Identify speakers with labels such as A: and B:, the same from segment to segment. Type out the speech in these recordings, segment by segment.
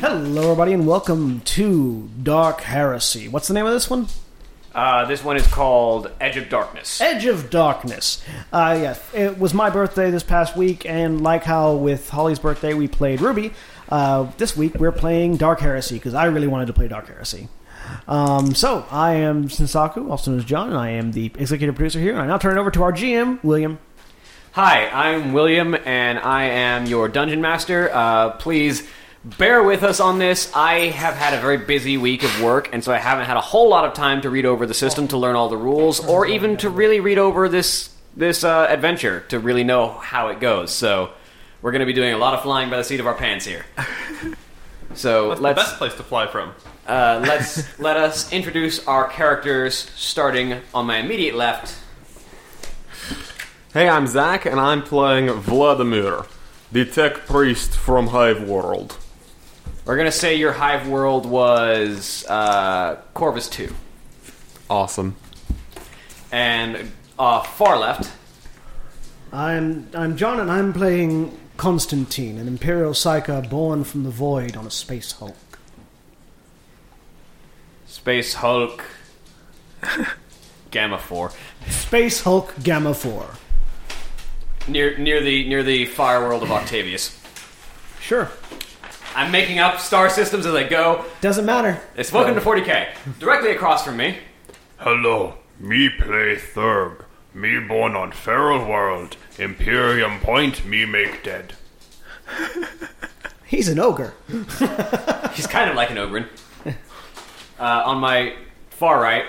A: Hello, everybody, and welcome to Dark Heresy. What's the name of this one?
B: Uh, this one is called Edge of Darkness.
A: Edge of Darkness. Uh, yes, it was my birthday this past week, and like how with Holly's birthday we played Ruby, uh, this week we're playing Dark Heresy because I really wanted to play Dark Heresy. Um, so I am Sensaku, also known as John, and I am the executive producer here. And I now turn it over to our GM, William.
B: Hi, I'm William, and I am your dungeon master. Uh, please bear with us on this. I have had a very busy week of work, and so I haven't had a whole lot of time to read over the system to learn all the rules, or even to really read over this this uh, adventure to really know how it goes. So we're going to be doing a lot of flying by the seat of our pants here. So
C: That's
B: let's
C: the best place to fly from.
B: Uh, let's let us introduce our characters, starting on my immediate left.
D: Hey, I'm Zach, and I'm playing Vladimir, the tech priest from Hive World.
B: We're gonna say your hive world was uh, Corvus Two,
D: Awesome.
B: and uh, far left.
A: I'm I'm John, and I'm playing Constantine, an Imperial Psyker born from the void on a space hulk.
B: Space Hulk, Gamma Four,
A: Space Hulk Gamma Four.
B: near near the near the fire world of Octavius.
A: Sure,
B: I'm making up star systems as I go.
A: doesn't matter.
B: It's welcome to 40k. Directly across from me,
E: Hello, me play Thurg, me born on Feral World, Imperium Point me make dead.
A: He's an ogre.
B: he's kind of like an ogre. Uh, on my far right,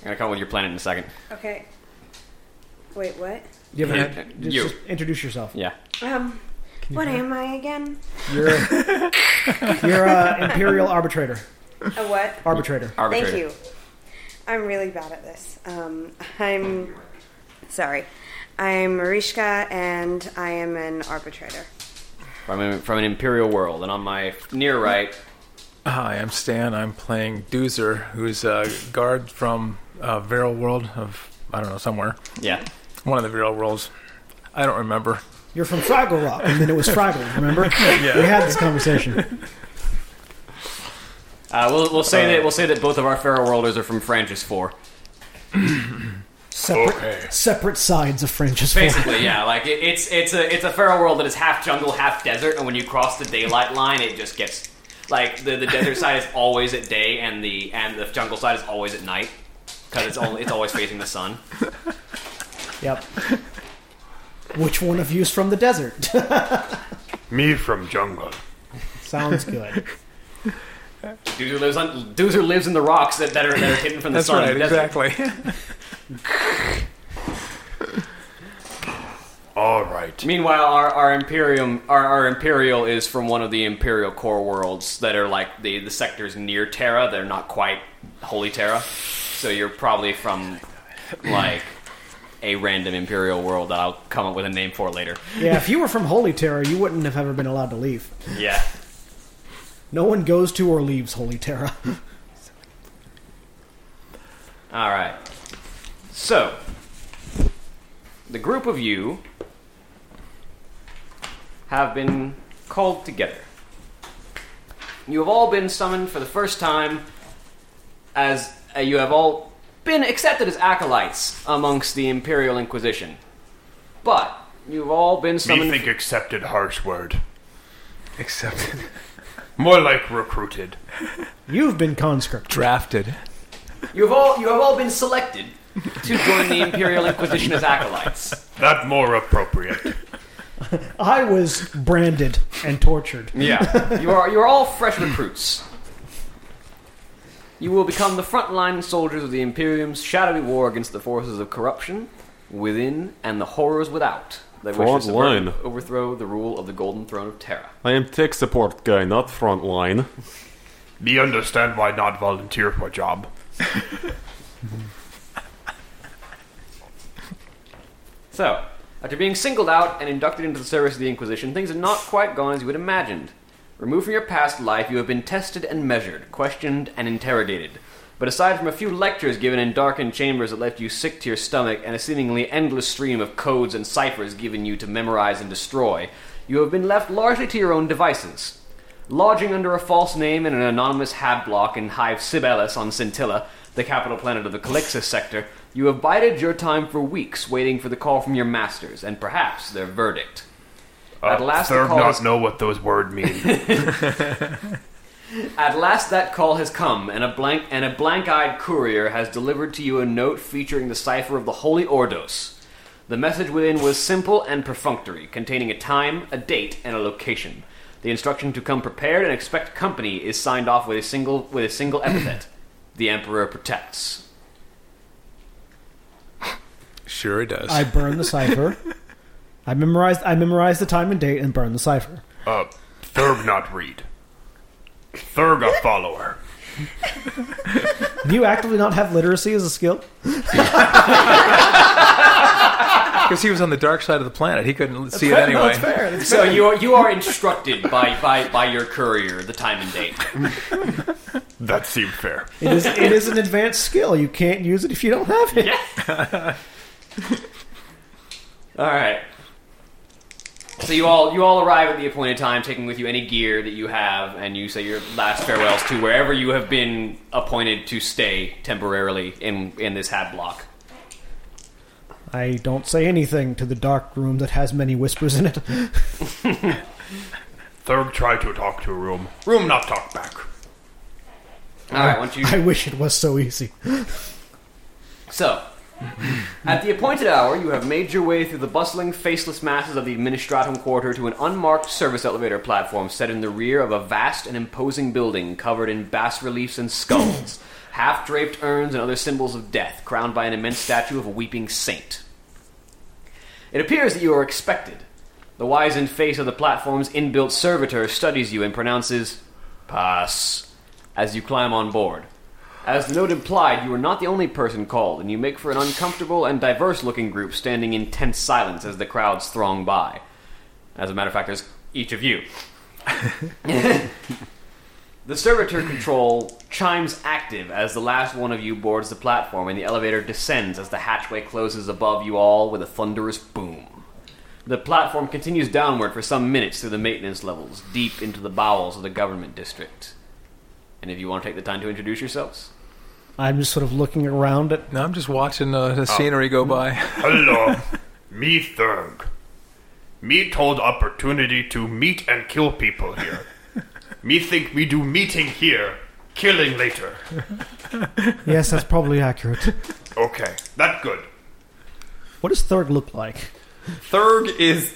B: I'm gonna come with your planet in a second.
F: Okay. Wait, what?
A: You have
B: Yeah,
A: a- just,
B: you.
A: just introduce yourself.
B: Yeah.
F: Um, what am I again?
A: You're you're an imperial arbitrator.
F: A what?
A: Arbitrator.
B: Arbitrator.
F: Thank you. I'm really bad at this. Um, I'm sorry. I'm Marishka, and I am an arbitrator.
B: From, a, from an Imperial world. And on my near right,
G: Hi, I'm Stan. I'm playing Doozer, who's a guard from uh, Viral World of, I don't know, somewhere.
B: yeah.
G: One of the Viral Worlds. I don't remember.
A: You're from Fraggle Rock, and then it was Fraggle. Remember? We had this conversation.
B: Uh, we'll, we'll, say that, we'll say that both of our Feral Worlders are from Francis 4.
A: Separate, separate sides of French's form.
B: Basically, yeah. Like, it, it's, it's, a, it's a Feral world that is half jungle, half desert, and when you cross the daylight line, it just gets. Like, the, the desert side is always at day, and the, and the jungle side is always at night. Because it's, only- it's always facing the sun.
A: Yep. Which one of you's from the desert?
E: Me from jungle.
A: Sounds good.
B: Doozer lives, on, Doozer lives in the rocks that, that, are, that are hidden from the
G: That's
B: sun. in
G: right,
B: the desert.
G: exactly.
E: Alright.
B: Meanwhile, our, our Imperium, our, our Imperial is from one of the Imperial core worlds that are like the, the sectors near Terra. They're not quite Holy Terra, so you're probably from like a random Imperial world that I'll come up with a name for later.
A: Yeah, if you were from Holy Terra, you wouldn't have ever been allowed to leave.
B: Yeah.
A: No one goes to or leaves Holy Terra.
B: All right. So, the group of you have been called together. You have all been summoned for the first time, as uh, you have all been accepted as acolytes amongst the Imperial Inquisition. But you've all been
E: Me
B: summoned.
E: think accepted harsh word.
G: Except
E: More like recruited.
A: You've been conscripted.
G: drafted.
B: you have all you have all been selected to join the Imperial Inquisition as acolytes.
E: That more appropriate.
A: I was branded and tortured.
B: Yeah, you are. You are all fresh recruits. You will become the frontline soldiers of the Imperium's shadowy war against the forces of corruption within and the horrors without that wishes to
D: Frontline.
B: overthrow the rule of the Golden Throne of Terra.
D: I am tech support guy, not frontline.
E: Me understand why not volunteer for job.
B: So, after being singled out and inducted into the service of the Inquisition, things have not quite gone as you had imagined. Removed from your past life, you have been tested and measured, questioned and interrogated. But aside from a few lectures given in darkened chambers that left you sick to your stomach, and a seemingly endless stream of codes and ciphers given you to memorize and destroy, you have been left largely to your own devices. lodging under a false name in an anonymous hab block in Hive Sibelus on Scintilla, the capital planet of the Calixus sector, you have bided your time for weeks waiting for the call from your masters and perhaps their verdict. At last, the
E: Thurb
B: call
E: not
B: is-
E: know what those words mean.
B: At last, that call has come, and a blank and a blank-eyed courier has delivered to you a note featuring the cipher of the Holy Ordos. The message within was simple and perfunctory, containing a time, a date, and a location. The instruction to come prepared and expect company is signed off with a single with a single epithet: "The Emperor protects."
G: Sure, it does.
A: I burn the cipher. I memorized. I memorized the time and date and burn the cipher.
E: uh, Thurb not read. Thurg a follower.
A: Do you actively not have literacy as a skill?
G: Because he was on the dark side of the planet, he couldn't see it anyway.
B: So you are, you are instructed by, by by your courier the time and date.
E: That seemed fair.
A: It is, it is an advanced skill. You can't use it if you don't have it.
B: All right. So you all you all arrive at the appointed time, taking with you any gear that you have, and you say your last farewells to wherever you have been appointed to stay temporarily in in this hab block.
A: I don't say anything to the dark room that has many whispers in it.
E: Thurg tried to talk to Room. Room not talk back.
B: All right, once you
A: I wish it was so easy.
B: So, at the appointed hour, you have made your way through the bustling, faceless masses of the Administratum Quarter to an unmarked service elevator platform set in the rear of a vast and imposing building covered in bas reliefs and skulls, half draped urns, and other symbols of death, crowned by an immense statue of a weeping saint. It appears that you are expected. The wizened face of the platform's inbuilt servitor studies you and pronounces, Pass, as you climb on board. As the note implied, you are not the only person called, and you make for an uncomfortable and diverse looking group standing in tense silence as the crowds throng by. As a matter of fact, there's each of you. the servitor control chimes active as the last one of you boards the platform, and the elevator descends as the hatchway closes above you all with a thunderous boom. The platform continues downward for some minutes through the maintenance levels, deep into the bowels of the government district. And if you want to take the time to introduce yourselves.
A: I'm just sort of looking around at.
G: No, I'm just watching uh, the scenery go by.
E: Hello, me Thurg. Me told opportunity to meet and kill people here. me think me do meeting here, killing later.
A: Yes, that's probably accurate.
E: Okay, that good.
A: What does Thurg look like?
D: Thurg is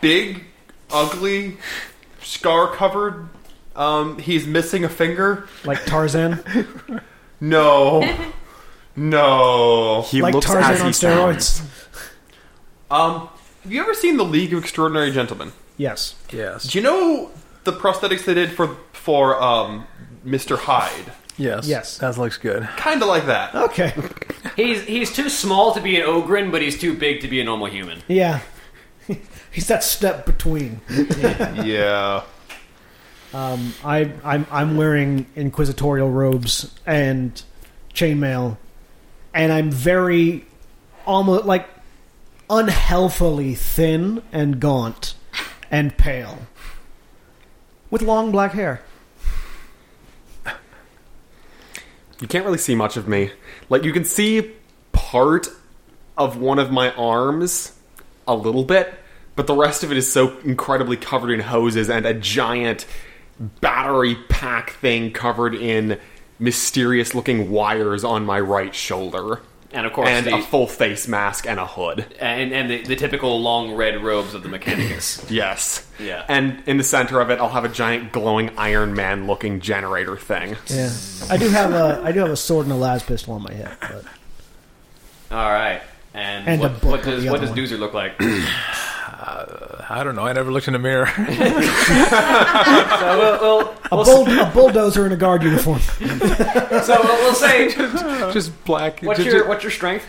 D: big, ugly, scar covered. Um, he's missing a finger.
A: Like Tarzan?
D: No. No.
C: He
A: like
C: looks as
A: Tarzan
C: he
A: on
C: sounds.
A: steroids?
D: Um, have you ever seen The League of Extraordinary Gentlemen?
A: Yes.
G: Yes.
D: Do you know the prosthetics they did for for um, Mr. Hyde?
G: Yes.
A: Yes.
G: That looks good.
D: Kind of like that.
A: Okay.
B: He's he's too small to be an ogren, but he's too big to be a normal human.
A: Yeah. He's that step between.
D: yeah.
A: I, I'm I'm wearing inquisitorial robes and chainmail, and I'm very almost like unhealthily thin and gaunt and pale, with long black hair.
D: You can't really see much of me. Like you can see part of one of my arms a little bit, but the rest of it is so incredibly covered in hoses and a giant battery pack thing covered in mysterious looking wires on my right shoulder.
B: And of course,
D: and
B: the,
D: a full face mask and a hood.
B: and, and the, the typical long red robes of the Mechanicus.
D: Yes.
B: Yeah.
D: And in the center of it, I'll have a giant glowing Iron Man looking generator thing.
A: Yeah, I do have a I do have a sword and a las pistol on my hip, but
B: All right, and,
A: And a
B: what,
A: book
B: what
A: on
B: does
A: the
B: what
A: other
B: does
A: one.
B: Doozer look like? Uh,
G: I don't know. I never looked in a mirror.
B: so we'll, we'll,
A: a, bull, a bulldozer in a guard uniform.
B: so we'll, we'll say
G: just black.
B: what's
G: just,
B: your what's your strength?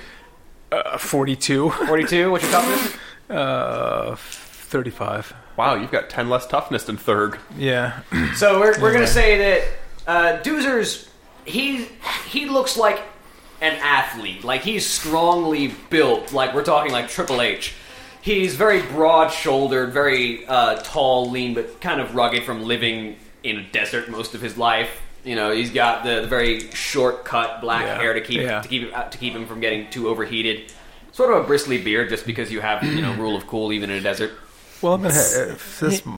G: uh, 42?
B: Forty two. What's your toughness?
G: Uh, 35.
D: Wow, you've got 10 less toughness than Thurg.
G: Yeah.
B: So we're, we're gonna say that uh, Doozer's he he looks like an athlete. Like he's strongly built. Like we're talking like Triple H. He's very broad-shouldered, very uh, tall, lean, but kind of rugged from living in a desert most of his life. You know, he's got the, the very short-cut black
G: Yeah,
B: hair to keep
G: yeah.
B: to keep uh, to keep him from getting too overheated. Sort of a bristly beard, just because you have you know rule of cool even in a desert.
G: Well, I'm gonna ha- if this m-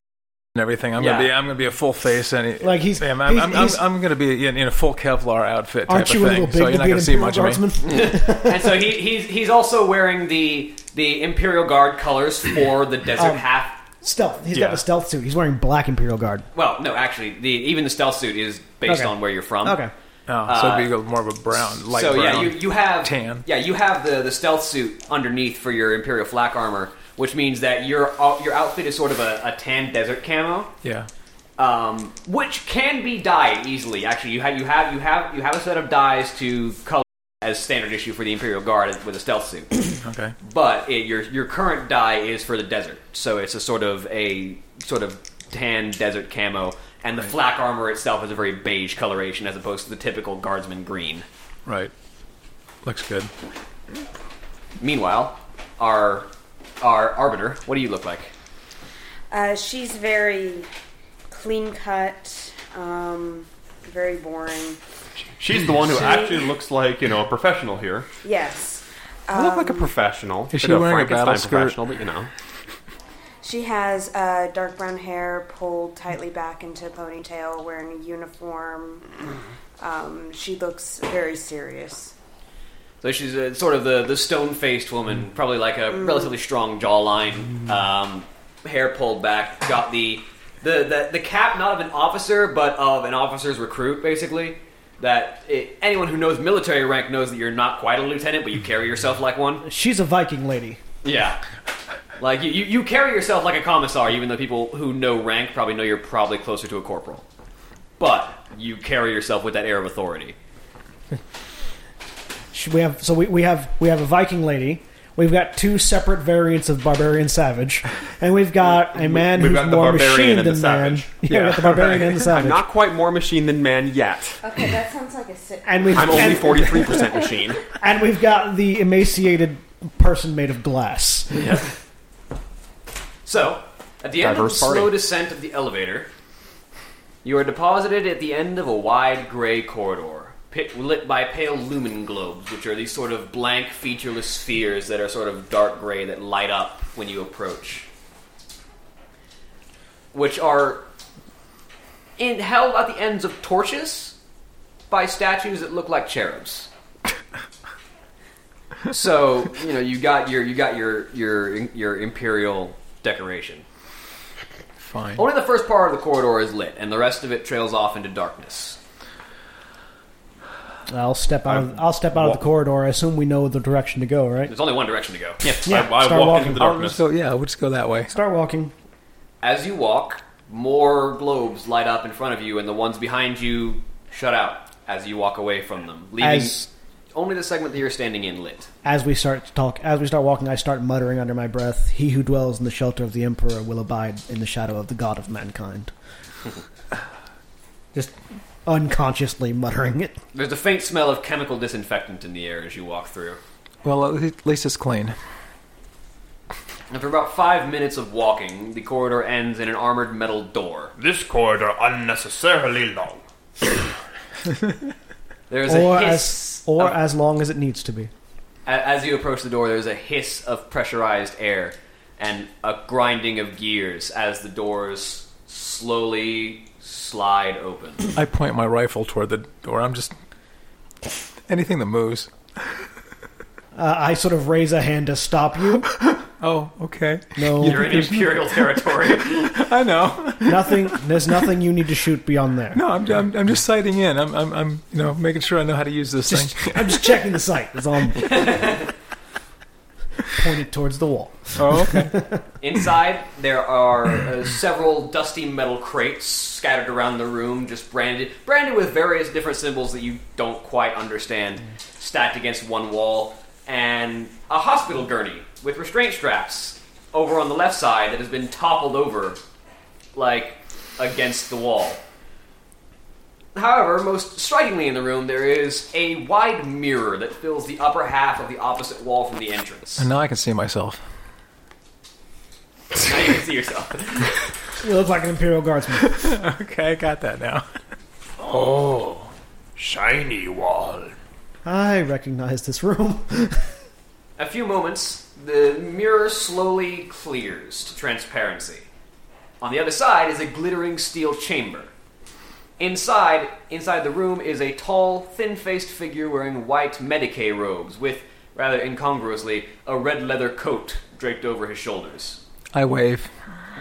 G: and everything. I'm gonna
B: Yeah.
G: be. I'm gonna be a full face and
A: Like, he's-
G: I'm, I'm,
A: he's-
G: I'm,
A: he's-
G: I'm gonna be in, in a full Kevlar outfit. Type
A: Aren't you
G: of
A: a
G: thing,
A: little big
G: So
A: to
G: you're not
A: be an
G: gonna see
A: Imperial
G: much of me.
A: Guardsman?
B: and so he, he's he's also wearing the the Imperial Guard colors for the
A: Oh.
B: desert half.
A: Stealth. He's got
G: Yeah.
A: a stealth suit. He's wearing black Imperial Guard.
B: Well, no, actually, the even the stealth suit is based
A: Okay.
B: on where you're from.
A: Okay.
G: Oh, so it'd be more of a brown, light
B: Uh, so yeah,
G: brown.
B: you, you have
G: tan.
B: Yeah, you have the, the stealth suit underneath for your Imperial flak armor, which means that your uh, your outfit is sort of a, a tan desert camo,
G: yeah.
B: um, which can be dyed easily. Actually, you have you have you have you have a set of dyes to color as standard issue for the Imperial Guard with a stealth suit.
G: Okay.
B: but it, your your current dye is for the desert, so it's a sort of a sort of tan desert camo, and the flak armor itself is a very beige coloration as opposed to the typical guardsman green.
G: Right. Looks good.
B: Meanwhile, our our arbiter, what do you look like?
F: Uh, she's very clean cut, um, very boring.
D: She's the one who
F: actually
D: looks like you know a professional here.
F: Yes.
D: I look like a professional.
G: Is she
D: Bit of
G: wearing a
D: Frankenstein
G: battle skirt?
D: Professional, but you know,
F: She has uh, dark brown hair pulled tightly back into a ponytail, wearing a uniform. Um, she looks very serious.
B: So she's a, sort of the, the stone faced woman, probably like a relatively strong jawline, um, hair pulled back, got the, the, the the cap not of an officer but of an officer's recruit, basically. That it, anyone who knows military rank knows that you're not quite a lieutenant, but you carry yourself like one.
A: She's a Viking lady.
B: Yeah, like you, you, you carry yourself like a commissar, even though people who know rank probably know you're probably closer to a corporal. But you carry yourself with that air of authority.
A: She, we have so we, we have we have a Viking lady. We've got two separate variants of barbarian savage, and we've got a man
D: we've
A: who's
D: got the
A: more machine
D: barbarian
A: than
D: and the
A: man.
D: savage.
A: Yeah, we've got the barbarian and the
D: I'm
A: savage.
D: not quite more machine than man yet.
F: Okay, that sounds like a sit.
A: and we've
D: I'm only
A: and-
D: forty three percent machine.
A: and we've got the emaciated person made of glass.
B: So, at the end of the
D: Diverse party.
B: slow descent of the elevator, you are deposited at the end of a wide gray corridor, pit, lit by pale lumen globes, which are these sort of blank, featureless spheres that are sort of dark gray that light up when you approach. Which are in, held at the ends of torches by statues that look like cherubs. So you know you got your you got your your your imperial decoration.
G: Fine.
B: Only the first part of the corridor is lit, and the rest of it trails off into darkness.
A: I'll step out. Of, I'll step out of the corridor. I assume we know the direction to go, right?
B: There's only one direction to go.
A: Yeah,
D: I, I
A: start
D: walk
A: walking.
D: into the
G: I'll just
D: darkness.
G: go. Yeah, we'll just go that way.
A: Start walking.
B: As you walk, more globes light up in front of you, and the ones behind you shut out as you walk away from them, leaving
A: As-
B: only the segment that you're standing in lit.
A: As we start to talk, as we start walking, I start muttering under my breath, "He who dwells in the shelter of the emperor will abide in the shadow of the god of mankind." Just unconsciously muttering it.
B: There's a faint smell of chemical disinfectant in the air as you walk through.
G: Well, at le- at least it's clean.
B: After about five minutes of walking, the corridor ends in an armored metal door.
E: This corridor unnecessarily long.
B: There's
A: Or
B: a hiss
A: as, or
B: of
A: as long as it needs to be.
B: A- As you approach the door, there's a hiss of pressurized air and a grinding of gears as the doors slowly slide open.
G: I point my rifle toward the door. I'm just anything that moves.
A: Uh, I sort of raise a hand to stop you.
G: Oh, okay.
B: You're
A: No,
B: in Imperial territory.
G: I know.
A: nothing. There's nothing you need to shoot beyond there.
G: No, I'm, I'm, I'm just sighting in. I'm, I'm, I'm, you know, making sure I know how to use this
A: Just,
G: thing.
A: I'm just checking the site. It's all. Pointed towards the wall.
G: Oh, okay.
B: Inside, there are uh, several dusty metal crates scattered around the room, just branded, branded with various different symbols that you don't quite understand, stacked against one wall, and a hospital gurney with restraint straps over on the left side that has been toppled over, like against the wall. However, most strikingly in the room, there is a wide mirror that fills the upper half of the opposite wall from the entrance.
G: And now I can see myself.
B: see yourself.
A: You look like an Imperial Guardsman.
G: Okay, I got that now.
E: Shiny wall.
A: I recognize this room.
B: A few moments, the mirror slowly clears to transparency. On the other side is a glittering steel chamber. Inside, inside the room is a tall, thin-faced figure wearing white Medicaid robes with, rather incongruously, a red leather coat draped over his shoulders.
G: I wave.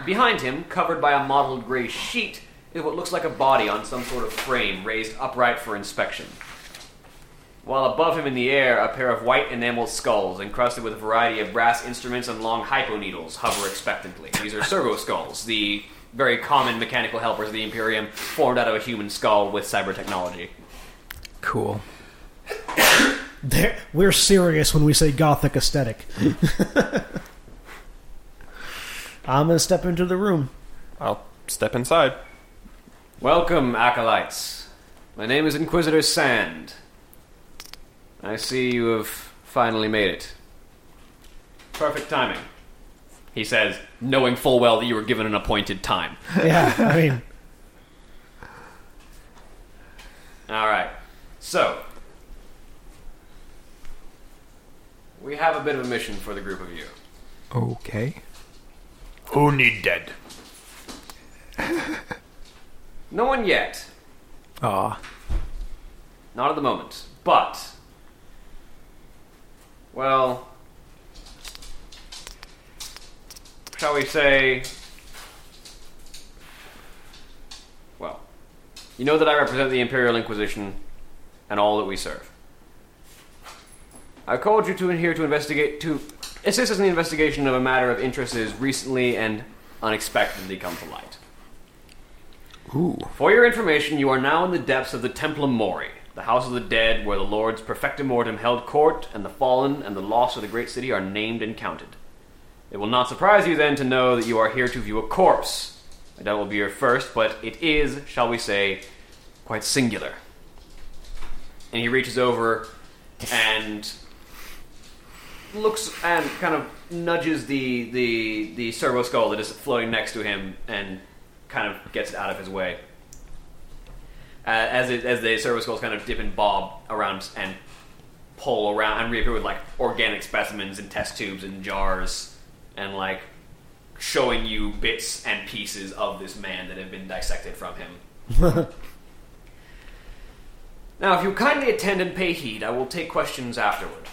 B: Behind him, covered by a mottled gray sheet, is what looks like a body on some sort of frame raised upright for inspection. While above him in the air, a pair of white enameled skulls encrusted with a variety of brass instruments and long hypo needles hover expectantly. These are servo skulls, the very common mechanical helpers of the Imperium, formed out of a human skull with cyber technology.
G: Cool.
A: There- We're serious when we say gothic aesthetic. I'm gonna step into the room.
D: I'll step inside.
B: Welcome, acolytes. My name is Inquisitor Sand. I see you have finally made it. Perfect timing. He says, knowing full well that you were given an appointed time.
A: Yeah, I mean,
B: All right. So, we have a bit of a mission for the group of you.
G: Okay.
E: Who need dead?
B: No one yet,
G: Aw.
B: Not at the moment. But, well, shall we say, well, you know that I represent the Imperial Inquisition and all that we serve. I called you to in here to investigate, to assist us in the investigation of a matter of interest that has recently and unexpectedly come to light.
G: Ooh.
B: For your information, you are now in the depths of the Templum Mori, the house of the dead where the lords Perfectum Mortem held court, and the fallen and the lost of the great city are named and counted. It will not surprise you then to know that you are here to view a corpse. I doubt it will be your first, but it is, shall we say, quite singular. And he reaches over and looks and kind of nudges the the the servo skull that is floating next to him and kind of gets it out of his way. Uh, as it, as the servo skulls kind of dip and bob around and pull around and reappear with like organic specimens and test tubes and jars and like showing you bits and pieces of this man that have been dissected from him. now, if you kindly attend and pay heed, I will take questions afterward.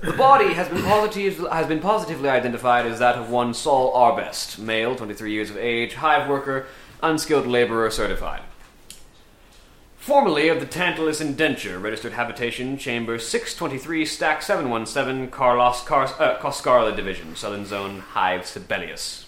B: The body has been, positive, has been positively identified as that of one Saul Arbest, male, 23 years of age, hive worker, unskilled laborer certified. Formerly of the Tantalus Indenture, registered habitation, chamber 623, stack 717, Carlos Car- uh, Coscarla Division, southern zone, hive Sibelius.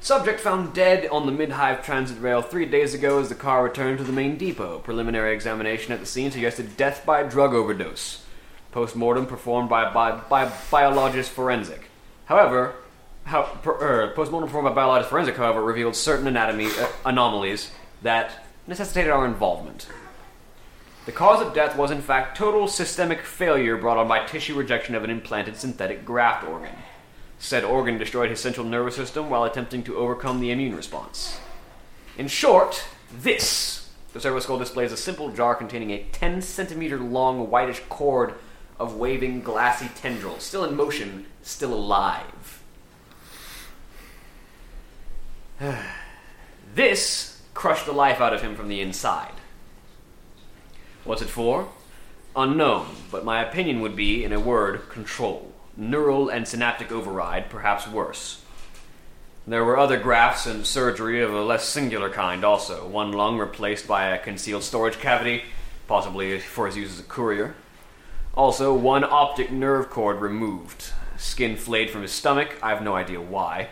B: Subject found dead on the Mid-Hive Transit Rail three days ago as the car returned to the main depot. Preliminary examination at the scene suggested death by drug overdose. Post-mortem performed by, by, by biologist forensic. However, how, per, er, post-mortem performed by biologist forensic, however, revealed certain anatomy uh, anomalies that necessitated our involvement. The cause of death was, in fact, total systemic failure brought on by tissue rejection of an implanted synthetic graft organ. Said organ destroyed his central nervous system while attempting to overcome the immune response. In short, this. The servo skull displays a simple jar containing a 10 centimeter long whitish cord of waving glassy tendrils, still in motion, still alive. This crushed the life out of him from the inside. What's it for? Unknown, but my opinion would be, in a word, control. Neural and synaptic override, perhaps worse. There were other grafts and surgery of a less singular kind also. One lung replaced by a concealed storage cavity, possibly for his use as a courier. Also, one optic nerve cord removed. Skin flayed from his stomach, I have no idea why.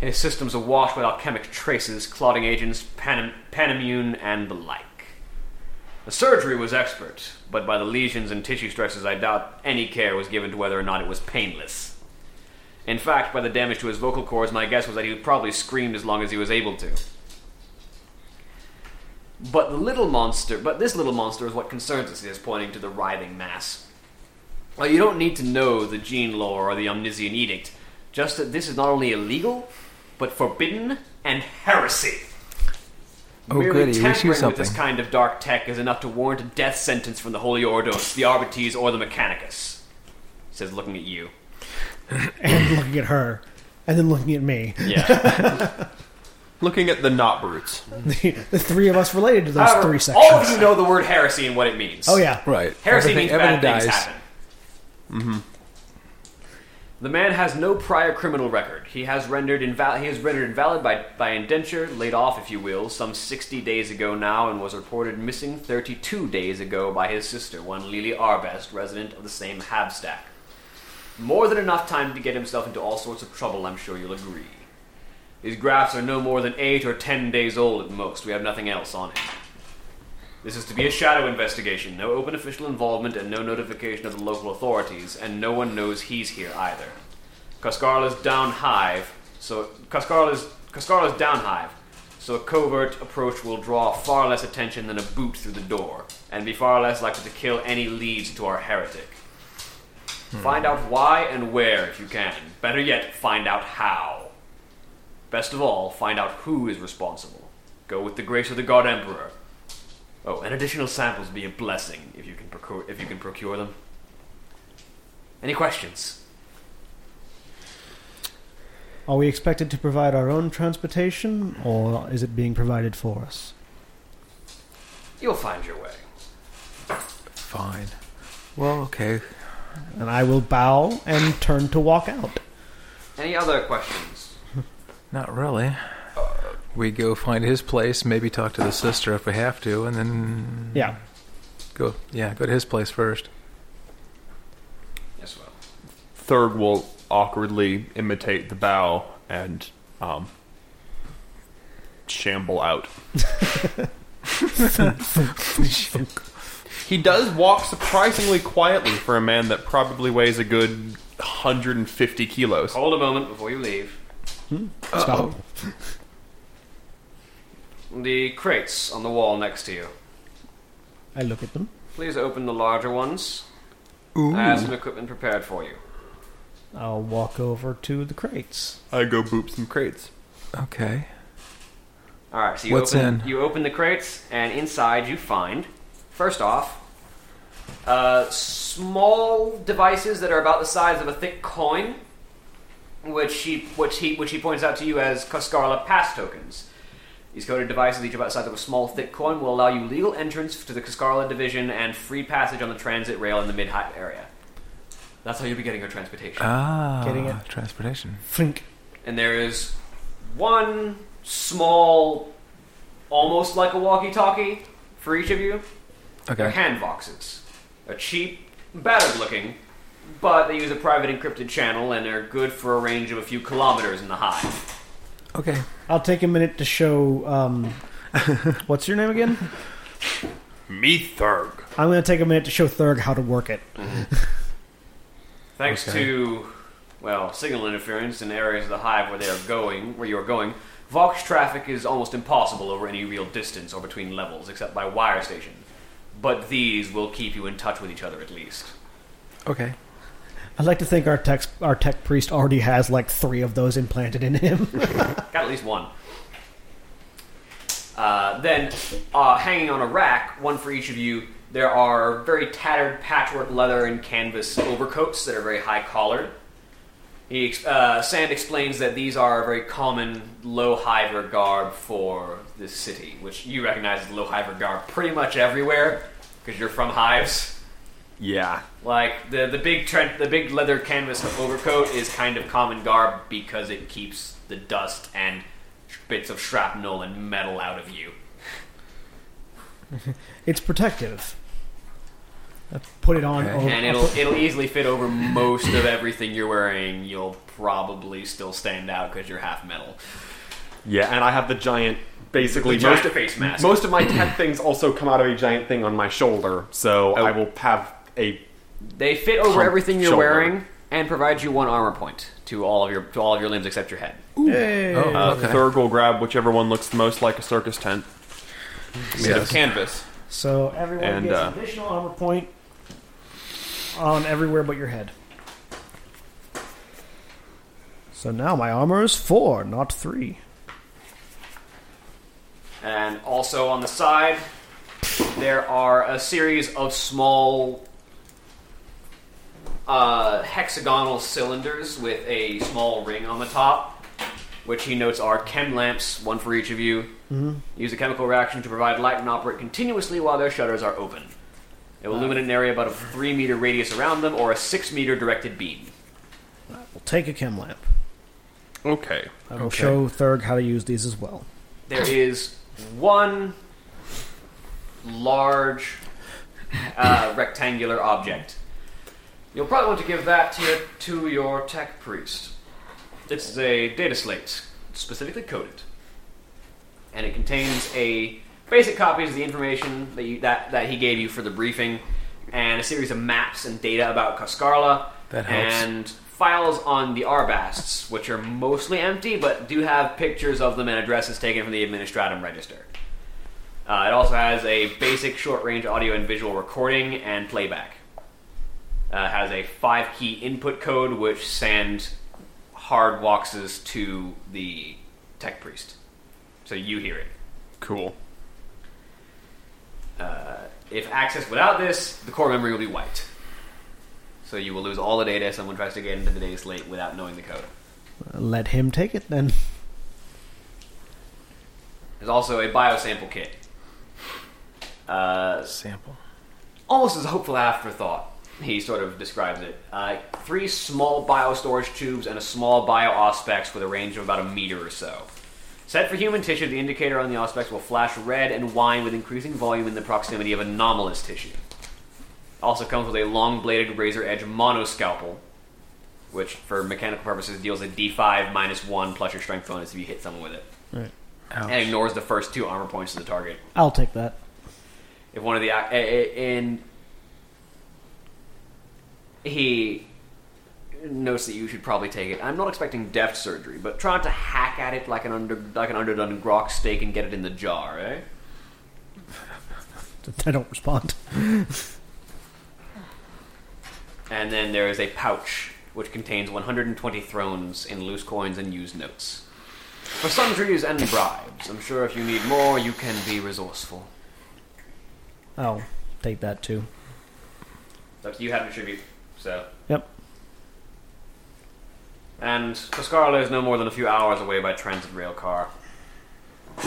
B: His systems awash with alchemic traces, clotting agents, panem- panamune, and the like. The surgery was expert, but by the lesions and tissue stresses, I doubt any care was given to whether or not it was painless. In fact, by the damage to his vocal cords, my guess was that he probably screamed as long as he was able to. But the little monster, but this little monster is what concerns us, he is pointing to the writhing mass. Well, you don't need to know the gene lore or the omniscient edict just that this is not only illegal, but forbidden and heresy.
G: Oh,
B: Merely
G: goody, we
B: tampering
G: see
B: with this
G: something.
B: kind of dark tech is enough to warrant a death sentence from the Holy Ordos, the Arbites, or the Mechanicus. He says, looking at you.
A: and looking at her, and then looking at me.
B: Yeah.
D: Looking at the knot brutes.
A: the three of us related to those
B: However,
A: three
B: all of
A: sections.
B: you know the word heresy and what it means.
A: Oh yeah,
G: Right.
B: Heresy
G: Everything-
B: means bad
G: everyone
B: things happen. Mm-hmm. The man has no prior criminal record. He has rendered invalid. He is rendered invalid by, by indenture, laid off, if you will, some sixty days ago now, and was reported missing thirty-two days ago by his sister, one Lily Arbest, resident of the same Habstack. More than enough time to get himself into all sorts of trouble. I'm sure you'll agree. These graphs are no more than eight or ten days old at most. We have nothing else on him. This is to be a shadow investigation, no open official involvement, and no notification of the local authorities, and no one knows he's here either. Cascarl is down hive, so Cascarl is Cascarl is down hive, so a covert approach will draw far less attention than a boot through the door, and be far less likely to kill any leads to our heretic. Find out why and where if you can. Better yet, find out how. Best of all, find out who is responsible. Go with the grace of the God Emperor. Oh, and additional samples be a blessing if you can procure if you can procure them. Any questions?
A: Are we expected to provide our own transportation, or is it being provided for us?
B: You'll find your way.
G: Fine. Well, okay.
A: And I will bow and turn to walk out.
B: Any other questions?
G: Not really. We go find his place, maybe talk to the sister if we have to, and then
A: Yeah.
G: go. Yeah, go to his place first.
B: Yes, well.
D: Third will awkwardly imitate the bow and um, shamble out. he does walk surprisingly quietly for a man that probably weighs a good 150 kilos.
B: Hold a moment before you leave.
A: Stop.
B: The crates on the wall next to you.
A: I look at them.
B: Please open the larger ones. I have some equipment prepared for you.
A: I'll walk over to the crates.
D: I go boop some crates.
G: Okay.
B: All right. So you
G: What's
B: open
G: in?
B: you open the crates, and inside you find first off. Uh, small devices that are about the size of a thick coin, which he which he which he points out to you as Cascarla pass tokens. These coded devices, each about the size of a small thick coin, will allow you legal entrance to the Cascarla division and free passage on the transit rail in the mid hive area. That's how you'll be getting your transportation.
G: Ah,
A: Getting it.
G: transportation.
A: Frink.
B: and there is one small, almost like a walkie-talkie for each of you. They're
G: Okay.
B: hand boxes. They're cheap, battered looking, but they use a private encrypted channel and are good for a range of a few kilometers in the hive.
G: Okay.
A: I'll take a minute to show. Um, what's your name again?
E: Me Thurg.
A: I'm going to take a minute to show Thurg how to work it.
B: Thanks
G: Okay.
B: to well, signal interference in areas of the hive where they are going, where you are going, Vox traffic is almost impossible over any real distance or between levels, except by wire station. But these will keep you in touch with each other at least.
G: Okay.
A: I'd like to think our tech, our tech priest already has like three of those implanted in him.
B: Got at least one. Uh, then, uh, hanging on a rack, one for each of you, there are very tattered patchwork leather and canvas overcoats that are very high collared. He, ex- uh, Sand explains that these are a very common low hiver garb for this city, which you recognize as low hiver garb pretty much everywhere because you're from hives.
D: Yeah.
B: Like the the big trend, the big leather canvas overcoat is kind of common garb because it keeps the dust and sh- bits of shrapnel and metal out of you.
A: it's protective. I put it on.
G: Okay.
A: over-
B: And it'll it'll easily fit over most of everything you're wearing. You'll probably still stand out because you're half metal.
D: Yeah, and I have the giant. Basically,
B: The giant
D: most of,
B: face mask.
D: Most of my tech things also come out of a giant thing on my shoulder, so I will have a.
B: They fit over
D: Pump
B: everything you're
D: shoulder.
B: wearing and provide you one armor point to all of your to all of your limbs except your head.
A: Yay.
G: Oh,
D: Uh,
G: okay.
D: Third will grab whichever one looks the most like a circus tent made of
G: Yes.
D: canvas.
A: So everyone
D: And,
A: gets
D: uh,
A: an additional armor point on everywhere but your head. So now my armor is four, not three.
B: And also on the side, there are a series of small uh, hexagonal cylinders with a small ring on the top, which he notes are chem lamps, one for each of you. Use a chemical reaction to provide light and operate continuously while their shutters are open. It will illuminate an area about a three meter radius around them or a six meter directed beam.
A: We'll take a chem lamp.
D: Okay.
A: I will show Thurg how to use these as well.
B: there is one large uh, rectangular object. You'll probably want to give that to your, to your tech priest. This is a data slate, specifically coded, and it contains a basic copies of the information that, you, that that he gave you for the briefing, and a series of maps and data about Kaskarla,
G: That helps.
B: and files on the Arbasts, which are mostly empty but do have pictures of them and addresses taken from the Administratum Register. Uh, it also has a basic short-range audio and visual recording and playback uh, has a five key input code which Sand hard walks to the tech priest. So you hear it.
D: Cool.
B: If accessed without this, the core memory will be wiped. So you will lose all the data if someone tries to get into the data slate without knowing the code.
A: Let him take it then.
B: There's also a biosample kit. Uh,
G: Sample.
B: almost as a hopeful afterthought. He sort of describes it. Uh, three small bio storage tubes and a small bio auspex with a range of about a meter or so. Set for human tissue, the indicator on the auspex will flash red and wine with increasing volume in the proximity of anomalous tissue. Also comes with a long bladed razor edge monoscalpel, which for mechanical purposes deals a d5 minus 1 plus your strength bonus if you hit someone with it,
G: Ouch.
B: and ignores the first two armor points of the target
A: I'll take that.
B: if one of the ac- a- a- and he notes that you should probably take it. I'm not expecting deft surgery, but try not to hack at it like an under like an underdone grok steak and get it in the jar, eh?
A: I don't respond.
B: And then there is a pouch which contains 120 thrones in loose coins and used notes for sundries and bribes. I'm sure if you need more, you can be resourceful.
A: I'll take that too.
B: It's up to you how to distribute. So
A: Yep.
B: and Cascarla is no more than a few hours away by transit rail car.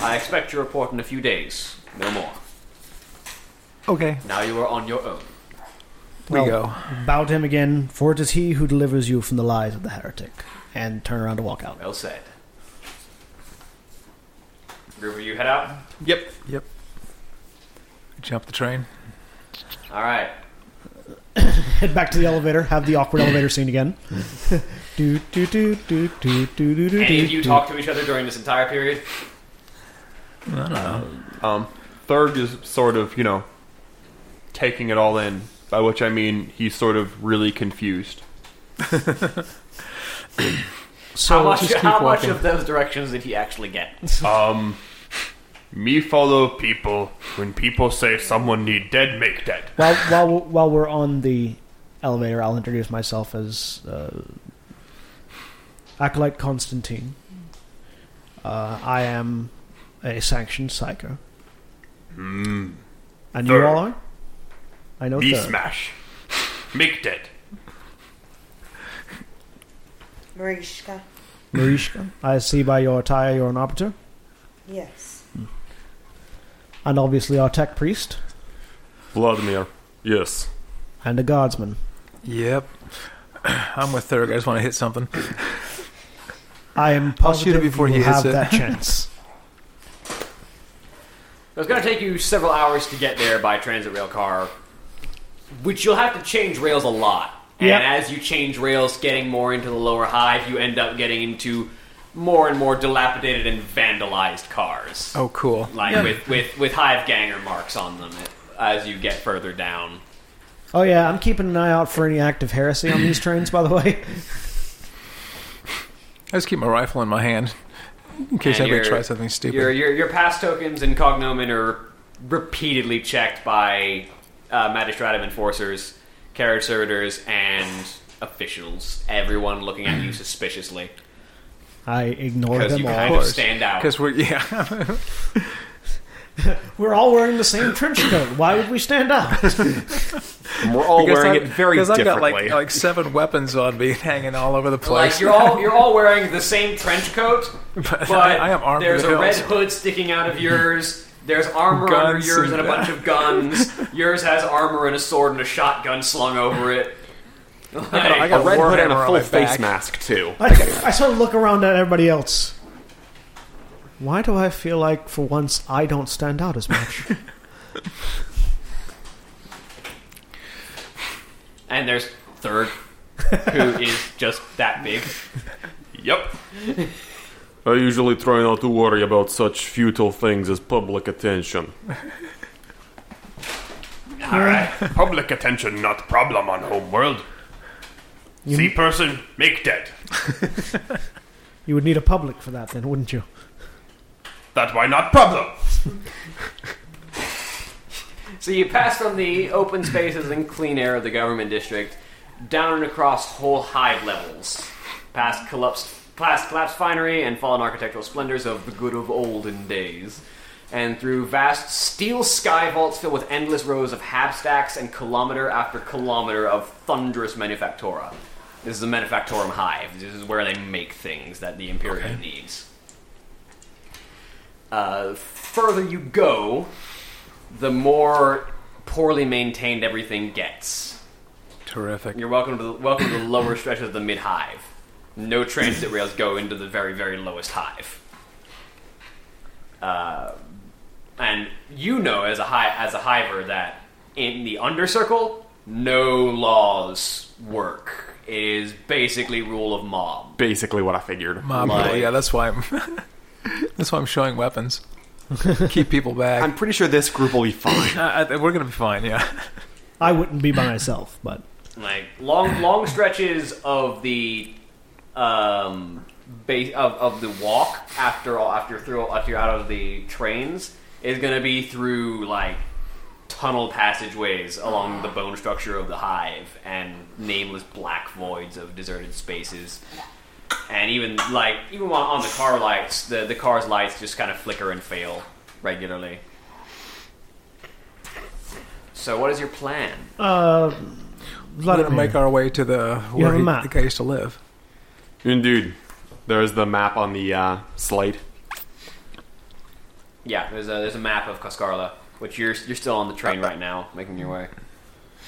B: I expect your report in a few days, no more.
A: Okay.
B: Now you are on your own.
G: We
A: Well,
G: go.
A: Bow to him again, for it is he who delivers you from the lies of the heretic. And turn around to walk out.
B: Well said. Group of you head out.
D: Yep.
G: Yep. Jump the train.
B: All right.
A: Head back to the elevator, have the awkward elevator scene again. do, do, do, do, do, do, do, do,
B: Any of you
A: do.
B: talk to each other during this entire period?
D: Um, Thurg is sort of, you know, taking it all in, by which I mean he's sort of really confused.
A: So,
B: how much,
G: just keep
B: how much
G: walking.
B: of those directions did he actually get?
E: Me follow people when people say someone need dead, make dead.
A: while, while, while we're on the elevator, I'll introduce myself as uh, Acolyte Constantine. Uh, I am a sanctioned psycho.
B: Hmm.
A: And you
E: Third.
A: all are? I know
E: Me
A: third.
E: smash, make dead.
F: Marishka.
A: Marishka. I see by your attire you're an arbiter.
F: Yes.
A: And obviously our tech priest.
D: Vladimir. Yes.
A: And a guardsman.
G: Yep. I'm with Thurg. I just want to hit something.
A: I am
G: shoot
A: positive
G: it before
A: you
G: he
A: will
G: hits
A: have
G: it.
A: that chance.
B: It's going to take you several hours to get there by transit rail car, which you'll have to change rails a lot. And
A: Yep.
B: as you change rails, getting more into the lower hive, you end up getting into more and more dilapidated and vandalized cars,
G: Oh, cool.
B: like with, with with hive ganger marks on them. As you get further down,
A: Oh yeah, I'm keeping an eye out for any active heresy on these trains, by the way.
G: I just keep my rifle in my hand in case
B: And
G: anybody
B: your-
G: tries something stupid.
B: Your, your, your pass tokens and cognomen are repeatedly checked by uh, magistratum enforcers, carriage servitors, and officials. Everyone looking at you suspiciously.
A: I ignored
B: Because
A: them
B: you
A: all.
B: kind of stand out.
G: Because we're yeah.
A: We're all wearing the same trench coat. Why would we stand out?
D: And we're all
G: Because
D: wearing
G: I-
D: it very
G: because
D: differently.
G: I've got like like seven weapons on me, hanging all over the place.
B: Like you're all you're all wearing the same trench coat, but
G: I- I am armed
B: There's
G: with
B: a red
G: hills.
B: hood sticking out of yours. There's armor under
G: Guns
B: yours and,
G: and-
B: a bunch of guns. yours has armor and a sword and a shotgun slung over it.
G: I
B: Like,
G: got
D: a red hood and
G: Warhammer
D: a
G: on
D: full
G: my
D: face
G: back.
D: mask too.
A: I, I sort of look around at everybody else. Why do I feel like for once I don't stand out as much?
B: and there's third, who is just that big.
E: Yep.
D: I usually try not to worry about such futile things as public attention.
E: All right. Public attention, not problem on Homeworld. See person, make dead.
A: You would need a public for that, then, wouldn't you?
E: That why not problem.
B: So you pass from the open spaces and clean air of the government district down and across whole hive levels, past collapsed, past collapsed finery and fallen architectural splendors of the good of olden days, and through vast steel sky vaults filled with endless rows of hab stacks and kilometer after kilometer of thunderous manufactura. This is the Manufactorum Hive. This is where they make things that the Imperium needs. Uh, further you go, the more poorly maintained everything gets.
G: Terrific.
B: You're welcome to the, welcome to the lower stretch of the mid hive. No transit rails go into the very very lowest hive. Uh, and you know as a hi- as a hiver that in the undercircle, no laws work. It is basically rule of mob.
D: Basically, what I figured.
G: Mob
B: Like-
G: rule, Um, yeah, that's why I'm. that's why I'm showing weapons. Keep people back.
D: I'm pretty sure this group will be fine.
G: I- I- we're gonna be fine. Yeah.
A: I wouldn't be by myself, but
B: like long long stretches of the um base of, of the walk after all after through after you're out of the trains is gonna be through like tunnel passageways along the bone structure of the hive and nameless black voids of deserted spaces and even like even while on the car lights the, the car's lights just kind of flicker and fail regularly so what is your plan
G: We're
A: Vladimir,
G: gonna make our way to the
A: have
G: where
A: a
G: he,
A: map.
G: the guy used to live.
D: Indeed. There's the map on the uh, slate.
B: Yeah, there's a there's a map of Cascarla, which you're you're still on the train right now, making your way.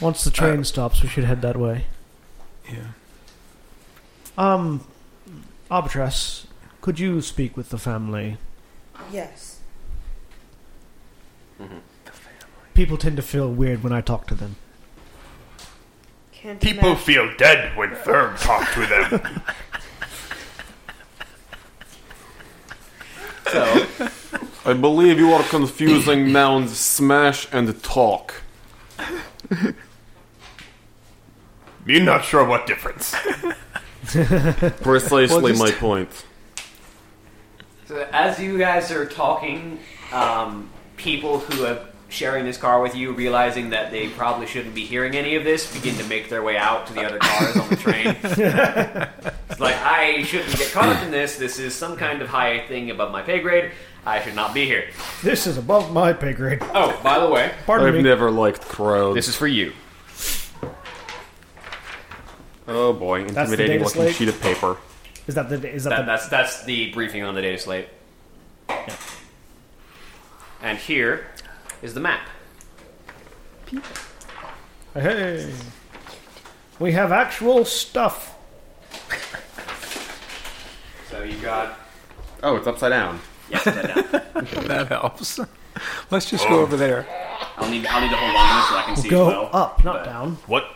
A: once the train stops, we should head that way.
G: Uh, Yeah.
A: Um, Albatross, could you speak with the family?
F: Yes.
A: People tend to feel weird when I talk to them.
F: Can't
E: People
F: imagine.
E: feel dead when Therm talk to them.
B: So
D: I believe you are confusing nouns smash and talk.
E: Me not sure what difference.
D: Precisely
G: Well, just-
D: my point.
B: So as you guys are talking, um, people who are sharing this car with you, realizing that they probably shouldn't be hearing any of this, begin to make their way out to the other cars on the train. it's like I shouldn't get caught up in this. This is some kind of high thing above my pay grade. I should not be here.
A: This is above my pay grade.
B: Oh, by the way,
A: Pardon
D: I've
A: me.
D: never liked crowds.
B: this is for you.
D: oh boy,
A: the
D: intimidating
A: data
D: looking
A: slate?
D: sheet of paper.
A: is that the is that,
B: That,
A: the
B: that's that's the briefing on the data slate. And here is the map.
A: Hey, we have actual stuff.
B: So you got
D: Oh, it's upside down.
G: That helps. Let's just
B: Oh.
G: go over there.
B: I'll need I'll need to hold on to this so I can see
A: Go
B: as well.
A: up, not
B: but
A: down.
E: What?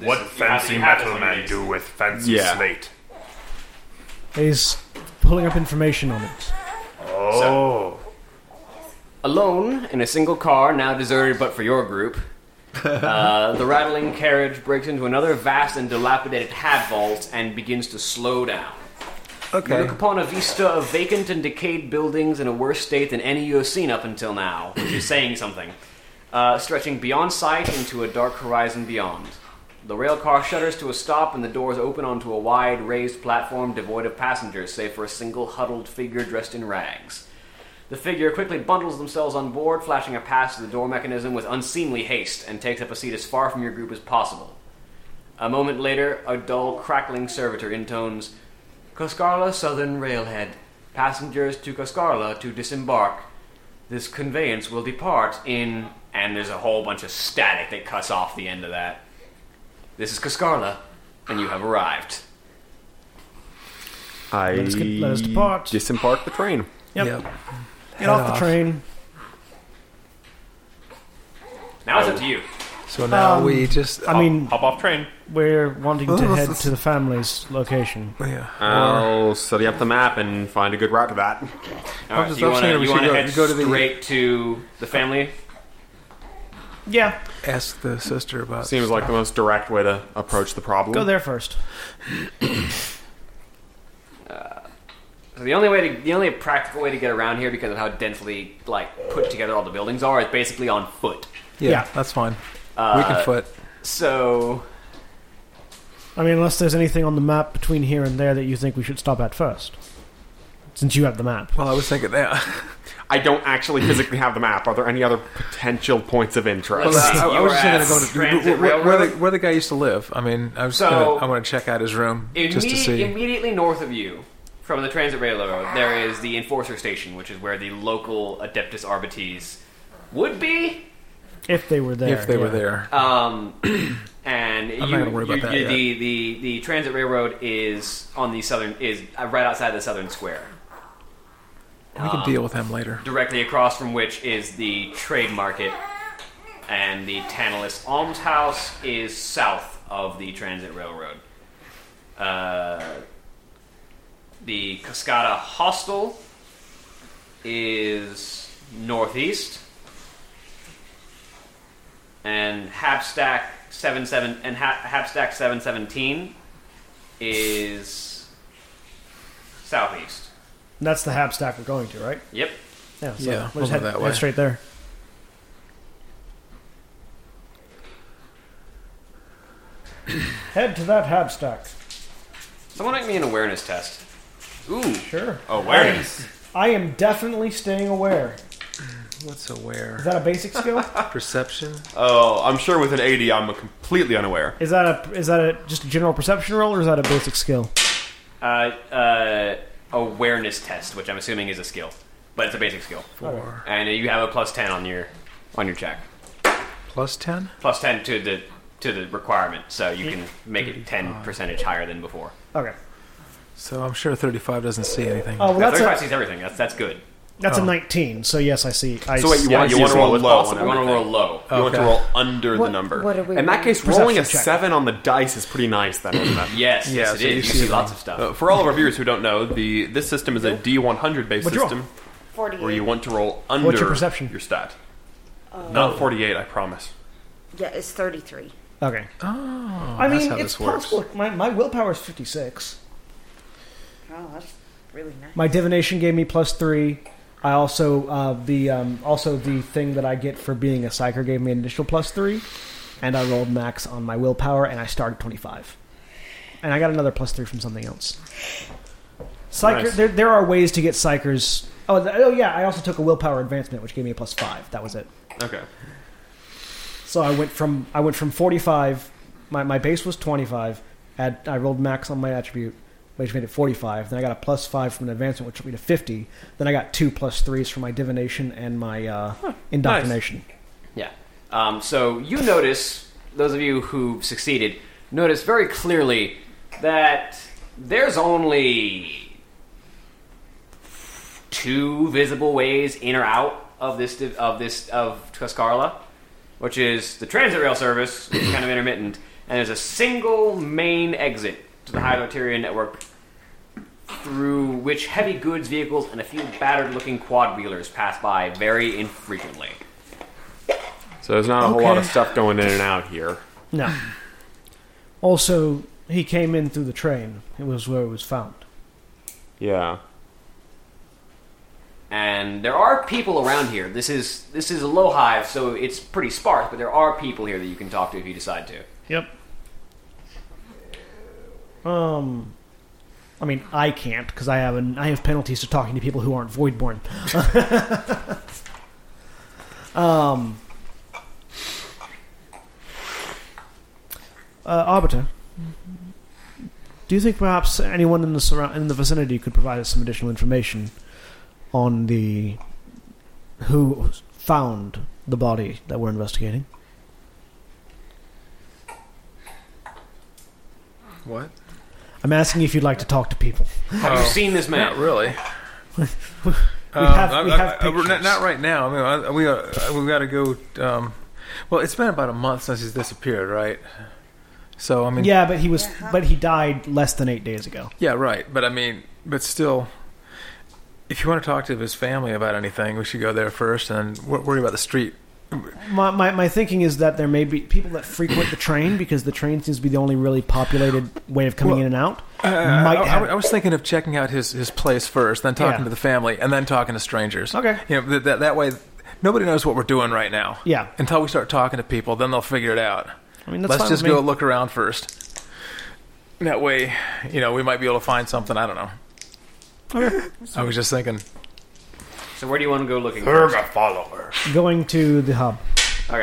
E: What
B: is- you have-
E: fancy
B: you have
E: metal
B: this on your
E: man
B: base.
E: do with fancy
D: Yeah.
E: slate?
A: He's pulling up information on it.
E: Oh,
B: Alone in a single car, now deserted but for your group, uh, the rattling carriage breaks into another vast and dilapidated hab vault and begins to slow down. You
G: Okay.
B: look upon a vista of vacant and decayed buildings in a worse state than any you have seen up until now, which is saying something. Uh, stretching beyond sight into a dark horizon beyond. The rail car shudders to a stop, and the doors open onto a wide, raised platform devoid of passengers, save for a single huddled figure dressed in rags. The figure quickly bundles themselves on board, flashing a pass to the door mechanism with unseemly haste, and takes up a seat as far from your group as possible. A moment later, a dull, crackling servitor intones, Coscarla Southern Railhead. Passengers to Coscarla to disembark. This conveyance will depart in... And there's a whole bunch of static that cuts off the end of that. This is Coscarla, and you have arrived.
D: I
A: us get- let us depart.
D: disembark the train.
A: Yep. Get off the
G: off.
A: train.
B: Now it's up to you.
G: So now
A: Um,
G: we just.
A: I mean,
E: Hop off train.
A: we're wanting to
G: Oh,
A: head
G: that's-
A: to the family's location.
G: oh, yeah.
B: Uh.
D: I'll study up the map and find a good route to that.
B: All right,
G: just
B: you
G: upset
B: want
G: that
B: to you
G: we should
B: want to
G: go-
B: head
G: go to the-
B: straight to the family?
A: Yeah,
G: ask the sister about.
D: Seems like the most direct way to approach the problem.
A: go there first.
B: So the only way to the only practical way to get around here because of how densely like put together all the buildings are is basically on foot.
G: Yeah,
A: Yeah.
G: that's fine.
B: Uh,
G: we can foot.
B: So
A: I mean, unless there's anything on the map between here and there that you think we should stop at first, since you have the map.
G: Well, I was thinking that.
D: I don't actually physically have the map. Are there any other potential points of interest?
B: Let's see.
G: I, I
B: You
G: was
B: were
G: just
B: at
G: gonna go to
B: Transit
G: where, where, the,
B: Railroad?
G: where the guy used to live. I mean, I was
B: So-
G: gonna, I want to check out his room just to
B: imme-
G: see.
B: immediately north of you, from the transit railroad, there is the Enforcer Station, which is where the local Adeptus Arbites would be.
A: If they were there.
G: if they were
A: yeah.
G: there.
B: Um, and you,
G: not gonna worry about
B: you-
G: that
B: you-
G: yet.
B: the, the the transit railroad is on the southern is uh, right outside the southern square,
G: we can deal with him later.
B: directly across from which is the trade market, and the Tantalus Almshouse is south of the transit railroad. Uh, the Cascada Hostel is northeast, and Hapstack seven seven and ha- Hapstack seven seventeen is southeast.
A: That's the hab stack we're going to, right?
B: Yep.
A: Yeah, so
G: Yeah,
A: we'll just
G: over
A: head,
G: that
A: head
G: way.
A: straight there. head to that hab stack.
B: Someone make me an awareness test. Ooh,
A: Sure.
D: Oh,
E: Awareness.
A: I am definitely staying aware.
G: What's
A: Is
G: aware?
A: that a basic skill?
G: Perception?
D: Oh, I'm sure with an 80, I'm completely unaware.
A: Is that a is that a just a general perception roll, or is that a basic skill?
B: uh, uh, awareness test, which I'm assuming is a skill, but it's a basic skill,
G: Four.
B: and you have a plus ten on your on your check,
G: Plus ten?
B: plus ten to the to the requirement, so you can make it ten percentage higher than before.
A: Okay.
G: So I'm sure 35 doesn't see anything.
A: Oh, well,
B: That's
A: that's
B: Thirty-five
A: a
B: sees everything. That's that's good.
A: that's a
G: Oh.
A: nineteen. So yes, I see. I
D: So wait, you
A: see.
D: want
B: you
D: to
B: want to roll
D: roll
B: low.
D: low
B: On
D: on
B: you want to roll low.
C: Oh.
D: You want to
G: Okay.
D: roll under
F: What-
D: the number.
F: what are we
D: In that
F: rolling?
D: case,
A: Perception
D: rolling a
A: check.
D: 7 on the dice is pretty nice, then, isn't it?
B: Yes,
G: Yeah,
B: yes, it
G: so
B: is.
G: you
B: You
G: see
B: see
G: them.
B: lots of stuff.
C: Oh,
D: Uh, for all of our viewers who don't know, the this system is a D100 based
A: What'd you roll?
D: system
F: Forty-eight.
D: where you want to roll under
A: What's your perception?
D: your stat. Not 48, I promise.
F: Yeah, it's thirty-three.
A: Okay.
G: Oh,
A: I
G: that's
A: mean,
G: how
A: it's
G: this works.
A: possible. My my willpower is fifty six.
F: Oh, that's really nice.
A: My divination gave me plus three. I also uh, the um, also the thing that I get for being a psyker gave me an additional plus three, and I rolled max on my willpower, and I started twenty five, and I got another plus three from something else. Psyker,
D: Nice.
A: there, there are ways to get psychers. Oh, th- oh yeah, I also took a willpower advancement, which gave me a plus five. That was it.
D: Okay.
A: So I went from I went from forty five. My, my base was twenty five. Add I rolled max on my attribute, which made it forty five. Then I got a plus five from an advancement, which took me to fifty. Then I got two plus threes from my divination and my uh, indoctrination.
B: Yeah. Um, so you notice, those of you who succeeded, notice very clearly that there's only two visible ways in or out of this div- of this of Tuscarla, which is the transit rail service, which is kind of intermittent, and there's a single main exit to the High Loterian network through which heavy goods vehicles and a few battered-looking quad wheelers pass by very infrequently.
D: So there's not a whole lot of
G: Okay.
D: stuff going in and out here.
A: No. Also, he came in through the train. It was where it was found.
D: Yeah.
B: and there are people around here. This is this is a low hive, so it's pretty sparse, but there are people here that you can talk to if you decide to.
A: Yep. Um, I mean, I can't because I have an, I have penalties to talking to people who aren't voidborn. um, uh, Arbiter, do you think perhaps anyone in the surround in the vicinity could provide us some additional information on the who found the body that we're investigating?
G: What?
A: I'm asking if you'd like to talk to people.
B: Have you
G: Oh.
B: seen this man?
G: Not really.
A: We
G: Uh,
A: have- we
G: I-
A: have
G: I- I- we're not,
A: pictures.
G: not right now. I mean, I, we uh, we got to go. Um, well, it's been about a month since he's disappeared, right? So I mean,
A: Yeah, but he was, but he died less than eight days ago.
G: yeah, right. But I mean, but still, if you want to talk to his family about anything, we should go there first, and then wor- worry about the street.
A: My, my, my thinking is that there may be people that frequent the train because the train seems to be the only really populated way of coming in and out.
G: Uh,
A: might
G: I, I-
A: have-
G: I was thinking of checking out his, his place first, then talking
A: Yeah.
G: to the family, and then talking to strangers.
A: Okay.
G: You know, that, that, that way, nobody knows what we're doing right now.
A: Yeah.
G: Until we start talking to people, then they'll figure it out.
A: I mean, that's
G: Let's
A: fine
G: just
A: with me.
G: go look around first. That way, you know, we might be able to find something. I don't know. I was just thinking.
B: So where do you want to go looking?
E: Berg a follower.
A: Going to the hub.
B: Okay,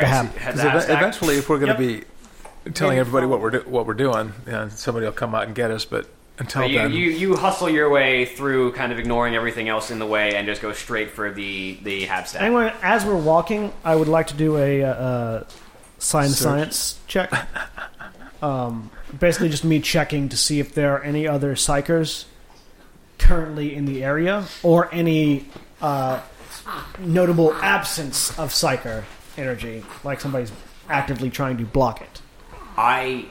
A: The
B: so
A: hab.
B: head
G: Because
B: that stack.
G: eventually, if we're going to be telling
F: Yeah.
G: everybody what we're do- what we're doing, you know, somebody will come out and get us. But until
B: you,
G: then,
B: you you hustle your way through, kind of ignoring everything else in the way, and just go straight for the the hab stack.
A: Anyway, as we're walking, I would like to do a uh, uh, sign
G: Search.
A: science check. Um, basically, just me checking to see if there are any other psychers currently in the area or any uh, notable absence of psyker energy, like somebody's actively trying to block it.
B: I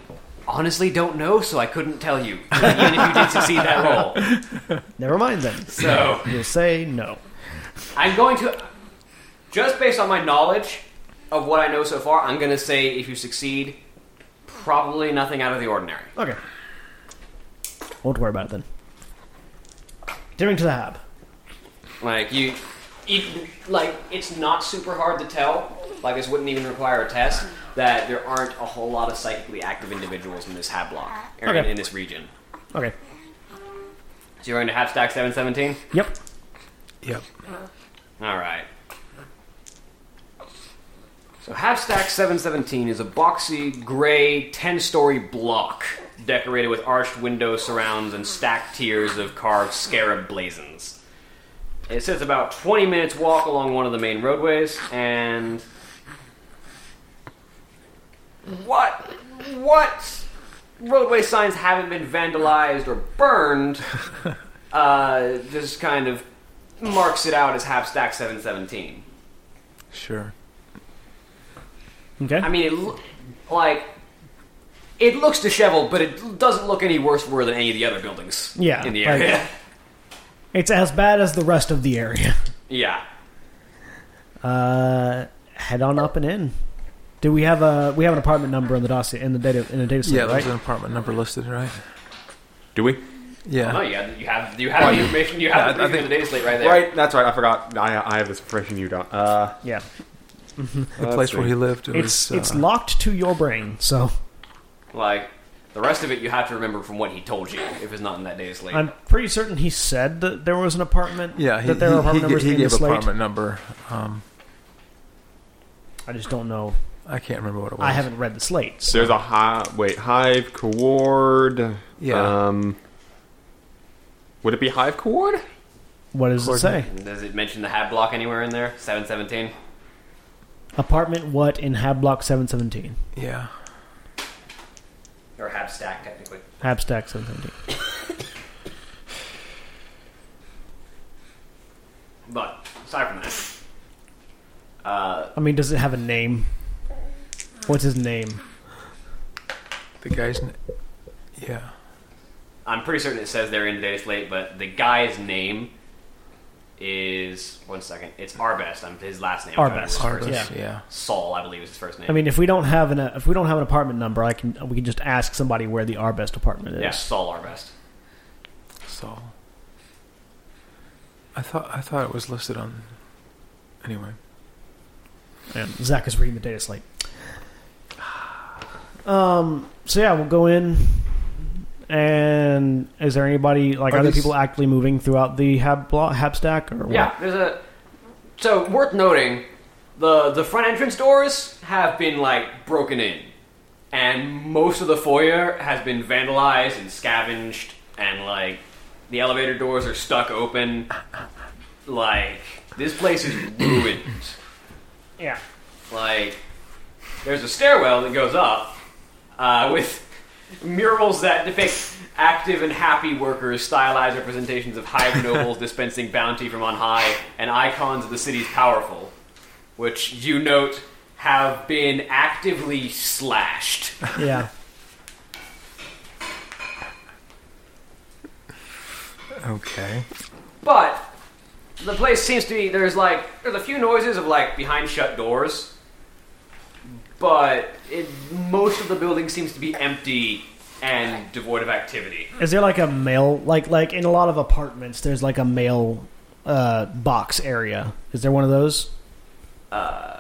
B: honestly don't know, so I couldn't tell you. Even if you did succeed that roll,
A: Never mind then.
B: so
A: You'll say no.
B: I'm going to just based on my knowledge of what I know so far. I'm going to say if you succeed, probably nothing out of the ordinary.
A: Okay. Won't worry about it then. During to the hab.
B: Like you, it, like it's not super hard to tell. Like this wouldn't even require a test. That there aren't a whole lot of psychically active individuals in this hab block or in,
A: Okay.
B: in this region.
A: Okay.
B: So you're going to hab stack seven seventeen.
A: Yep.
G: yep.
B: All right. So half stack 717 is a boxy gray 10-story block decorated with arched window surrounds and stacked tiers of carved scarab blazons. It sits about 20 minutes walk along one of the main roadways and what what roadway signs haven't been vandalized or burned uh, just kind of marks it out as half stack 717.
G: Sure.
A: Okay.
B: I mean, it lo- like it looks disheveled, but it doesn't look any worse for wear than any of the other buildings.
A: Yeah,
B: in the
A: like-
B: area.
A: It's as bad as the rest of the area.
B: yeah,
A: Uh, head on up and in. Do we have a we have an apartment number in the dossier in the data in the data center,
G: Yeah,
A: right?
G: there's an apartment number listed, right?
D: Do we?
G: Yeah.
B: no, you have Oh, you have, you have the information. You have
D: Yeah,
B: the,
D: I think-
B: the data slate right there.
D: Right, that's right. I forgot. I, I have this information you don't. Uh,
A: yeah.
G: the place where he lived. It
A: It's
G: was,
A: it's
G: uh,
A: locked to your brain, so
B: Like the rest of it, you have to remember from what he told you. If it's not in that data slate,
A: I'm pretty certain he said that there was an apartment.
G: Yeah, he,
A: that there
G: he-
A: are apartment
G: he,
A: numbers
G: he
A: in
G: gave
A: the slate.
G: apartment number. Um,
A: I just don't know.
G: I can't remember what it was.
A: I haven't read the slate. so-
D: There's a hi- wait hive coord.
G: Yeah.
D: Um, would it be hive coord?
A: What does it say?
G: Coordinate.
B: does it mention the hab block anywhere in there? Seven seventeen.
A: Apartment what in Hab Block seven seventeen.
G: Yeah.
B: Or hab stack, technically.
A: Hab stack seven seventeen.
B: But aside from that, uh,
A: I mean, does it have a name? What's his name?
G: The guy's. n- Yeah.
B: I'm pretty certain it says they're in today's late, but the guy's name is one second. It's Arbest. I'm his last name. I'm trying to
A: Arbest.
B: remember his
G: Arbus,
B: first
A: Yeah.
B: name.
G: yeah.
B: Saul, I believe, is his first name.
A: I mean, if we don't have an uh, if we don't have an apartment number, I can we can just ask somebody where the our best apartment is.
B: yeah, Saul Arbest.
G: So I thought I thought it was listed on. Anyway,
A: And Zach is reading the data slate. Um. So yeah, we'll go in, And is there anybody like
G: Are
A: are there
G: these-
A: people actively moving throughout the hab blo- hab stack or what?
B: Yeah, there's a. So worth noting, the the front entrance doors have been like broken in, and most of the foyer has been vandalized and scavenged, and like the elevator doors are stuck open. Like this place is ruined.
A: Yeah.
B: like there's a stairwell that goes up uh, with murals that depict active and happy workers, stylized representations of hive nobles dispensing bounty from on high, and icons of the city's powerful, which you note have been actively slashed.
A: Yeah.
G: Okay.
B: But the place seems to be there's like there's a few noises of like behind shut doors, but it, most of the building seems to be empty and devoid of activity.
A: Is there like a mail like like in a lot of apartments there's like a mail uh, box area. Is there one of those? Uh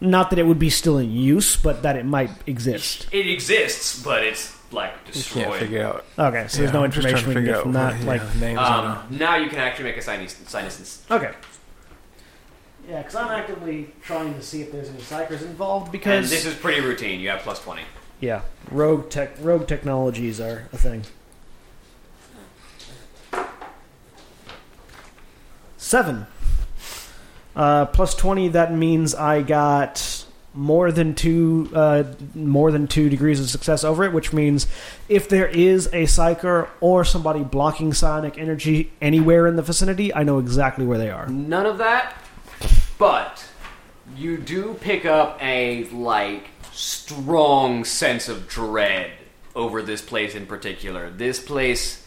A: not that it would be still in use, but that it might exist.
B: It exists, but it's like
G: Can't
B: destroyed.
G: figure out.
A: Okay, so there's no
G: I'm just
A: information we can
G: trying to
A: get
G: figure
A: from
G: out
A: that.
G: what-
A: Like,
G: yeah, names. on a-
B: Um, now you can actually make a sinus, sinus
A: okay. Yeah, because I'm actively trying to see if there's any psychers involved.
B: and
A: Because
B: this is pretty routine. You have plus twenty.
A: yeah, rogue tech, rogue technologies are a thing. Seven. Uh, plus twenty. That means I got more than two, uh, more than two degrees of success over it. Which means if there is a psyker or somebody blocking psionic energy anywhere in the vicinity, I know exactly where they are.
B: None of that, but you do pick up a like strong sense of dread over this place in particular. This place,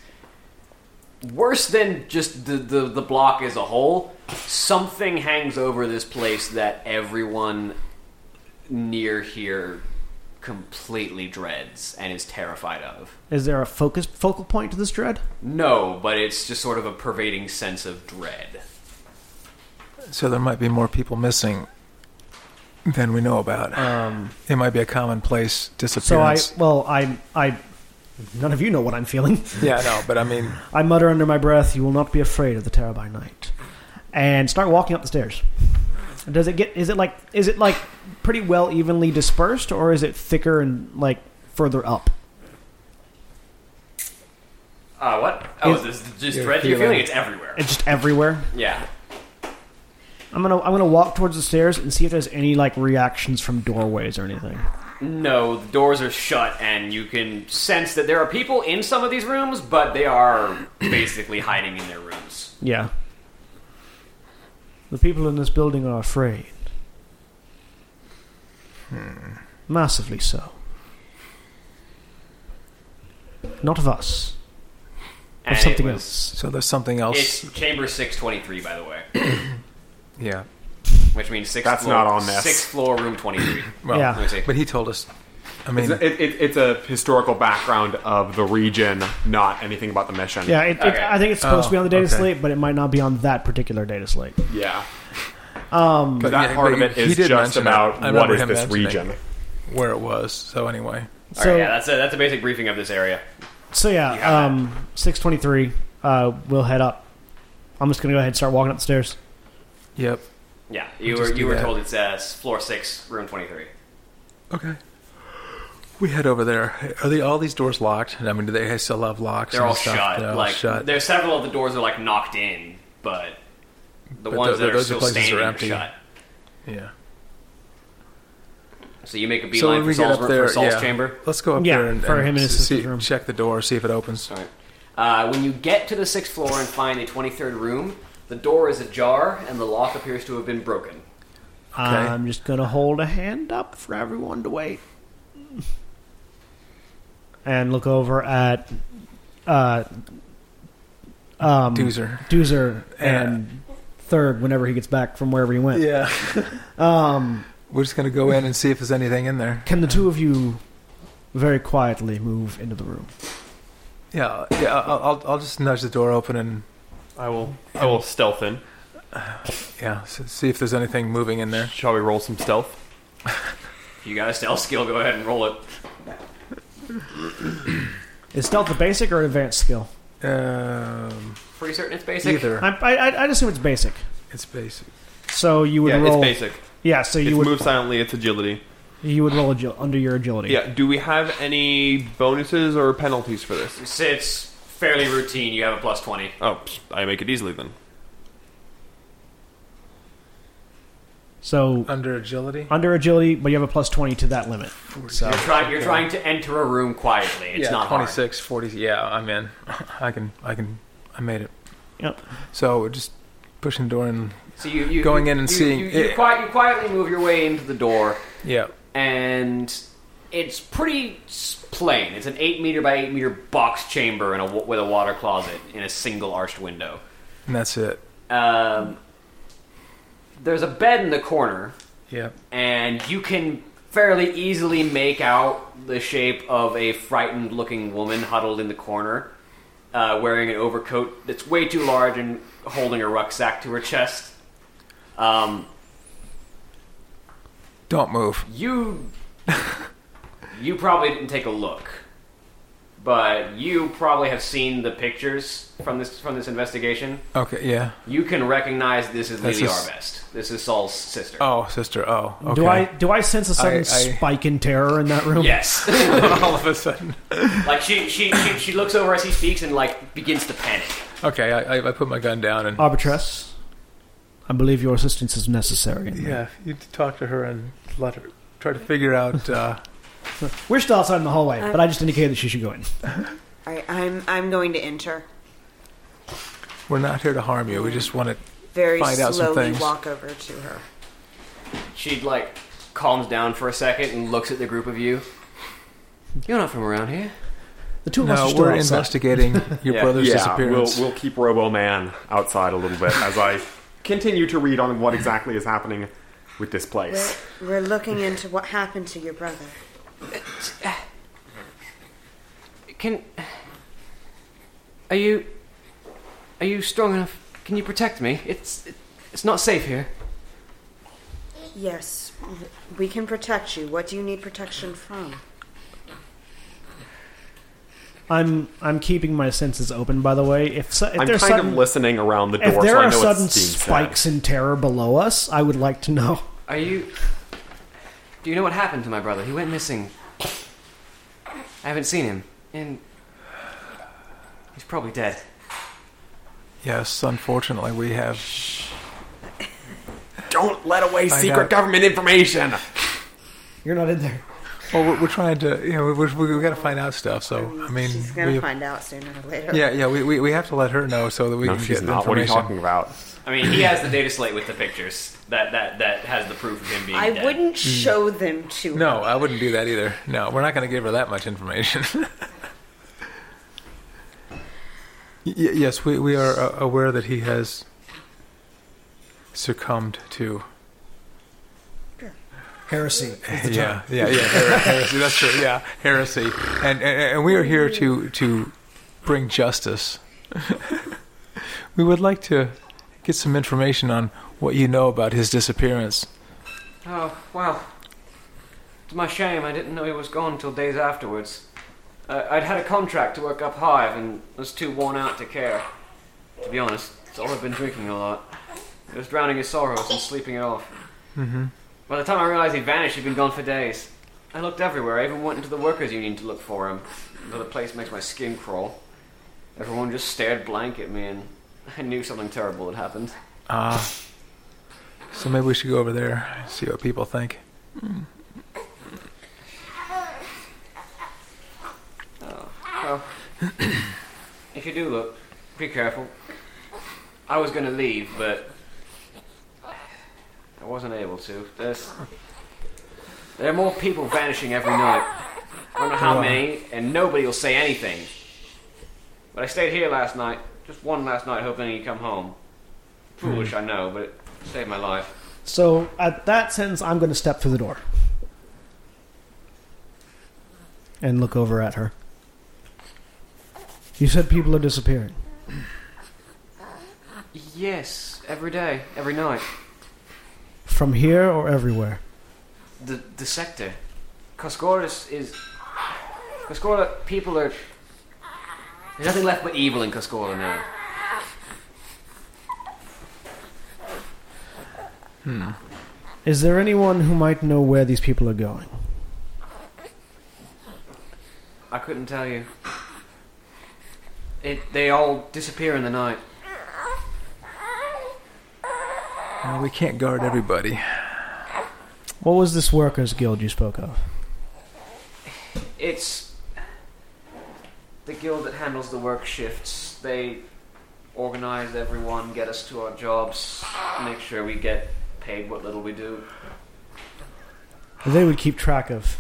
B: worse than just the the, the block as a whole, something hangs over this place that everyone near here completely dreads and is terrified of.
A: Is there a focus focal point to this dread?
B: No, but it's just sort of a pervading sense of dread.
G: So there might be more people missing than we know about.
B: um,
G: it might be a commonplace
A: So I,
G: disappearance.
A: well, I, I, none of you know what I'm feeling.
G: yeah, no, but I mean,
A: I mutter under my breath, "You will not be afraid of the terror by night," and start walking up the stairs. Does it get? Is it like? Is it like pretty well evenly dispersed, or is it thicker and like further up?
B: Uh, what? Oh,
A: Is-
B: this just
G: You're
B: dread you're feeling?
G: feeling-
B: It's everywhere.
A: It's just everywhere.
B: Yeah.
A: I'm gonna I'm gonna walk towards the stairs and see if there's any like reactions from doorways or anything.
B: No, the doors are shut, and you can sense that there are people in some of these rooms, but they are basically hiding in their rooms.
A: Yeah. The people in this building are afraid. Massively so. Not of us. Of
B: And
A: something
B: it was-
A: else.
G: so there's something else.
B: It's chamber 623, by the way,
G: yeah.
B: which means sixth
D: That's
B: floor,
D: not on this.
B: sixth floor, room 23.
G: Well,
A: Yeah.
B: Let me see.
G: But he told us. I mean,
D: It's, it, it, it's a historical background of the region, not anything about the mission.
A: Yeah, it, it,
B: Okay.
A: I think it's supposed to be on the data
G: Oh, okay.
A: slate, but it might not be on that particular data slate.
D: Yeah.
G: but
D: That
G: yeah,
D: part
G: but
D: of it
G: he
D: is
G: Um, did
D: just
G: mention it.
D: about
G: I
D: what
G: remember
D: is
G: him
D: this
G: mentioning
D: region.
G: where it was. So anyway,
A: So,
B: Alright, yeah, that's a, that's a basic briefing of this area.
A: so yeah, um, six twenty three. Uh, we'll head up. I'm just gonna go ahead and start walking up the stairs.
G: yep.
B: Yeah, you
G: We'll
B: were,
G: just
B: you
G: do
B: were
G: that.
B: told it's uh, floor 6, room 23.
G: Okay. We head over there. Are they all these doors locked? I mean, do they still have locks?
B: They're
G: and
B: all
G: stuff?
B: shut.
G: They're all
B: like,
G: shut.
B: there's several of the doors are like knocked in, but the
G: But
B: ones
G: tho-
B: that are
G: those
B: still
G: are places that are
B: standing are
G: empty.
B: shut.
G: yeah.
B: So you make a
G: So
B: beeline
G: when
B: for
G: we get
B: Saul's,
G: up there,
B: for Saul's
G: yeah,
B: chamber.
G: let's go up
A: Yeah,
G: there and,
A: for him and his
G: see,
A: sister's room.
G: check the door, see if it opens.
B: All right. Uh, when you get to the sixth floor and find the 23rd room, the door is ajar and the lock appears to have been broken.
A: I'm just gonna hold a hand up for everyone to wait, and look over at uh, um,
G: Doozer.
A: Doozer and Third whenever he gets back from wherever he went.
G: Yeah. um, We're just going to go in and see if there's anything in there.
A: Can the two of you very quietly move into the room?
G: Yeah, yeah. I'll, I'll, I'll just nudge the door open and
D: I will. I will stealth in.
G: yeah, s- see if there's anything moving in there.
D: Shall we roll some stealth?
B: If you got a stealth skill, go ahead and roll it.
A: Is stealth a basic or an advanced skill?
G: Um,
B: Pretty certain it's basic.
G: either.
A: I, I, I'd- I'd assume it's basic.
G: It's basic.
A: So you would
D: Yeah, it's
A: roll.
D: basic.
A: Yeah, so you
D: It's
A: would
D: move silently. It's agility.
A: you would roll agil- under your agility.
D: Yeah. Do we have any bonuses or penalties for this?
B: It's- It's fairly routine. You have a plus twenty.
D: Oh, psh, I make it easily then.
A: So
G: Under agility?
A: under agility, but you have a plus twenty to that limit. So
B: You're, try, you're trying to enter a room quietly. It's
G: yeah,
B: not hard.
G: 26, 40. Yeah, I'm in. I can, I can, I made it.
A: Yep.
G: So we're just pushing the door and,
B: So you, you
G: Going in
B: you-
G: and
B: you-
G: seeing-
B: You, you
G: it-
B: quiet, you quietly move your way into the door,
G: yeah.
B: and it's pretty s- plain. It's an eight meter by eight meter box chamber in a, wa- with a water closet in a single arched window.
G: And that's it.
B: Um, there's a bed in the corner,
G: Yeah.
B: and you can fairly easily make out the shape of a frightened looking woman huddled in the corner, uh, wearing an overcoat that's way too large and holding a rucksack to her chest. Um,
G: Don't move.
B: you. you probably didn't take a look. But you probably have seen the pictures from this from this investigation.
G: Okay, yeah.
B: You can recognize this is
G: This
B: Lily
G: is-
B: Arbest. This is Saul's sister.
G: Oh, sister. Oh, okay.
A: Do I do I sense a sudden
G: I- I-
A: spike in terror in that room?
B: Yes.
G: All of a sudden.
B: Like she, she, she, she looks over as he speaks and like begins to panic.
G: Okay, I, I, I put my gun down and.
A: Arbitress, I believe your assistance is necessary.
G: yeah, you talk to her and let her try to figure out. Uh,
A: We're still outside in the hallway, but I just indicated that she should go in.
F: All right, I'm I'm going to enter.
G: we're not here to harm you. We just want to.
F: Very
G: Find out some
F: slowly
G: things.
F: walk over to her.
B: She like calms down for a second and looks at the group of you. You're not from around here.
A: The two of us are
G: No,
A: still
G: we're
A: outside.
G: investigating your brother's disappearance.
D: We'll, we'll keep Robo Man outside a little bit as I continue to read on what exactly is happening with this
F: We're,
D: place.
F: we're looking into what happened to your brother.
B: Can are you are you strong enough? Can you protect me? It's it's not safe here.
F: Yes, we can protect you. What do you need protection from?
A: I'm I'm keeping my senses open. By the way, if, su- if
D: I'm kind
A: there's sudden
D: of listening around the door,
A: if there
D: so I
A: are
D: know
A: sudden
D: it's being said.
A: spikes in terror below us, I would like to know.
B: Are you? Do you know what happened to my brother? He went missing. I haven't seen him, and he's probably dead.
G: yes, unfortunately, we have.
D: Don't let away
G: Find
D: secret
G: out.
D: government information.
A: You're not in there.
G: Well, we're, we're trying to. You know, we're, we're, we got to find out stuff. So I mean,
F: she's gonna
G: we,
F: find out sooner or later.
G: yeah, yeah, we, we, we have to let her know so that we
D: No,
G: can
D: she's
G: get
D: not.
G: information.
D: What are you talking about?
B: I mean, he has the data slate with the pictures. That that that has the proof of him being.
F: I
B: dead.
F: wouldn't show them to her.
G: Mm. No, I wouldn't do that either. No, we're not going to give her that much information. y- y- yes, we, we are uh, aware that he has succumbed to.
A: Heresy.
G: Yeah, yeah, yeah. her- heresy. That's true. Yeah, heresy. And, and and we are here to to bring justice. we would like to get some information on what you know about his disappearance.
B: Oh, well. To my shame, I didn't know he was gone till days afterwards. Uh, I'd had a contract to work up Hive and was too worn out to care. To be honest, it's all I've been drinking a lot. It was drowning his sorrows and sleeping it off. Mm-hmm. By the time I realized he'd vanished, he'd been gone for days. I looked everywhere. I even went into the workers' union to look for him. Though the place makes my skin crawl. Everyone just stared blank at me, and I knew something terrible had happened.
G: So maybe we should go over there and see what people think.
B: Well, if you do look, be careful. I was going to leave, but I wasn't able to. There's there are more people vanishing every night. I don't know how many, and nobody will say anything. But I stayed here last night, just one last night, hoping he'd come home. Foolish, I know, but it saved my life.
A: So at that sentence, I'm going to step through the door and look over at her. You said people are disappearing.
B: Yes, every day, every night.
A: From here or everywhere?
B: the the sector. Koskoris is Koskora people are There's nothing left but evil in Cascola now.
A: Is there anyone who might know where these people are going?
B: I couldn't tell you. It, they all disappear in the night.
G: Uh, we can't guard everybody.
A: What was this workers' guild you spoke of?
B: It's the guild that handles the work shifts. They organize everyone, get us to our jobs, make sure we get paid what little we do.
A: They would keep track of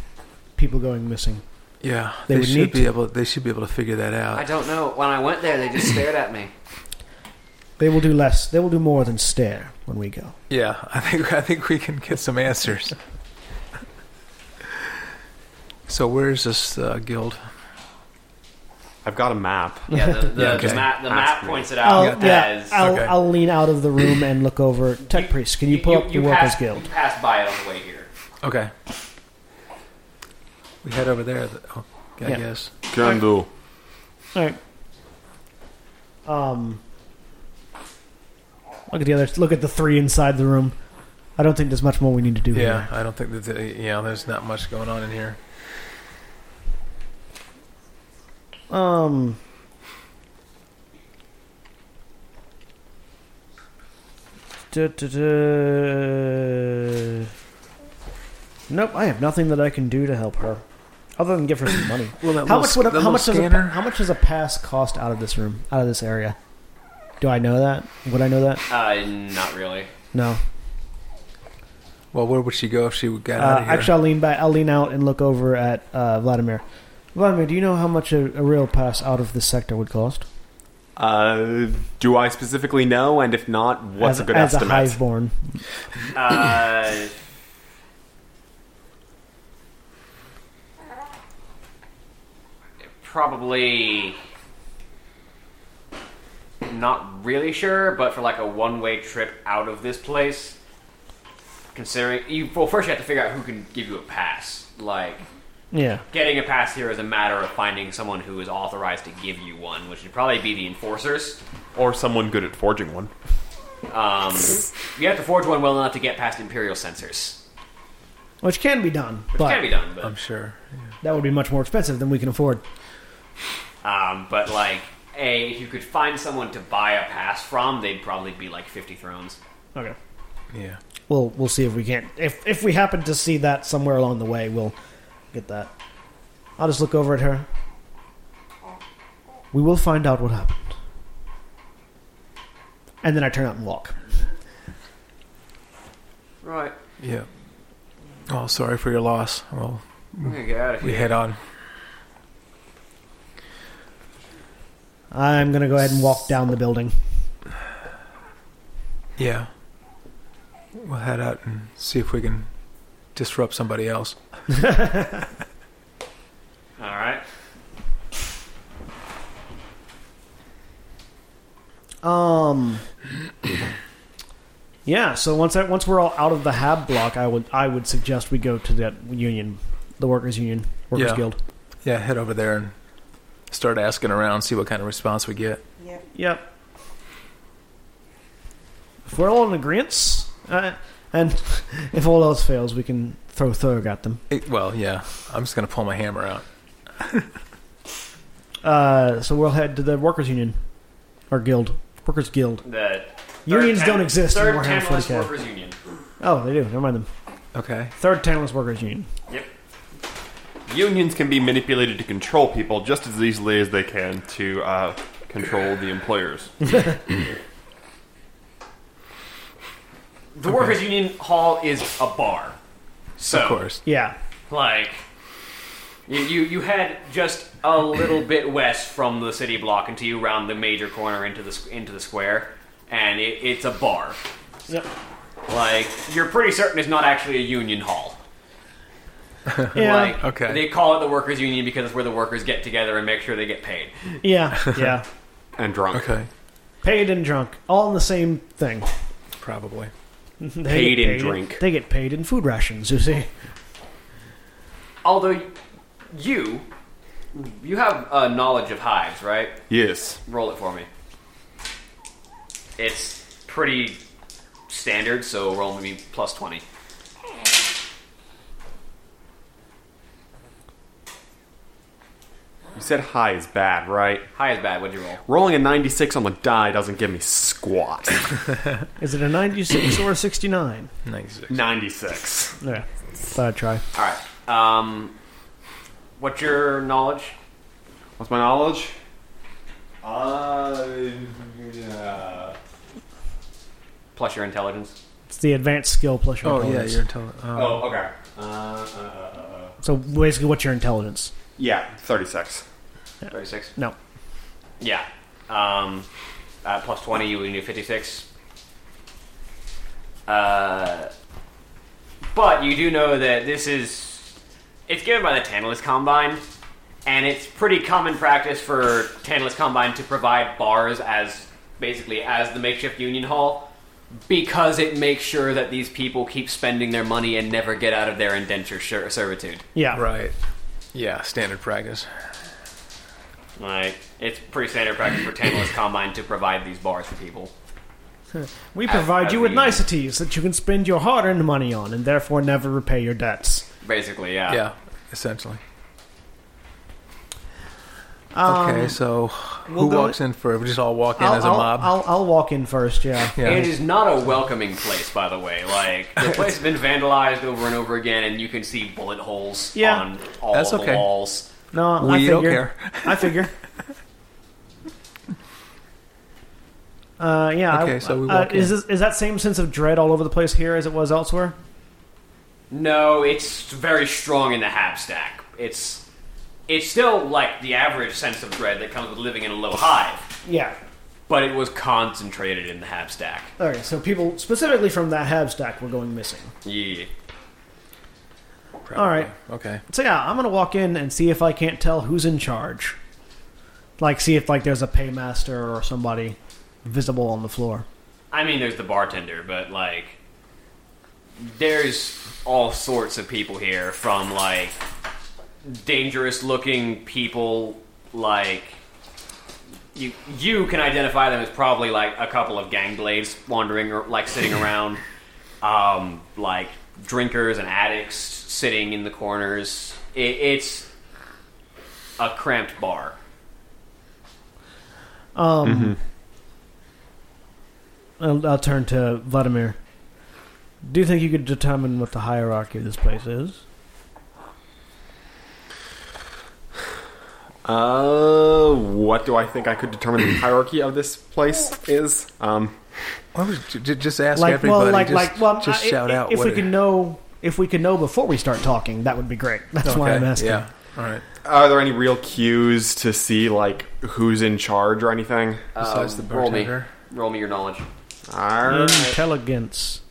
A: people going missing.
G: Yeah,
A: They
G: they,
A: would
G: should
A: need
G: be
A: to.
G: able. They should be able to figure that out.
B: I don't know. When I went there, they just stared at me.
A: They will do less. They will do more than stare when we go.
G: yeah, I think I think we can get some answers. so where's this uh, guild?
D: I've got a map.
B: Yeah, the, the,
G: Yeah, okay.
B: the map, the
D: That's
B: map
D: me.
B: points it out
A: Oh,
B: as
A: I'll,
G: Okay.
A: I'll lean out of the room and look over. Tech priest, can you pull up the workers'
B: passed,
A: guild?
B: You passed by it on the way here.
G: Okay, we head over there. th- Oh, I
A: Yeah.
G: guess.
D: Can do.
A: All right. Um. Look at the other. Look at the three inside the room. I don't think there's much more we need to do here.
G: Yeah, I don't think that. They, yeah, there's not much going on in here.
A: Um. duh, duh, duh. Nope, I have nothing that I can do to help her, other than give her some money.
G: Well, that
A: How
G: little
A: much
G: sc-
A: would a,
G: that
A: how
G: little
A: much does a,
G: scanner?
A: pa- how much does a pass cost out of this room, out of this area? Do I know that? Would I know that?
B: Uh, not really.
A: No.
G: Well, where would she go if she got out
A: Uh,
G: of here?
A: actually, I'll lean back. I'll lean out and look over at uh, Vladimir. Vladimir, do you know how much a, a rail pass out of this sector would cost?
D: Uh, do I specifically know? And if not,
A: as,
D: what's a good
A: as
D: estimate?
A: a hiveborn?
B: Uh, probably not really sure, but for like a one-way trip out of this place, considering you well, first you have to figure out who can give you a pass. Like
A: Yeah.
B: getting a pass here is a matter of finding someone who is authorized to give you one, which would probably be the enforcers.
D: or someone good at forging one.
B: Um, you have to forge one well enough to get past imperial censors,
A: Which can be done,
B: which
A: but
B: can be done. But
G: I'm sure.
A: that would be much more expensive than we can afford.
B: Um, but like, a if you could find someone to buy a pass from, they'd probably be like fifty thrones.
A: Okay.
G: Yeah.
A: We'll we'll see if we can. If if we happen to see that somewhere along the way, we'll get that. I'll just look over at her. We will find out what happened. And then I turn out and walk.
B: Right,
G: Yeah. Oh, sorry for your loss. Well,
B: I'm gonna get out of
G: we
B: here.
G: head on.
A: I'm gonna go ahead and walk down the building.
G: Yeah. We'll head out and see if we can disrupt somebody else.
B: All right.
A: Um. Yeah. So once I, once we're all out of the Hab block, I would I would suggest we go to that union, the workers' union, workers'
G: Yeah.
A: guild.
G: Yeah, head over there and start asking around, see what kind of response we get.
F: Yep.
A: Yep. If we're all in agreement, uh, and if all else fails, we can throw Thurg at them.
G: It- well, yeah, I'm just going to pull my hammer out.
A: Uh, so we'll head to the workers' union, or guild, workers' guild.
B: The
A: Unions
B: third
A: don't
B: ten-
A: exist in
B: Third
A: Warhammer
B: Tantalus
A: 40K.
B: Workers Union.
A: Oh, they do. Never mind them.
G: Okay.
A: Third Tantalus workers' union.
B: Yep.
E: Unions can be manipulated to control people just as easily as they can to uh, control the employers.
B: The Workers Union Hall is a bar. So,
G: Of course.
A: Yeah.
B: like, you, you you head just a little bit west from the city block until you round the major corner into the s- into the square, and it, it's a bar.
A: Yep.
B: Like, you're pretty certain it's not actually a union hall.
A: Yeah.
B: Like,
G: Okay.
B: They call it the workers' union because it's where the workers get together and make sure they get paid.
A: yeah. Yeah.
D: And drunk.
G: Okay.
A: Paid and drunk, all in the same thing.
G: Probably.
A: They
D: Paid
A: get
D: in drink.
A: They get paid in food rations. You see.
B: Although you You have a knowledge of hives, right?
D: Yes.
B: Roll it for me. It's pretty standard, so roll me plus 20.
D: You said high is bad, right?
B: High is bad. What'd you roll?
D: Rolling a 96 on the die doesn't give me squat.
A: Is it a 96 or a 69?
G: 96.
D: 96.
A: Yeah. Thought I'd try.
B: All right. Um, what's your knowledge?
D: What's my knowledge? Uh, yeah.
B: Plus your intelligence.
A: It's the advanced skill plus your
G: Oh yeah,
A: intelligence.
G: you're intelligent. Oh.
D: Oh, okay. Uh, uh, uh, uh.
A: So basically, what's your intelligence?
D: Yeah, 36.
B: 36.
A: No.
B: Yeah. Um, uh, plus 20, you would need 56. Uh, but you do know that this is. It's given by the Tantalus Combine, and it's pretty common practice for Tantalus Combine to provide bars as basically as the makeshift union hall because it makes sure that these people keep spending their money and never get out of their indenture ser- servitude.
A: Yeah.
G: Right. Yeah, standard practice.
B: Like, it's pretty standard practice for Tantalus Combine to provide these bars for people.
A: We provide
B: as
A: you with
B: we-
A: niceties that you can spend your hard-earned money on, and therefore never repay your debts.
B: Basically, yeah.
G: Yeah, essentially. okay, so who
A: Um, we'll go-
G: walks in for? We just all walk in
A: I'll,
G: as a
A: I'll-
G: mob.
A: I'll, I'll walk in first. Yeah.
G: yeah.
B: It is not a welcoming place, by the way. Like the place has been vandalized over and over again, and you can see bullet holes
A: Yeah.
B: on all
G: That's
B: of the
G: okay.
B: walls.
A: No, I
G: We
A: figure.
G: don't care.
A: I figure. Uh, yeah. I-
G: Okay, so we
A: uh,
G: walk
A: is
G: in.
A: this, is that same sense of dread all over the place here as it was elsewhere?
B: No, it's very strong in the hab stack. It's it's still like the average sense of dread that comes with living in a low hive,
A: Yeah.
B: but it was concentrated in the hab stack.
A: Okay, so people specifically from that hab stack were going missing.
B: Yeah.
A: All right.
G: Okay.
A: So yeah, I'm gonna walk in and see if I can't tell who's in charge. Like, see if like there's a paymaster or somebody visible on the floor.
B: I mean, there's the bartender, but like, there's all sorts of people here from like dangerous looking people. Like, you you can identify them as probably like a couple of gang blades wandering or like sitting around, um, like drinkers and addicts sitting in the corners. It, it's a cramped bar.
A: I'll, I'll turn to Vladimir. Do you think you could determine what the hierarchy of this place is?
D: Uh, what do I think I could determine the hierarchy of this place is? Um,
G: Why would you ju- just ask
A: Like,
G: everybody?
A: well, like,
G: just,
A: like, well,
G: just
A: I-
G: shout
A: i-
G: out.
A: if
G: what
A: we
G: it-
A: could know. If we could know before we start talking, that would be great. That's why I'm
G: Okay,
A: asking.
G: Yeah. All right.
D: are there any real cues to see like who's in charge or anything?
B: Uh,
G: Besides Oh, the
B: roll me,
G: bartender.
B: roll me your knowledge.
D: Alright,
A: Intelligence.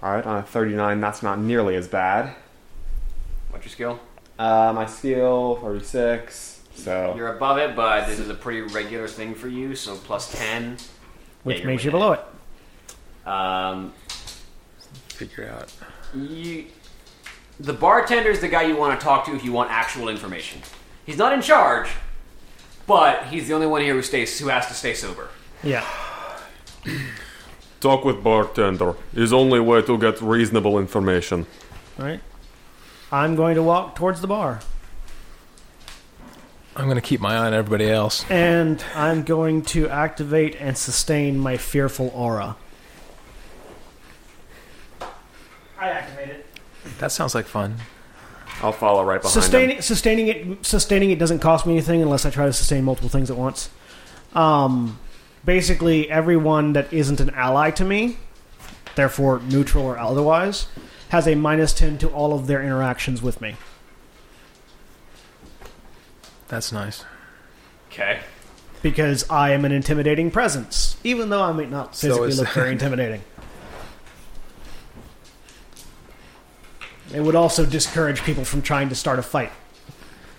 D: alright, on a 39, that's not nearly as bad.
B: What's your skill?
D: Uh, my skill, 46, so.
B: You're above it, but this is a pretty regular thing for you, so plus 10.
A: Which
B: Yeah, you're
A: makes you
B: way
A: below it.
B: Um,
G: Figure out.
B: you, the bartender's the guy you want to talk to if you want actual information. He's not in charge, but he's the only one here who stays who has to stay sober.
A: Yeah.
C: Talk with bartender is only way to get reasonable information.
A: All right. I'm going to walk towards the bar,
G: I'm going to keep my eye on everybody else.
A: and I'm going to activate and sustain my fearful aura. I activate it.
G: That sounds like fun.
D: I'll follow right behind him.
A: Sustaining, sustaining it, sustaining it doesn't cost me anything unless I try to sustain multiple things at once. Um, basically, everyone that isn't an ally to me, therefore neutral or otherwise, has a minus ten to all of their interactions with me.
G: That's nice.
B: Okay.
A: because I am an intimidating presence, even though I may not
G: So
A: physically
G: is-
A: look very intimidating. It would also discourage people from trying to start a fight.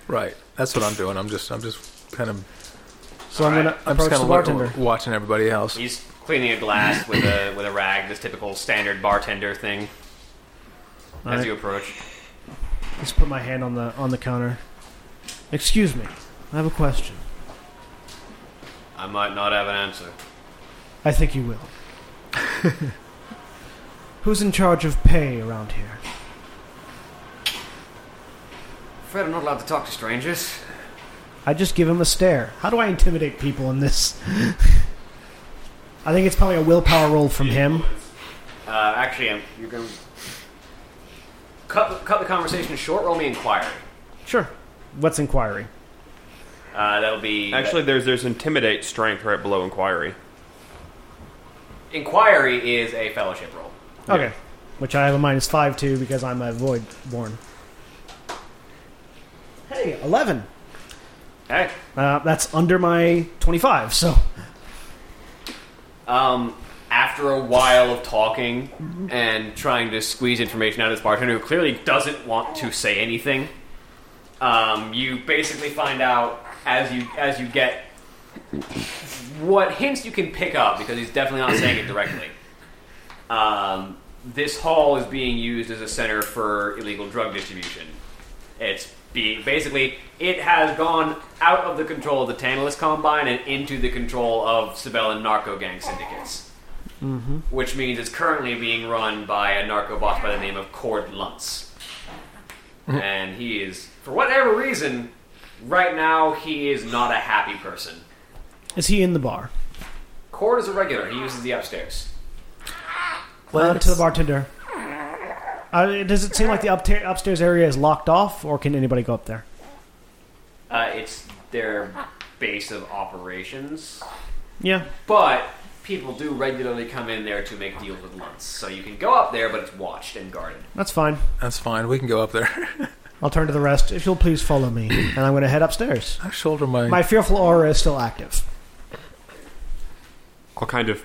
G: Right. That's what I'm doing. I'm just. I'm just kind of.
A: So I'm going
B: Alright,
A: to
G: I'm
A: approach
G: just kind
A: the
G: of
A: bartender.
G: watching everybody else.
B: He's cleaning a glass with a with a rag, this typical standard bartender thing. As
A: Alright.
B: you approach,
A: Just put my hand on the on the counter. Excuse me, I have a question.
B: I might not have an answer.
A: I think you will. Who's in charge of pay around here?
B: Fred, I'm not allowed to talk to strangers.
A: I just give him a stare. How do I intimidate people in this? I think it's probably a willpower roll from him.
B: Uh, actually, I'm, you're going to cut, cut the conversation short. Roll me inquiry.
A: Sure. What's inquiry?
B: Uh, that'll be
C: Actually, there's there's intimidate strength right below inquiry.
B: inquiry is a fellowship roll.
A: Okay. Which I have a minus five to because I'm a void born. Hey, eleven.
B: Okay.
A: Uh, that's under my twenty-five. So
B: Um, after a while of talking and trying to squeeze information out of this bartender who clearly doesn't want to say anything, um, you basically find out as you as you get what hints you can pick up because he's definitely not saying it directly. Um, this hall is being used as a center for illegal drug distribution. It's be, basically it has gone out of the control of the Tantalus Combine and into the control of Sabellan narco gang syndicates, mm-hmm. which means it's currently being run by a narco boss by the name of Cord Luntz, and he is, for whatever reason, right now he is not a happy person.
A: is he in the bar?
B: Cord is a regular; he uses the upstairs.
A: Uh, to the bartender. Uh, does it seem like the upta- upstairs area is locked off, or can anybody go up there?
B: Uh, it's their base of operations.
A: Yeah.
B: But people do regularly come in there to make deals with lunts. So you can go up there, but it's watched and guarded.
A: That's fine.
G: That's fine. We can go up there.
A: I'll turn to the rest. If you'll please follow me, and I'm going to head upstairs.
G: I shoulder my.
A: My fearful aura is still active.
D: I'll kind of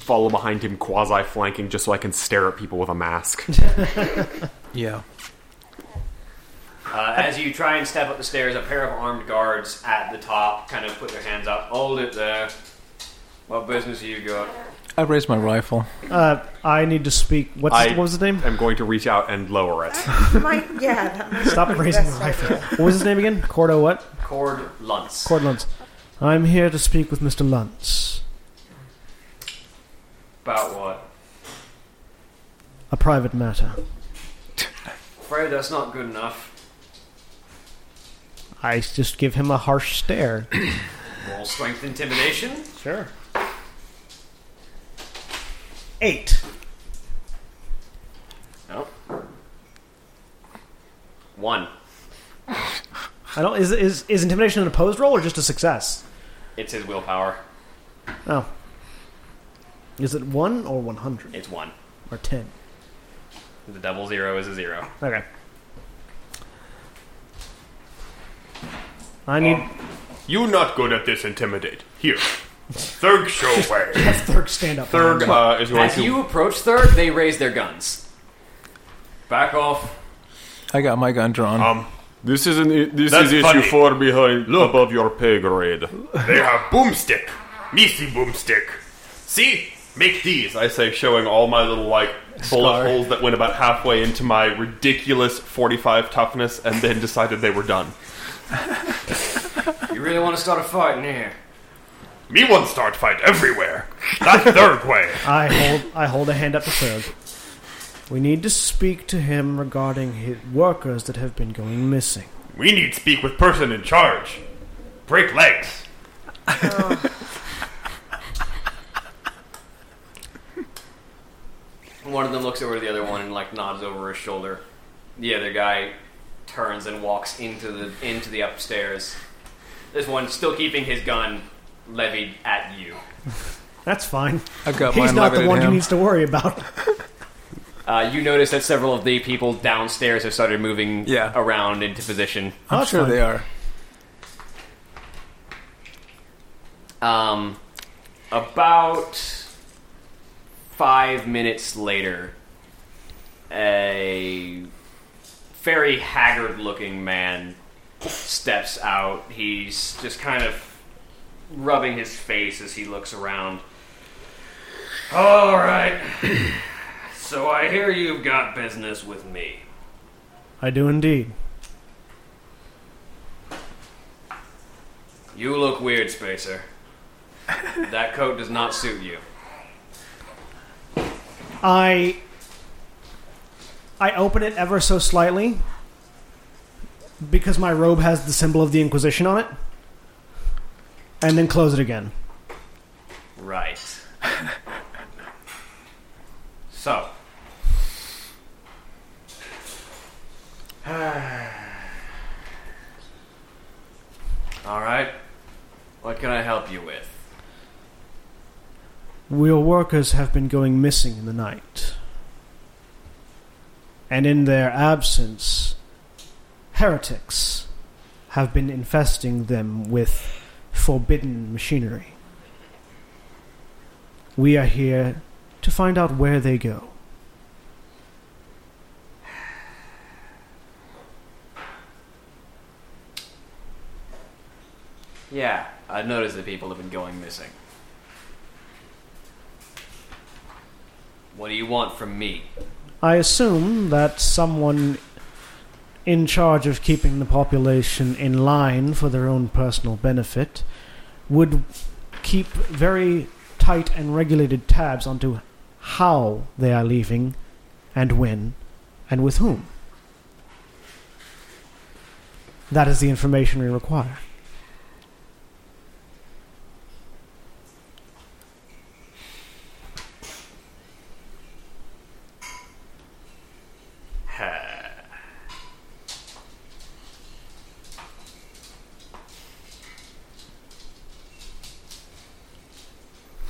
D: follow behind him, quasi flanking, just so I can stare at people with a mask.
G: yeah.
B: Uh, as you try and step up the stairs, a pair of armed guards at the top kind of put their hands up. Hold it there. What business you got?
G: I raise my rifle.
A: Uh, I need to speak. What's
D: I-
A: what was his name?
D: I'm going to reach out and lower it.
F: Mike, yeah, that might
A: Stop
F: be
A: raising the
F: best
A: rifle.
F: idea.
A: What was his name again? Cordo what?
B: Cord Luntz.
A: Cord Luntz. I'm here to speak with Mr. Luntz,
B: About what?
A: a private matter.
B: Afraid that's not good enough.
A: I just give him a harsh stare.
B: Roll strength intimidation.
A: Sure. Eight.
B: Nope. One.
A: I don't. Is is is intimidation an opposed roll or just a success?
B: It's his willpower.
A: Oh. Is it one or one hundred
B: It's one.
A: or ten?
B: The double zero is a zero.
A: Okay. I need
E: You not good at this intimidate. Here. Third show way.
A: Thurg stand up.
E: Third uh, is going
B: As
E: to
B: you approach third, they raise their guns. Back off.
G: I got my gun drawn.
C: This is an i- this
E: That's
C: is issue
E: funny.
C: four behind above your pay grade.
E: They have boomstick. Missy boomstick. See? Make these.
D: I say, showing all my little like bullet
G: Scar.
D: holes that went about halfway into my ridiculous 45 toughness, and then decided they were done.
B: You really want to start a fight in here?
E: Me one start fight everywhere. That's third way.
A: I hold I hold a hand up to Thurg. We need to speak to him regarding his workers that have been going missing.
E: We need speak with person in charge. Break legs.
B: One of them looks over to the other one and like nods over his shoulder. The other guy turns and walks into the into the upstairs. This one still keeping his gun levied at you.
A: That's fine.
G: I got
A: He's
G: mine
A: not
G: levied
A: the
G: at
A: one who
G: him.
A: needs to worry about.
B: Uh, you notice that several of the people downstairs have started moving
G: Yeah.
B: around into position.
G: I'm
A: That's
G: sure
A: fine.
G: they are.
B: Um, about five minutes later, a very haggard looking man steps out. He's just kind of rubbing his face as he looks around. All right. so I hear you've got business with me.
A: I do indeed.
B: You look weird, Spacer. That coat does not suit you.
A: I I open it ever so slightly because my robe has the symbol of the Inquisition on it, and then close it again.
B: Right. so. All right. What can I help you with?
A: Wheel workers have been going missing in the night. And in their absence, heretics have been infesting them with forbidden machinery. We are here to find out where they go.
B: Yeah, I noticed that people have been going missing. What do you want from me?
A: I assume that someone in charge of keeping the population in line for their own personal benefit would keep very tight and regulated tabs onto how they are leaving and when and with whom. That is the information we require.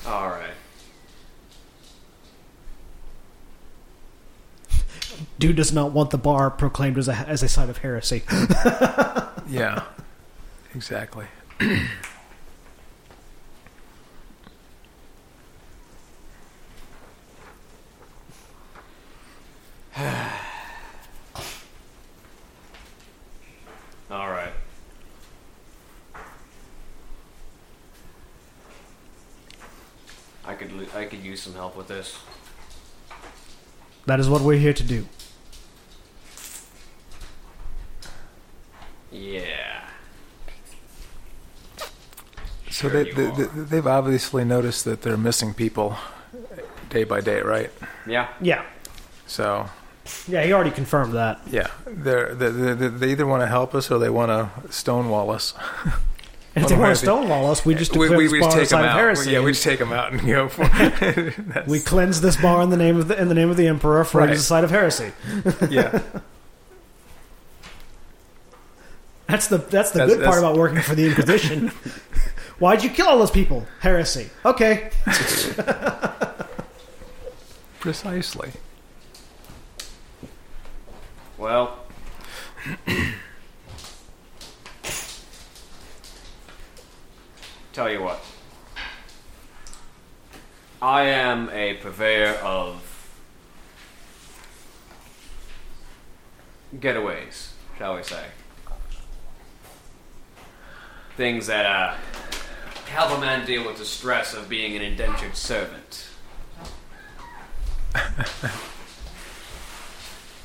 B: All right.
A: Dude does not want the bar proclaimed as a, as a site of heresy.
G: Yeah, exactly.
B: All right. I could li- I could use some help with this.
A: That is what we're here to do.
B: Yeah.
G: So
B: Sure
G: they,
B: you
G: they,
B: are.
G: they, they've obviously noticed that they're missing people day by day, right?
B: Yeah.
A: Yeah.
G: So
A: Yeah, he already confirmed that.
G: yeah, they're, they they they either want to help us or they want to stonewall us.
A: And if
G: Well,
A: they want
G: maybe.
A: to stonewall us, we just declare this
G: just
A: bar a site of
G: out.
A: heresy.
G: Yeah, we just take them out and go. For it.
A: We cleanse this bar in the name of the in the name of the emperor for it
G: Right.
A: is a site of heresy.
G: yeah,
A: That's the that's the
G: That's-
A: good part
G: that's-
A: about working for the Inquisition. Why'd you kill all those people? Heresy. Okay.
G: precisely.
B: Well. Tell you what. I am a purveyor of getaways, shall we say. Things that uh, help a man deal with the stress of being an indentured servant.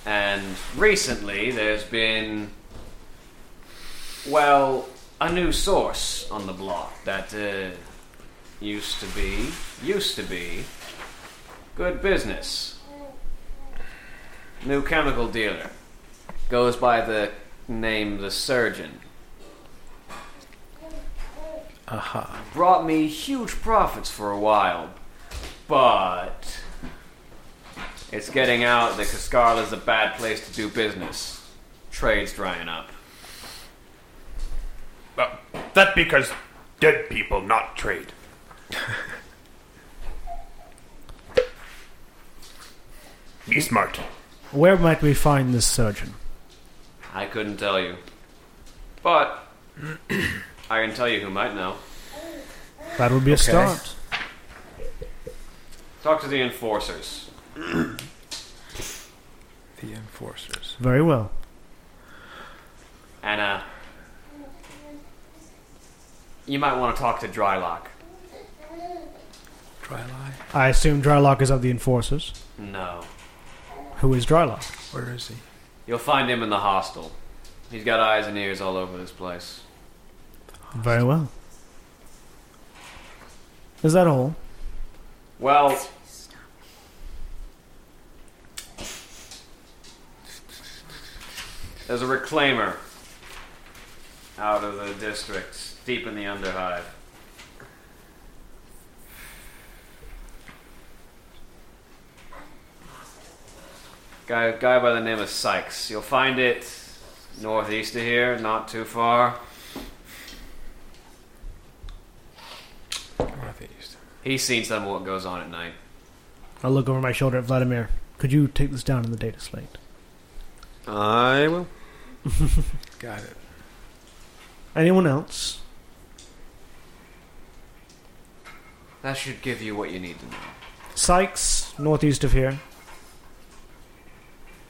B: And recently, there's been, well, a new source on the block that uh, used to be, used to be, good business. New chemical dealer. Goes by the name The Surgeon. Aha. Brought me huge profits for a while, but. It's getting out that Cascarla is a bad place to do business. Trade's drying up.
E: Uh, that because dead people not trade. Be smart.
A: Where might we find this surgeon?
B: I couldn't tell you. But I can tell you who might know.
A: That would be a start.
B: Talk to the enforcers.
G: The enforcers.
A: Very well.
B: And uh You might want to talk to Drylock.
G: Dry lie.
A: I assume Drylock is of the enforcers.
B: No.
A: Who is Drylock?
G: Where is he?
B: You'll find him in the hostel. He's got eyes and ears all over this place.
A: Very well. Is that all?
B: Well, there's a reclaimer out of the districts, deep in the underhive. Guy, guy by the name of Sykes. You'll find it northeast of here, not too far. He's seen some of what goes on at night.
A: I look over my shoulder at Vladimir. Could you take this down in the data slate?
D: I will.
G: Got it.
A: Anyone else?
B: That should give you what you need to know.
A: Sykes, northeast of here.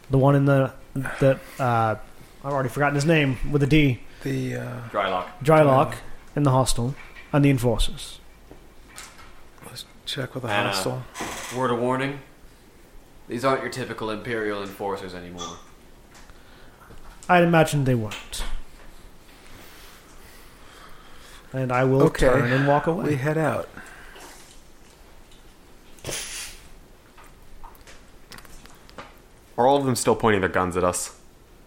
A: The one in the that uh, I've already forgotten his name with a D.
G: The uh,
B: Drylock.
A: Drylock in the hostel and the enforcers.
G: let's check with the
B: Anna.
G: hostel.
B: Word of warning. These aren't your typical Imperial enforcers anymore.
A: I'd imagine they weren't. And I will
G: Okay.
A: turn and walk away.
G: We head out.
D: Are all of them still pointing their guns at us?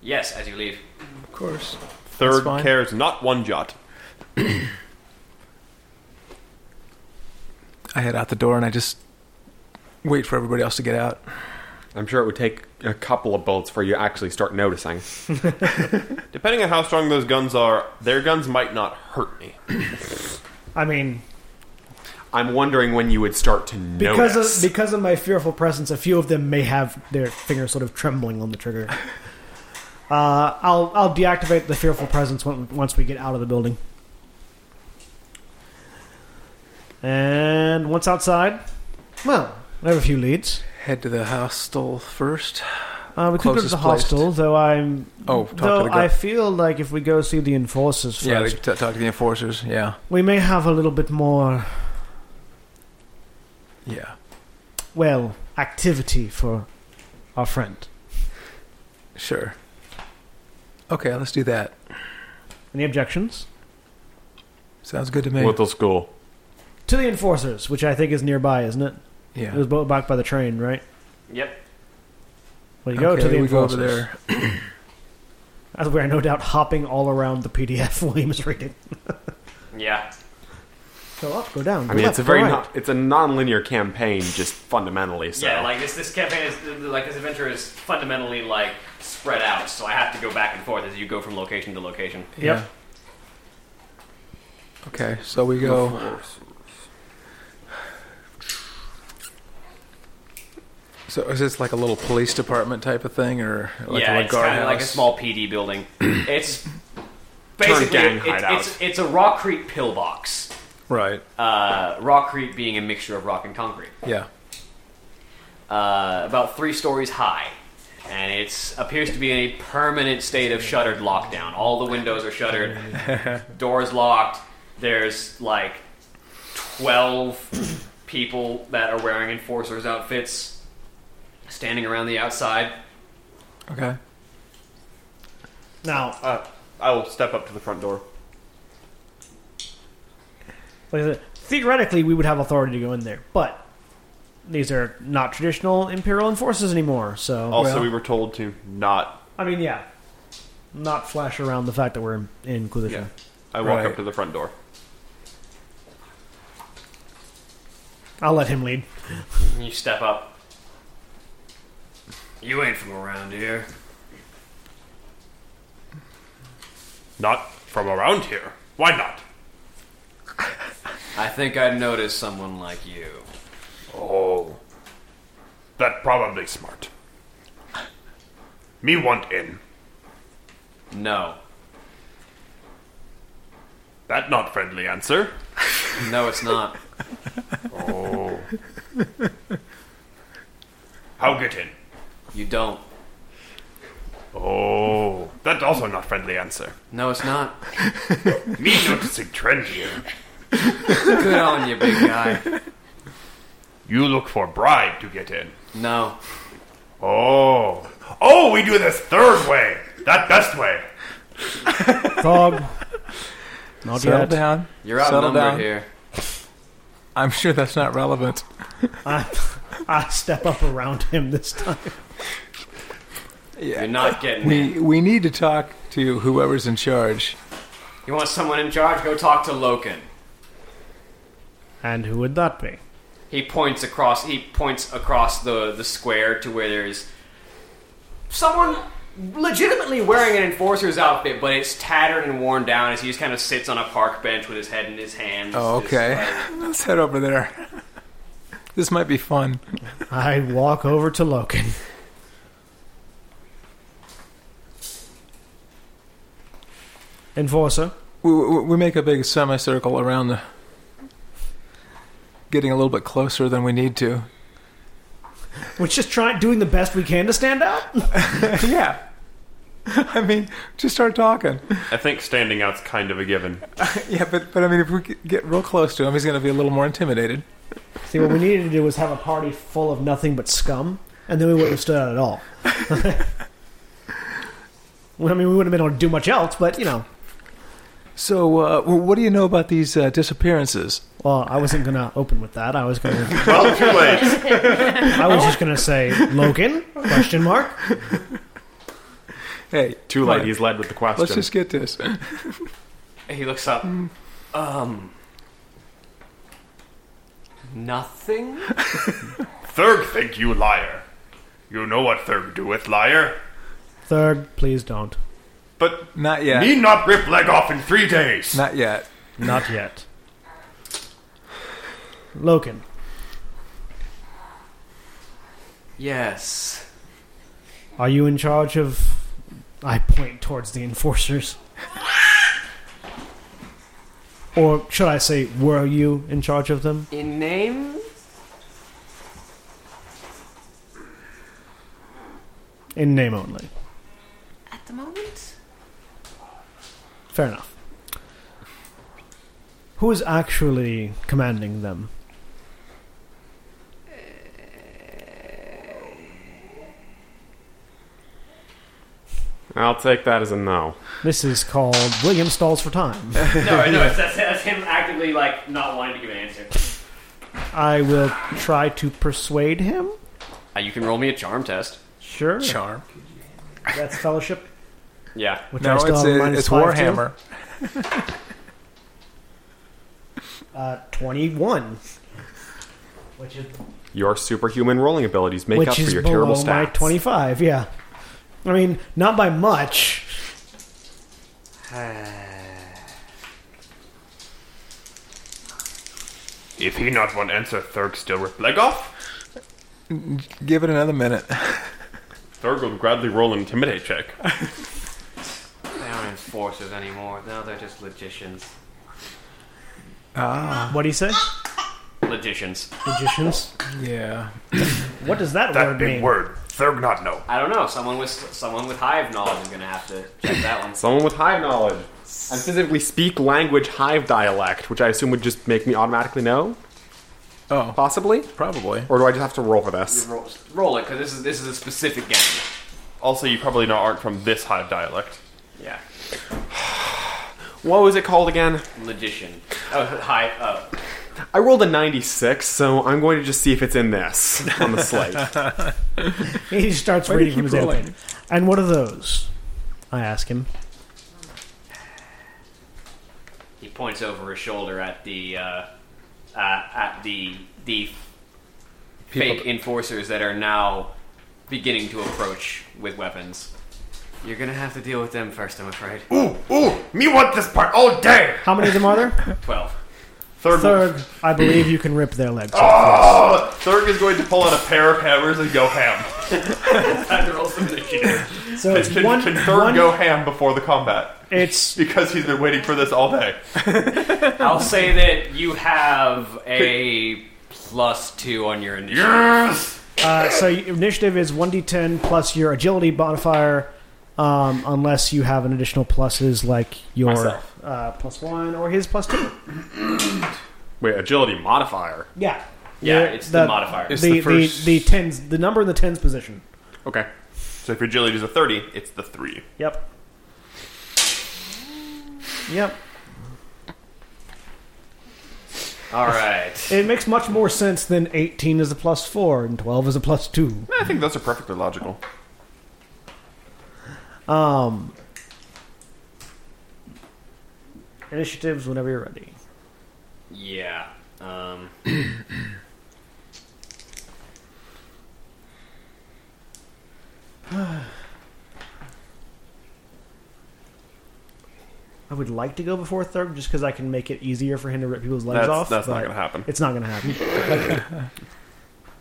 B: Yes, as you leave.
G: Of course.
C: Third
G: fine.
C: cares not one jot.
G: I head out the door and I just wait for everybody else to get out.
D: I'm sure it would take a couple of bullets for you to actually start noticing.
C: Depending on how strong those guns are, their guns might not hurt me.
A: I mean,
D: I'm wondering when you would start to
A: because of
D: notice.
A: because of my fearful presence, a few of them may have their fingers sort of trembling on the trigger. Uh, I'll I'll deactivate the fearful presence when, once we get out of the building. And once outside, well, I have a few leads.
G: Head to the hostel first.
A: Uh, we could go to
G: Closest
A: the
G: place
A: hostel, though I'm.
G: Oh, talk to
A: though
G: the guy.
A: I feel like if we go see the enforcers first,
G: Yeah, they t- talk to the enforcers. Yeah,
A: we may have a little bit more
G: yeah.
A: well activity for our friend.
G: Sure. Okay, let's do that.
A: Any objections
G: Sounds good to me.
C: Little school.
A: to the enforcers, which I think is nearby, isn't it? It
G: yeah.
A: was bo- back by the train, right?
B: Yep.
A: Well, you go
G: Okay,
A: to the
G: we go over
A: enforcers.
G: there.
A: As we are no doubt hopping all around the PDF William is reading.
B: Yeah.
A: Go up, go down. Go
D: I mean,
A: left,
D: it's a very
A: go right.
D: non- it's a non-linear campaign, just fundamentally. So.
B: Yeah, like this this campaign is like this adventure is fundamentally like spread out, so I have to go back and forth as you go from location to location.
A: Yep.
G: Yeah. Okay, so we go. So is this like a little police department type of thing, or like
B: yeah,
G: a
B: it's kind
G: guardhouse?
B: of like a small PD building. it's basically
D: gang
B: it's,
D: hideout.
B: it's it's a Rock Creek pillbox.
G: Right.
B: Uh, rock Creek being a mixture of rock and concrete.
G: Yeah.
B: uh, about three stories high, and it appears to be in a permanent state of shuttered lockdown. All the windows are shuttered, doors locked. There's like twelve people that are wearing enforcers outfits standing around the outside.
G: Okay.
A: Now,
C: Uh, I will step up to the front door.
A: like I said, theoretically, we would have authority to go in there, but these are not traditional Imperial enforcers anymore. So,
C: Also,
G: Well-
C: we were told to not.
A: I mean, yeah, not flash around the fact that we're in, in Inquisition.
C: Yeah. I walk
G: Right.
C: up to the front door.
A: I'll let him lead.
B: You step up. You ain't from around here.
E: Not from around here. Why not?
B: I think I'd notice someone like you.
E: Oh. That probably smart. Me want in.
B: No.
E: That not friendly answer.
B: No, it's not.
E: Oh. How get in?
B: You don't.
E: Oh. That also not friendly answer.
B: No, it's not.
E: Me noticing trend here.
B: Good on you, big guy.
E: You look for bribe to get in.
B: No.
E: Oh. Oh, we do this third way. That best way.
A: Thog. Not
G: Settle
A: yet.
G: down.
B: You're
G: Settle down.
B: outnumbered here.
G: I'm sure that's not relevant.
A: I, I step up around him this time.
B: You're not getting it.
G: We we need to talk to whoever's in charge.
B: You want someone in charge? Go talk to Loken.
A: And who would that be?
B: He points across. He points across the the square to where there's someone legitimately wearing an enforcer's outfit, but it's tattered and worn down. As he just kind of sits on a park bench with his head in his hands.
G: Oh,
B: just
G: okay.
B: like-
G: Let's head over there. This might be fun.
A: I walk over to Loken. Enforcer.
G: We, we we make a big semicircle around the. Getting a little bit closer than we need to.
A: We're just trying, doing the best we can to stand out.
G: yeah. I mean, just start talking.
C: I think standing out's kind of a given.
G: Yeah, but, but I mean, if we g- get real close to him, he's going to be a little more intimidated.
A: See, what we needed to do was have a party full of nothing but scum, and then we wouldn't have stood out at all. well, I mean, we wouldn't have been able to do much else, but, you know.
G: So, uh, wh- what do you know about these uh, disappearances?
A: Well, I wasn't going to open with that. I was going to.
E: Well, too late.
A: I was just going to say, Logan? Question mark.
G: Hey,
D: Too
G: come
D: late.
G: on.
D: He's led with the question.
G: Let's just get this.
B: He looks up. Um. Nothing.
E: Thurg think you liar. You know what Thurg doeth, liar.
A: Third, please don't.
E: But
G: Not yet.
E: me not rip leg off in three days.
G: Not yet.
A: Not yet. Logan.
B: Yes.
A: Are you in charge of? I point towards the enforcers. or should I say, were you in charge of them?
B: In name?
A: In name only.
F: At the moment?
A: Fair enough. Who is actually commanding them?
D: I'll take that as a no.
A: This is called William Stalls for Time.
B: No, no, it's, that's, that's him actively like not wanting to give an answer.
A: I will try to persuade him.
B: Uh, you can roll me a charm test.
A: Sure.
G: Charm.
A: That's fellowship.
B: Yeah.
A: Which
G: No,
A: I still
G: it's,
A: have a
G: a,
A: minus
G: it's
A: five to.
G: Warhammer.
A: Uh, Twenty-one. Which is
D: Your superhuman rolling abilities make
A: which
D: up for
A: is
D: your
A: below
D: terrible
A: my
D: stats.
A: twenty-five. Yeah. I mean, not by much.
E: If he not want answer, Thurg still rip leg off.
G: Give it another minute.
C: Thurg will gladly roll an intimidate check.
B: They aren't enforcers anymore. Now they're just logicians.
A: What do you say?
B: Logicians.
A: Magicians.
G: Yeah.
A: What does that,
E: That
A: word
E: big
A: mean?
E: word. Thurg not know.
B: I don't know. Someone with someone with hive knowledge is gonna have to check that one.
D: Someone with hive knowledge. And specifically speak language hive dialect, which I assume would just make me automatically know,
G: Oh,
D: possibly?
G: probably.
D: Or do I just have to roll for this?
B: Roll, roll it because this is this is a specific game.
C: Also, you probably not aren't from this hive dialect.
B: Yeah.
D: What was it called again?
B: Logician. Oh, hive. Oh.
D: I rolled a 96, so I'm going to just see if it's in this on the slate.
A: He starts
G: do
A: reading
G: you
A: from his
G: keep
A: outfit. And what are those? I ask him.
B: He points over his shoulder at the uh, uh, at the the fake enforcers that are now beginning to approach with weapons. You're gonna have to deal with them first, I'm afraid.
E: Ooh, ooh, me want this part all day.
A: How many of them are there?
B: Twelve.
C: Thurg,
A: Third, I believe you can rip their legs.
C: Thurg is going to pull out a pair of hammers and go ham.
B: Time to roll some initiative.
A: so it's
C: Can,
A: one.
C: can Thurg
A: one-
C: go ham before the combat?
A: It's
C: Because he's been waiting for this all day.
B: I'll say that you have a plus two on your initiative.
E: Yes.
A: uh, so your initiative is one d10 plus your agility modifier, um, unless you have an additional pluses like your
D: Myself.
A: uh, plus one or his plus two.
D: Wait, agility modifier.
A: Yeah.
B: Yeah, it's the modifier.
A: The,
G: It's
A: the,
G: the first-
A: the tens the number in the tens position.
D: Okay.
C: So if your agility is a 30, it's the 3.
A: Yep. Yep.
B: All right.
A: It makes much more sense than 18 is a plus 4 and 12 is a plus 2.
C: I think those are perfectly logical.
A: Initiatives whenever you're ready.
B: Yeah. Um.
A: I would like to go before Thurb just because I can make it easier for him to rip people's legs
C: That's,
A: off.
C: that's not
A: but
C: going to happen.
A: It's not going to happen.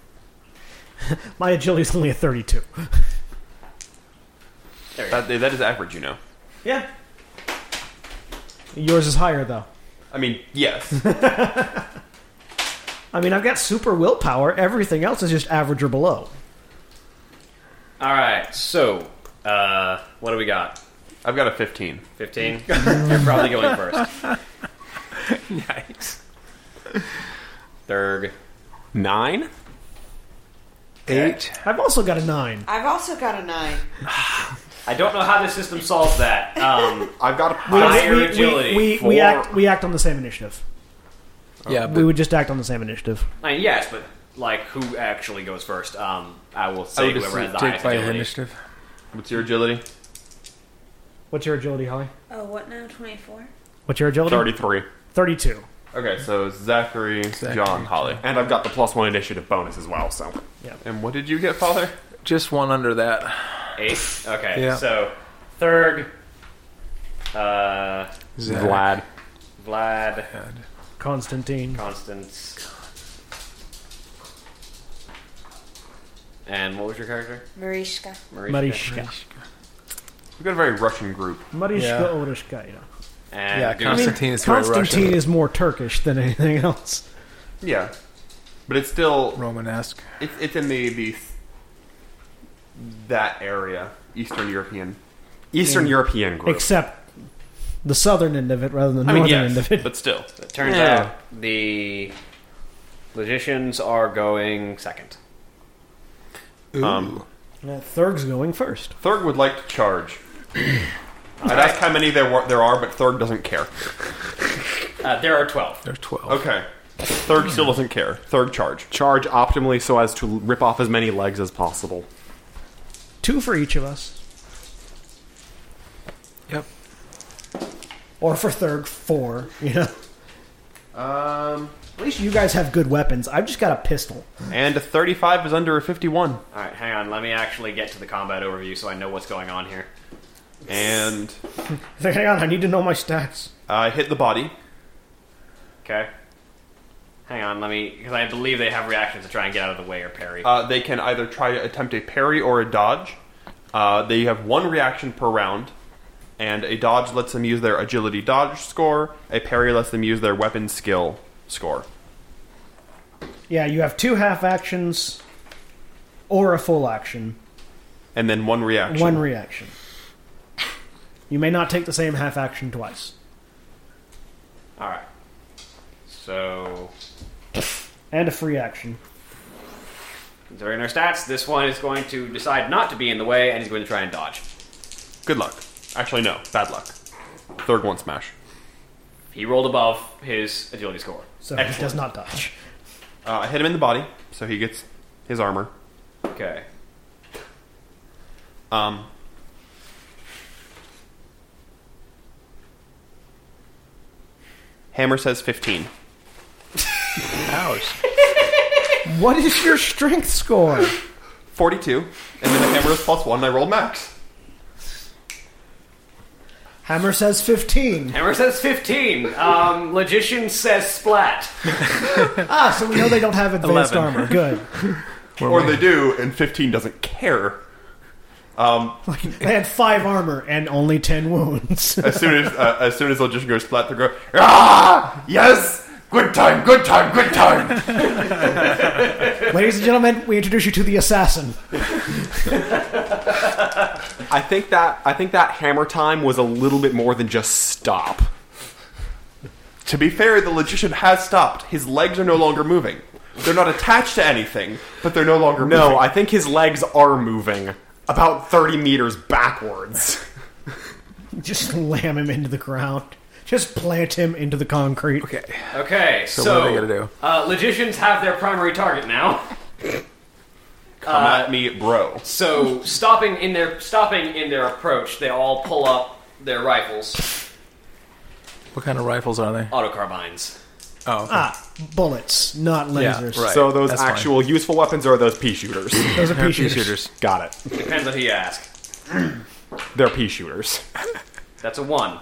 A: My agility's only a 32.
C: That, that is average, you know.
A: Yeah. Yours is higher, though.
C: I mean, yes.
A: I mean, I've got super willpower. Everything else is just average or below.
B: All right. So, uh, what do we got?
C: I've got a 15.
B: Fifteen. You're probably going first.
G: Yikes.
B: Thurg.
D: Nine?
G: Eight.
A: I've also got a 9.
H: I've also got a nine.
B: I don't know how the system solves that. Um,
D: I've got a
B: higher
A: we,
B: agility.
A: We, we, we, act, we act on the same initiative.
G: Yeah, but
A: We would just act on the same initiative.
B: I mean, yes, but like, who actually goes first? Um, I will
C: I
B: say
C: would just
B: whoever has the
G: take
B: highest
G: by
B: agility.
G: initiative.
C: What's your agility?
A: What's your agility, Holly?
F: Oh, what now? 24?
A: What's your agility?
C: 33.
A: 32.
C: Okay, so Zachary, John, Holly.
D: And I've got the plus one initiative bonus as well, so.
C: And what did you get, Father?
G: Just one under that.
B: Eight. Okay.
G: Yeah.
B: So, Thurg. Uh,
G: Zach.
D: Vlad.
B: Vlad.
A: Constantine.
B: Constance. And what was your character?
F: Marishka.
B: Marishka.
A: Marishka.
C: We've got a very Russian group.
A: Marishka
G: Yeah.
A: Orishkaya.
B: And
G: Yeah,
B: Goose.
G: Constantine is very
A: Constantine
G: Russian.
A: is more Turkish than anything else.
C: Yeah. But it's still,
G: Romanesque.
C: it's, it's in the, the, that area, Eastern European.
D: Eastern European group.
A: Except the southern end of it rather than the
C: I mean,
A: northern
C: yes,
A: end of it.
C: but still.
B: It turns
D: Yeah.
B: out the logicians are going second.
G: Ooh.
A: Uh, Thurg's going first.
C: Thurg would like to charge. I'd ask how many there were, there are, but Thurg doesn't care.
B: Uh, there are twelve.
G: There's 12.
C: Okay. Thurg still doesn't care. Thurg charge.
D: Charge optimally so as to rip off as many legs as possible.
A: Two for each of us.
G: Yep.
A: Or for Thurg, four. You know?
C: Um,
A: At least you guys have good weapons. I've just got a pistol.
C: and a 35 is under a 51.
B: All right, hang on. Let me actually get to the combat overview so I know what's going on here.
C: And
A: Hang on, I need to know my stats.
C: I hit the body.
B: Okay. Hang on. Let me because I believe they have reactions to try and get out of the way or parry.
C: Uh, they can either try to attempt a parry or a dodge. Uh, they have one reaction per round, and a dodge lets them use their agility dodge score. A parry lets them use their weapon skill score.
A: Yeah, you have two half actions or a full action,
C: And then one reaction.
A: one reaction. You may not take the same half action twice.
B: All right. So
A: And a free action.
B: considering their stats, this one is going to decide not to be in the way and he's going to try and dodge.
C: Good luck. Actually, no. Bad luck. Third one smash.
B: He rolled above his agility score.
A: So it does not dodge.
C: Uh, I hit him in the body, so he gets his armor.
B: Okay.
C: Um, Hammer says 15.
G: Ouch.
A: What is your strength score?
C: 42. And then the hammer is plus one, and I rolled max.
A: Hammer says 15.
B: Hammer says 15. Um, logician says splat.
A: Ah, so we know they don't have advanced
G: 11.
A: armor. Good.
C: or they do, and 15 doesn't care. Um,
A: They had five armor and only 10 wounds.
C: as soon as uh, as soon as logician goes flat, they go, ah, yes, good time, good time, good time.
A: Ladies and gentlemen, we introduce you to the assassin.
D: I think that I think that hammer time was a little bit more than just stop.
C: to be fair, the logician has stopped. His legs are no longer moving. They're not attached to anything, but they're no longer
D: No,
C: moving.
D: I think his legs are moving about 30 meters backwards.
A: Just slam him into the ground. Just plant him into the concrete.
G: Okay.
B: Okay, so,
G: what are they gonna do?
B: Uh, logicians have their primary target now.
C: Come at me, bro.
B: So stopping in their stopping in their approach, they all pull up their rifles,
G: What kind of rifles are they?
B: auto carbines.
G: Oh, okay.
A: Ah, bullets, not lasers.
G: right.
D: So those
G: That's fine.
D: actual useful weapons are those pea shooters.
A: Those are pea shooters.
D: Got it.
B: Depends on who you ask.
D: They're pea shooters.
B: That's a one,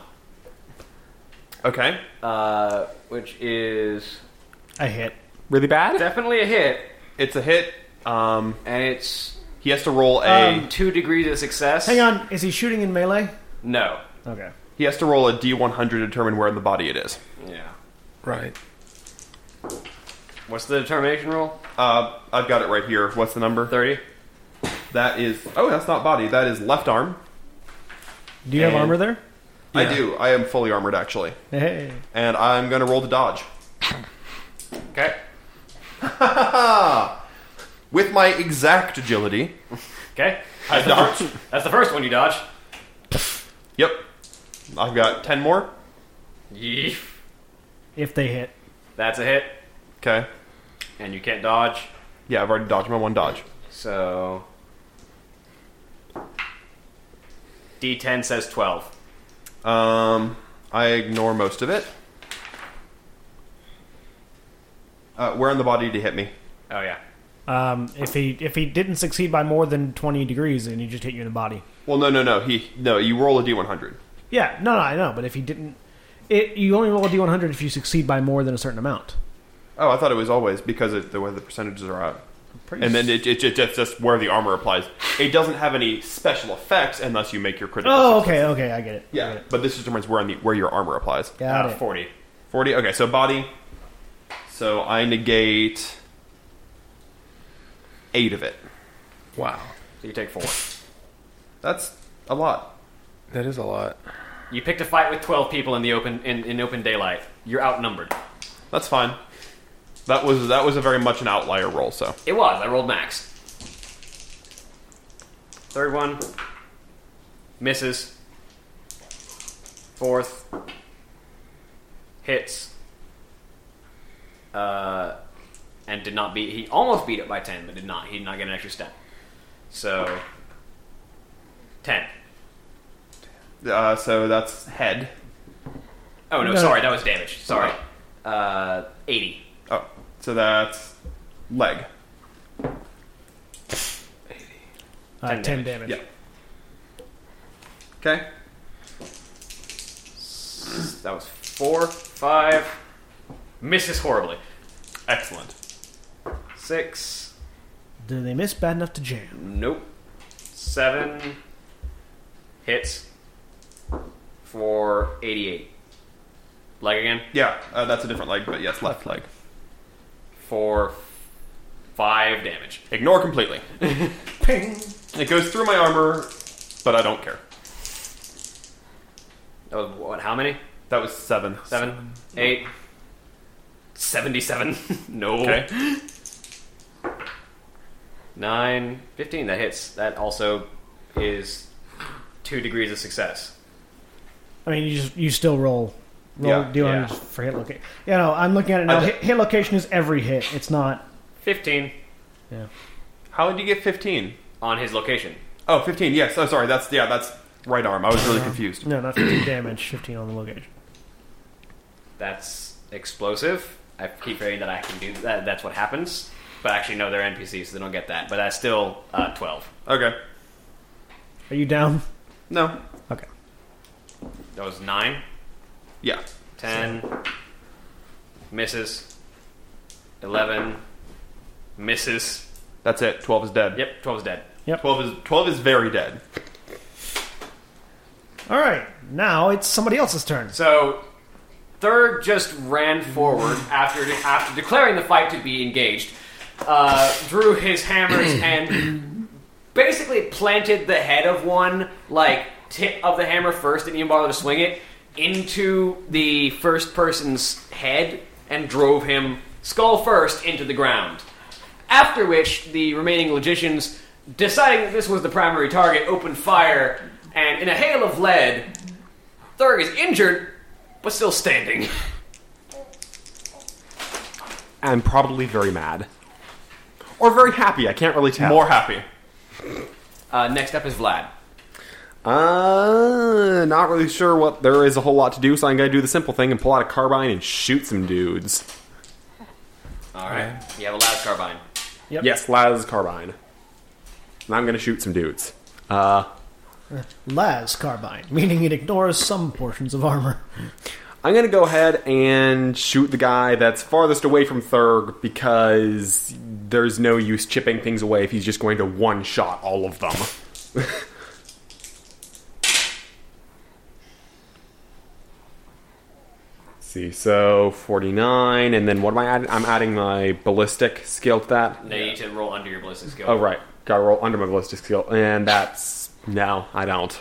C: Okay.
B: uh, which is
A: I hit.
D: Really bad?
B: definitely a hit,
C: It's a hit. Um,
B: and it's
C: he has to roll a
A: Um,
B: two degrees of success.
A: Hang on, is he shooting in melee?
B: No.
A: Okay.
C: he has to roll a d100 to determine where in the body it is.
B: Yeah.
G: right.
B: What's the determination roll?
C: Uh, I've got it right here. What's the number?
B: Thirty.
C: That is. Oh, that's not body. That is left arm.
A: Do you have
C: And-
A: armor there?
C: I do. I am fully armored actually,
A: Hey.
C: and I'm gonna roll to dodge
B: Okay.
C: with my exact agility.
B: Okay.
C: I dodge.
B: That's the first one you dodge.
C: Yep. I've got 10 more.
B: Yeef.
A: If they hit.
B: That's a hit,
C: Okay.
B: and you can't dodge.
C: Yeah, I've already dodged my one dodge.
B: So. D10 says 12.
C: Um, I ignore most of it. Uh, where in the body did he hit me?
B: Oh, yeah.
A: Um, if he if he didn't succeed by more than twenty degrees, then he just hit you in the body.
C: Well, no, no, no. He no. You roll a d100.
A: Yeah, no, no, I know. But if he didn't, it you only roll a d100 if you succeed by more than a certain amount.
C: Oh, I thought it was always because of the way the percentages are out. And then it, it, it, that's just where the armor applies. It doesn't have any special effects unless you make your critical.
A: Oh,
C: success.
A: okay, okay, I get it. I
C: Yeah,
A: get it.
C: but this determines where on the where your armor applies.
A: Got
B: Uh,
A: it.
B: 40.
C: 40. Okay, so body. So I negate eight of it.
G: Wow,
B: So you take 4.
C: That's a lot.
G: that is a lot.
B: You picked a fight with 12 people in the open in, in open daylight. You're outnumbered.
C: That's fine. That was that was a very much an outlier roll. So
B: It was. I rolled max. Third one. Misses. Fourth. Hits. Uh, and did not beat. He almost beat it by 10, but did not. He did not get an extra step. So. 10.
C: uh, so that's head.
B: Oh, no,
A: No.
B: sorry. That was damage. Sorry. Uh, 80.
C: Oh, so that's leg.
A: Uh,
B: Ten
A: ten damage.
C: Yeah. Okay.
B: That was 4, 5. Misses horribly.
C: Excellent.
B: 6.
A: Do they miss bad enough to jam?
B: Nope. Seven hits for 88. Leg again
C: Yeah, uh, that's a different leg, but yes, left leg.
B: for five damage.
C: Ignore completely.
A: Ping.
C: It goes through my armor, but I don't care.
B: That was Oh, what? How many?
C: That was seven.
B: Seven, eight, seventy-seven. no.
C: Okay.
B: Nine, fifteen. That hits. That also is two degrees of success.
A: I mean, you just you still roll. Roll
C: Yeah,
A: d100
B: yeah.
A: for hit location. You know, I'm looking at it now.
C: I-
A: Hit, hit location is every hit. It's not.
B: Fifteen
C: How did you get fifteen?
B: on his location.
C: Oh, 15, yes. Oh, sorry. That's, yeah, that's right arm. I was really confused.
A: No, not 15 damage. 15 on the location.
B: That's explosive. I keep hearing that I can do that. That's what happens. But actually, no, they're NPCs, so they don't get that. But that's still uh, 12.
C: Okay.
A: Are you down?
C: No.
A: Okay.
B: That was 9,
C: Yeah.
B: 10, misses, 11, misses.
C: That's it. 12 is dead.
B: Yep, 12 is dead.
C: 12 is 12 is very dead.
A: All right. Now it's somebody else's turn.
B: So, Third just ran forward after, after declaring the fight to be engaged, uh, drew his hammers and basically planted the head of one, like tip of the hammer first, didn't even bother to swing it, into the first person's head and drove him skull first, into the ground. After which, the remaining logicians, deciding that this was the primary target, opened fire, and in a hail of lead, Thurg is injured, but still standing.
D: and probably very mad. Or very happy, I can't really tell.
C: More happy.
B: Uh, next up is Vlad.
D: Uh, not really sure what there is a whole lot to do, so I'm gonna do the simple thing and pull out a carbine and shoot some dudes.
B: Alright, you have a loud carbine.
D: Yes, Laz carbine. And I'm gonna shoot some dudes. Uh,
A: Las carbine, meaning it ignores some portions of armor.
D: I'm gonna go ahead and shoot the guy that's farthest away from Thurg because there's no use chipping things away if he's just going to one shot all of them. See, so 49, and then what am I adding? I'm adding my ballistic skill to that.
B: Now you need to roll under your ballistic skill.
D: Oh, right. Gotta roll under my ballistic skill, and that's. No, I don't.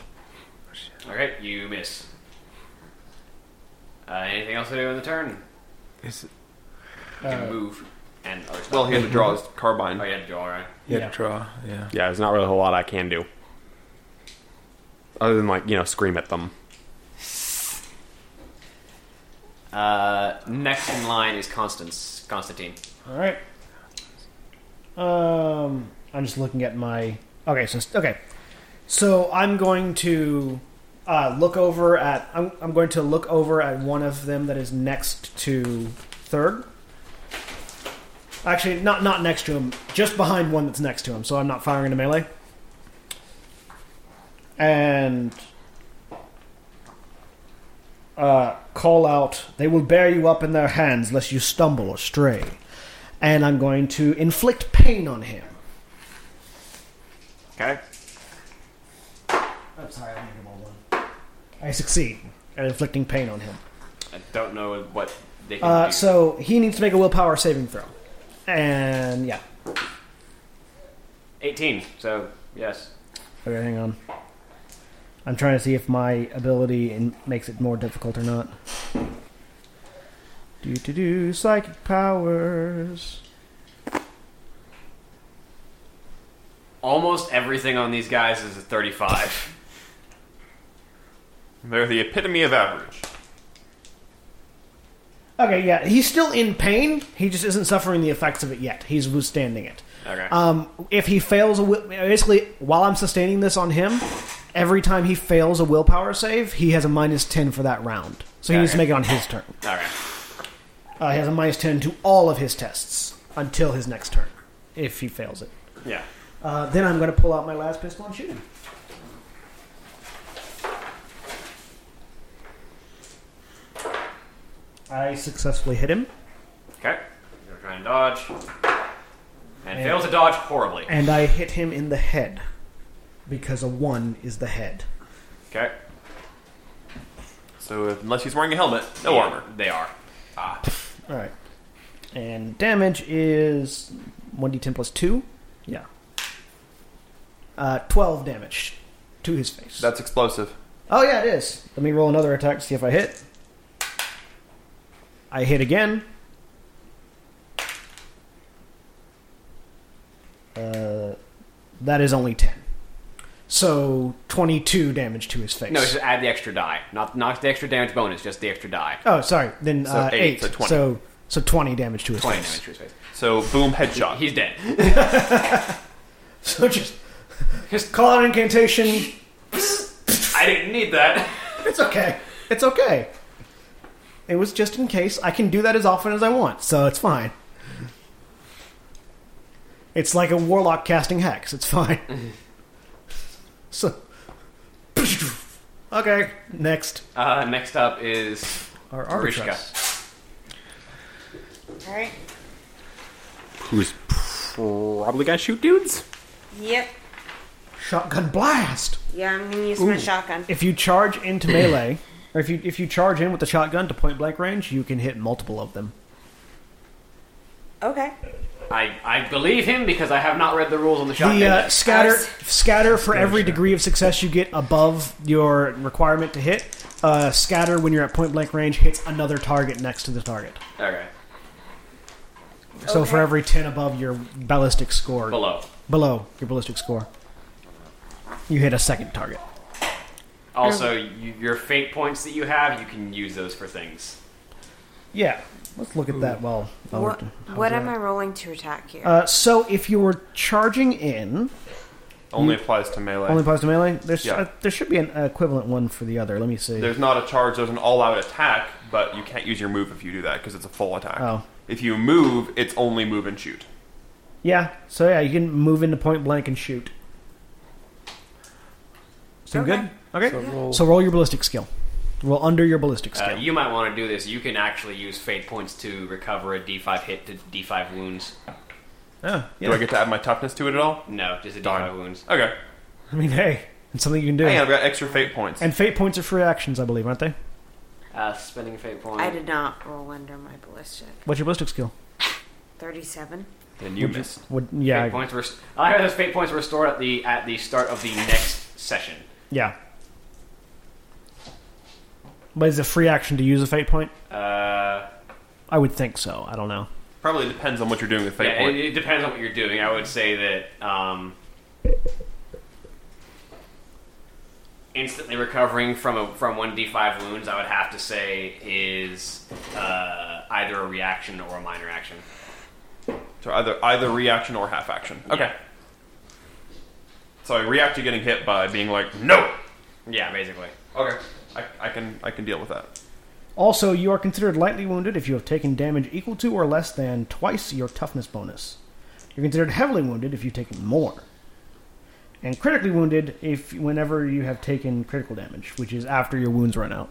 C: Oh.
B: Alright, you miss. Uh, anything else to do on the turn?
G: Is it,
B: You
A: Uh,
B: can move and other stuff.
C: Well, he had to draw his carbine.
B: Oh, you had to draw, right?
G: you
A: Yeah.
G: had to draw. Yeah.
D: Yeah, there's not really a whole lot I can do. Other than, like, you know, scream at them.
B: Uh, next in line is Constance. Constantine.
A: All right. Um, I'm just looking at my. Okay, so okay, so I'm going to uh, look over at. I'm, I'm going to look over at one of them that is next to third. Actually, not not next to him, just behind one that's next to him. So I'm not firing into melee. And uh, call out, "They will bear you up in their hands, lest you stumble or stray." and I'm going to inflict pain on him.
B: Okay.
A: I'm sorry, I'm one. I succeed at inflicting pain on him.
B: I don't know what they can
A: Uh,
B: do.
A: so he needs to make a willpower saving throw, and yeah.
B: 18, so yes.
A: Okay, hang on. I'm trying to see if my ability in, makes it more difficult or not. Do to do psychic powers.
B: Almost everything on these guys is a 35.
C: They're the epitome of average.
A: Okay, yeah, he's still in pain. He just isn't suffering the effects of it yet. He's withstanding it.
B: Okay.
A: Um, if he fails, a wi- basically, while I'm sustaining this on him, every time he fails a willpower save, he has a minus 10 for that round. So he needs to make it on his turn.
B: Alright.
A: Uh, he has a minus 10 to all of his tests until his next turn, if he fails it.
B: Yeah.
A: Uh, then I'm going to pull out my last pistol and shoot him. I successfully hit him,
B: Okay. You're trying to dodge. And fails to dodge horribly.
A: and I hit him in the head because a 1 is the head.
B: Okay.
C: So if, unless he's wearing a helmet, no
B: Yeah,
C: armor.
B: They are.
A: All right. And damage is 1d10 plus 2. Yeah. Uh, 12 damage to his face.
C: That's explosive.
A: oh, yeah, it is. Let me roll another attack to see if I hit. I hit again. Uh, that is only 10. So 22 damage to his face.
B: No, just add the extra die. Not not the extra damage bonus, just the extra die.
A: oh, sorry. Then uh, 8.
C: eight, so 20.
A: So, so 20 damage to his
B: 20
A: face.
B: damage to his face.
C: So boom, headshot.
B: He's dead.
A: So just
B: Just-
A: call out incantation.
B: I didn't need that.
A: It's okay. It's okay. It was just in case. I can do that as often as I want, so it's fine. It's like a warlock casting hex. It's fine. so, okay. Next,
B: Uh, next up is
A: our Arbitress.
B: Rishka.
F: All right.
D: Who's probably gonna shoot dudes?
F: Yep.
A: Shotgun blast.
F: Yeah, I'm gonna use my shotgun.
A: If you charge into melee, or if you if you charge in with the shotgun to point blank range, you can hit multiple of them.
F: Okay.
B: I, I believe him because I have not read the rules on the shotgun.
A: The uh,
B: yet.
A: scatter
F: Ours-
A: scatter for every degree of success you get above your requirement to hit. Uh, scatter when you're at point blank range hits another target next to the target.
B: Okay.
A: So for
F: Okay.
A: every ten above your ballistic score,
B: below.
A: below your ballistic score, you hit a second target.
B: Also, you, your fate points that you have, you can use those for things.
A: Yeah, let's look at that. Well,
F: What, what am I rolling to attack here?
A: Uh, so if you were charging in,
C: Only applies to melee.
A: only applies to melee. There's
C: Yeah.
A: uh, there should be an equivalent one for the other. Let me see.
C: There's not a charge. There's an all-out attack, but you can't use your move if you do that because it's a full attack.
A: Oh.
C: If you move, it's only move and shoot.
A: yeah. So yeah, you can move into point blank and shoot.
G: Seem
F: Okay.
A: Okay.
G: good?
A: So roll, your ballistic skill. Roll under your ballistic
B: Uh,
A: skill.
B: you might want to do this. You can actually use fate points to recover a D5 hit to D5 wounds.
A: Yeah,
C: Do I get to add my toughness to it at all?
B: No, just a D5 wounds.
C: Okay.
A: I mean, hey, it's something you can do.
C: Hey, I've got extra fate points.
A: And fate points are free actions, I believe, aren't they?
B: Uh, spending a fate point.
F: I did not roll under my ballistic.
A: What's your ballistic skill?
F: 37.
C: then you missed.
A: Would,
B: Fate
A: yeah, I-
B: points. Rest- I have those fate points restored at the at the start of the next session.
A: yeah. But is it a free action to use a fate point?
B: Uh,
A: I would think so. I don't know.
C: Probably depends on what you're doing with fate
B: yeah,
C: point.
B: it, it depends on what you're doing. I would say that um, instantly recovering from a, from one d5 wounds, I would have to say is uh, either a reaction or a minor action.
C: So either either reaction or half action. Okay. So I react to getting hit by being like, no.
B: Yeah, basically.
C: Okay. I, I can I can deal with that.
A: Also, you are considered lightly wounded if you have taken damage equal to or less than twice your toughness bonus. You're considered heavily wounded if you've taken more. And critically wounded if whenever you have taken critical damage, which is after your wounds run out.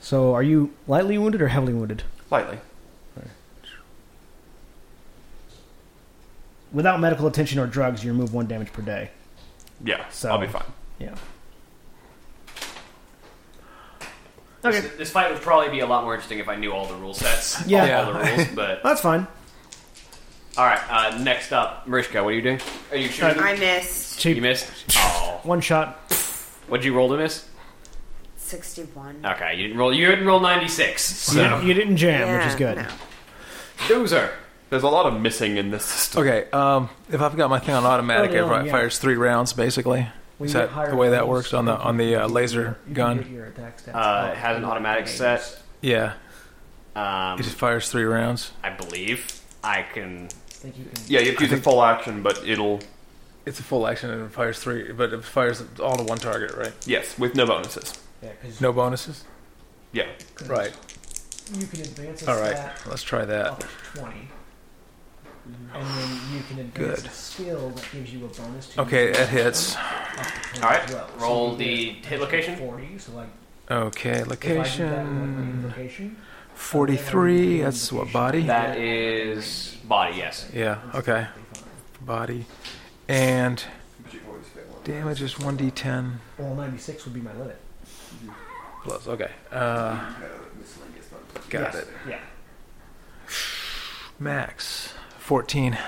A: So, are you lightly wounded or heavily wounded?
C: Lightly.
A: Without medical attention or drugs, you remove one damage per day.
C: Yeah.
A: So-
C: I'll be fine.
A: Yeah.
B: This, this fight would probably be a lot more interesting if I knew all the rule sets.
A: Yeah.
B: All, all the rules. But
A: That's fine.
B: all right. Uh, next up, Marishka, what are you doing? Are you shooting?
F: I missed
B: you missed. Oh,
A: One shot.
B: what'd you roll to miss?
F: 61.
B: Okay, you didn't roll. You didn't roll 96.
A: You,
B: So
A: didn't, you didn't jam,
F: Yeah,
A: which is good.
F: no.
B: loser.
C: There's a lot of missing in this system.
G: Okay, um, if I've got my thing on automatic,
A: Early
G: it
A: on,
G: ri-
A: Oh, yeah.
G: fires three rounds basically.
A: When
G: Is
A: you get
G: that
A: higher
G: the way that
A: levels,
G: works on the on
A: you
G: the uh,
A: can
G: laser
A: get your- you can get
G: gun?
A: your attack stats
B: Uh,
A: up.
B: it has an automatic set.
G: Yeah,
B: Um,
G: it just fires three rounds.
B: I believe I can.
A: I think you can-
C: Yeah, you have to use a full action, but it'll
G: It's a full action and it fires three, but it fires all to one target, right?
C: yes, with no bonuses.
A: yeah, 'cause
G: No bonuses.
C: Yeah.
G: Right.
A: You can advance a
G: All right.
A: stat
G: Let's try
A: up
G: that.
A: to 20. And then you can advance
G: Good.
A: a skill that gives you a bonus to
G: Okay, uh,
A: your
G: it hits.
A: up to 20
B: All right,
A: as well. So
B: roll
A: you
B: the
A: get
B: hit location.
A: 40, so like
G: Okay,
A: if I did that with the
G: location
A: location,
G: forty-three. That's what body.
B: That is body. Yes.
G: Yeah. Okay. Body, and damage is one d10
A: well, 96 would be my limit.
G: plus. Okay. Uh, got it.
A: Yeah.
G: Max fourteen.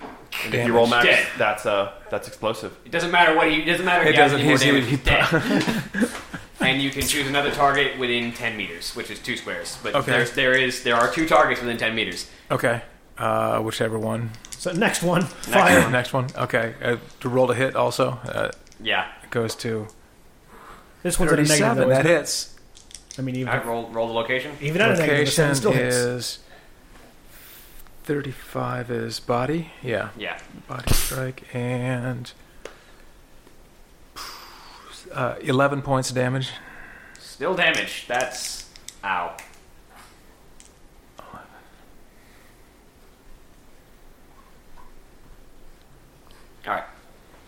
C: And if
G: Damage.
C: you roll max,
B: Dead.
C: that's uh that's explosive.
B: It doesn't matter what he. It doesn't matter. if
G: It
B: he has
G: doesn't-
B: any more
G: he's-
B: damage,
G: he-
B: he's dead. and you can choose another target within ten meters, which is two squares. But
G: Okay.
B: there's there is there are two targets within ten meters.
G: Okay. Uh, whichever one.
A: So next one,
G: Next
A: fire.
G: one. Next one. Okay. Uh, to roll to hit also uh,
B: Yeah.
G: goes to
A: This one's at a negative.
G: thirty-seven.
A: Though,
G: That
A: isn't it?
G: hits.
A: I mean,
B: All right,
A: even,
B: roll roll the location.
A: even at a negative, the
G: Location
A: seven still hits.
G: is thirty-five. Is body? Yeah.
B: Yeah.
G: Body strike and uh, eleven points of damage.
B: Still damage. That's ow. All right.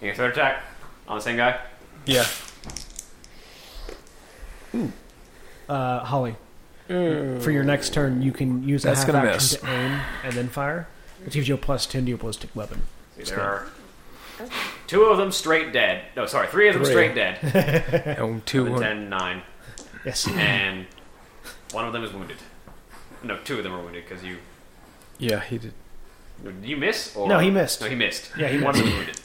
B: Your third attack on the same guy.
G: Yeah.
A: Uh, Holly, for your next turn, you can use a
G: That's
A: half
G: gonna
A: action
G: miss.
A: to aim and then fire, which gives you a plus ten to your ballistic weapon.
B: See, there are two of them straight dead. No, sorry, three of them
G: Three.
B: straight dead.
G: And two
B: Seven,
G: wound-
B: ten, nine,
A: Yes.
B: and one of them is wounded. No, two of them are wounded because you
G: Yeah, he did.
B: did you miss or
A: No, he missed.
B: No, he missed.
A: Yeah, he
B: one of them wounded.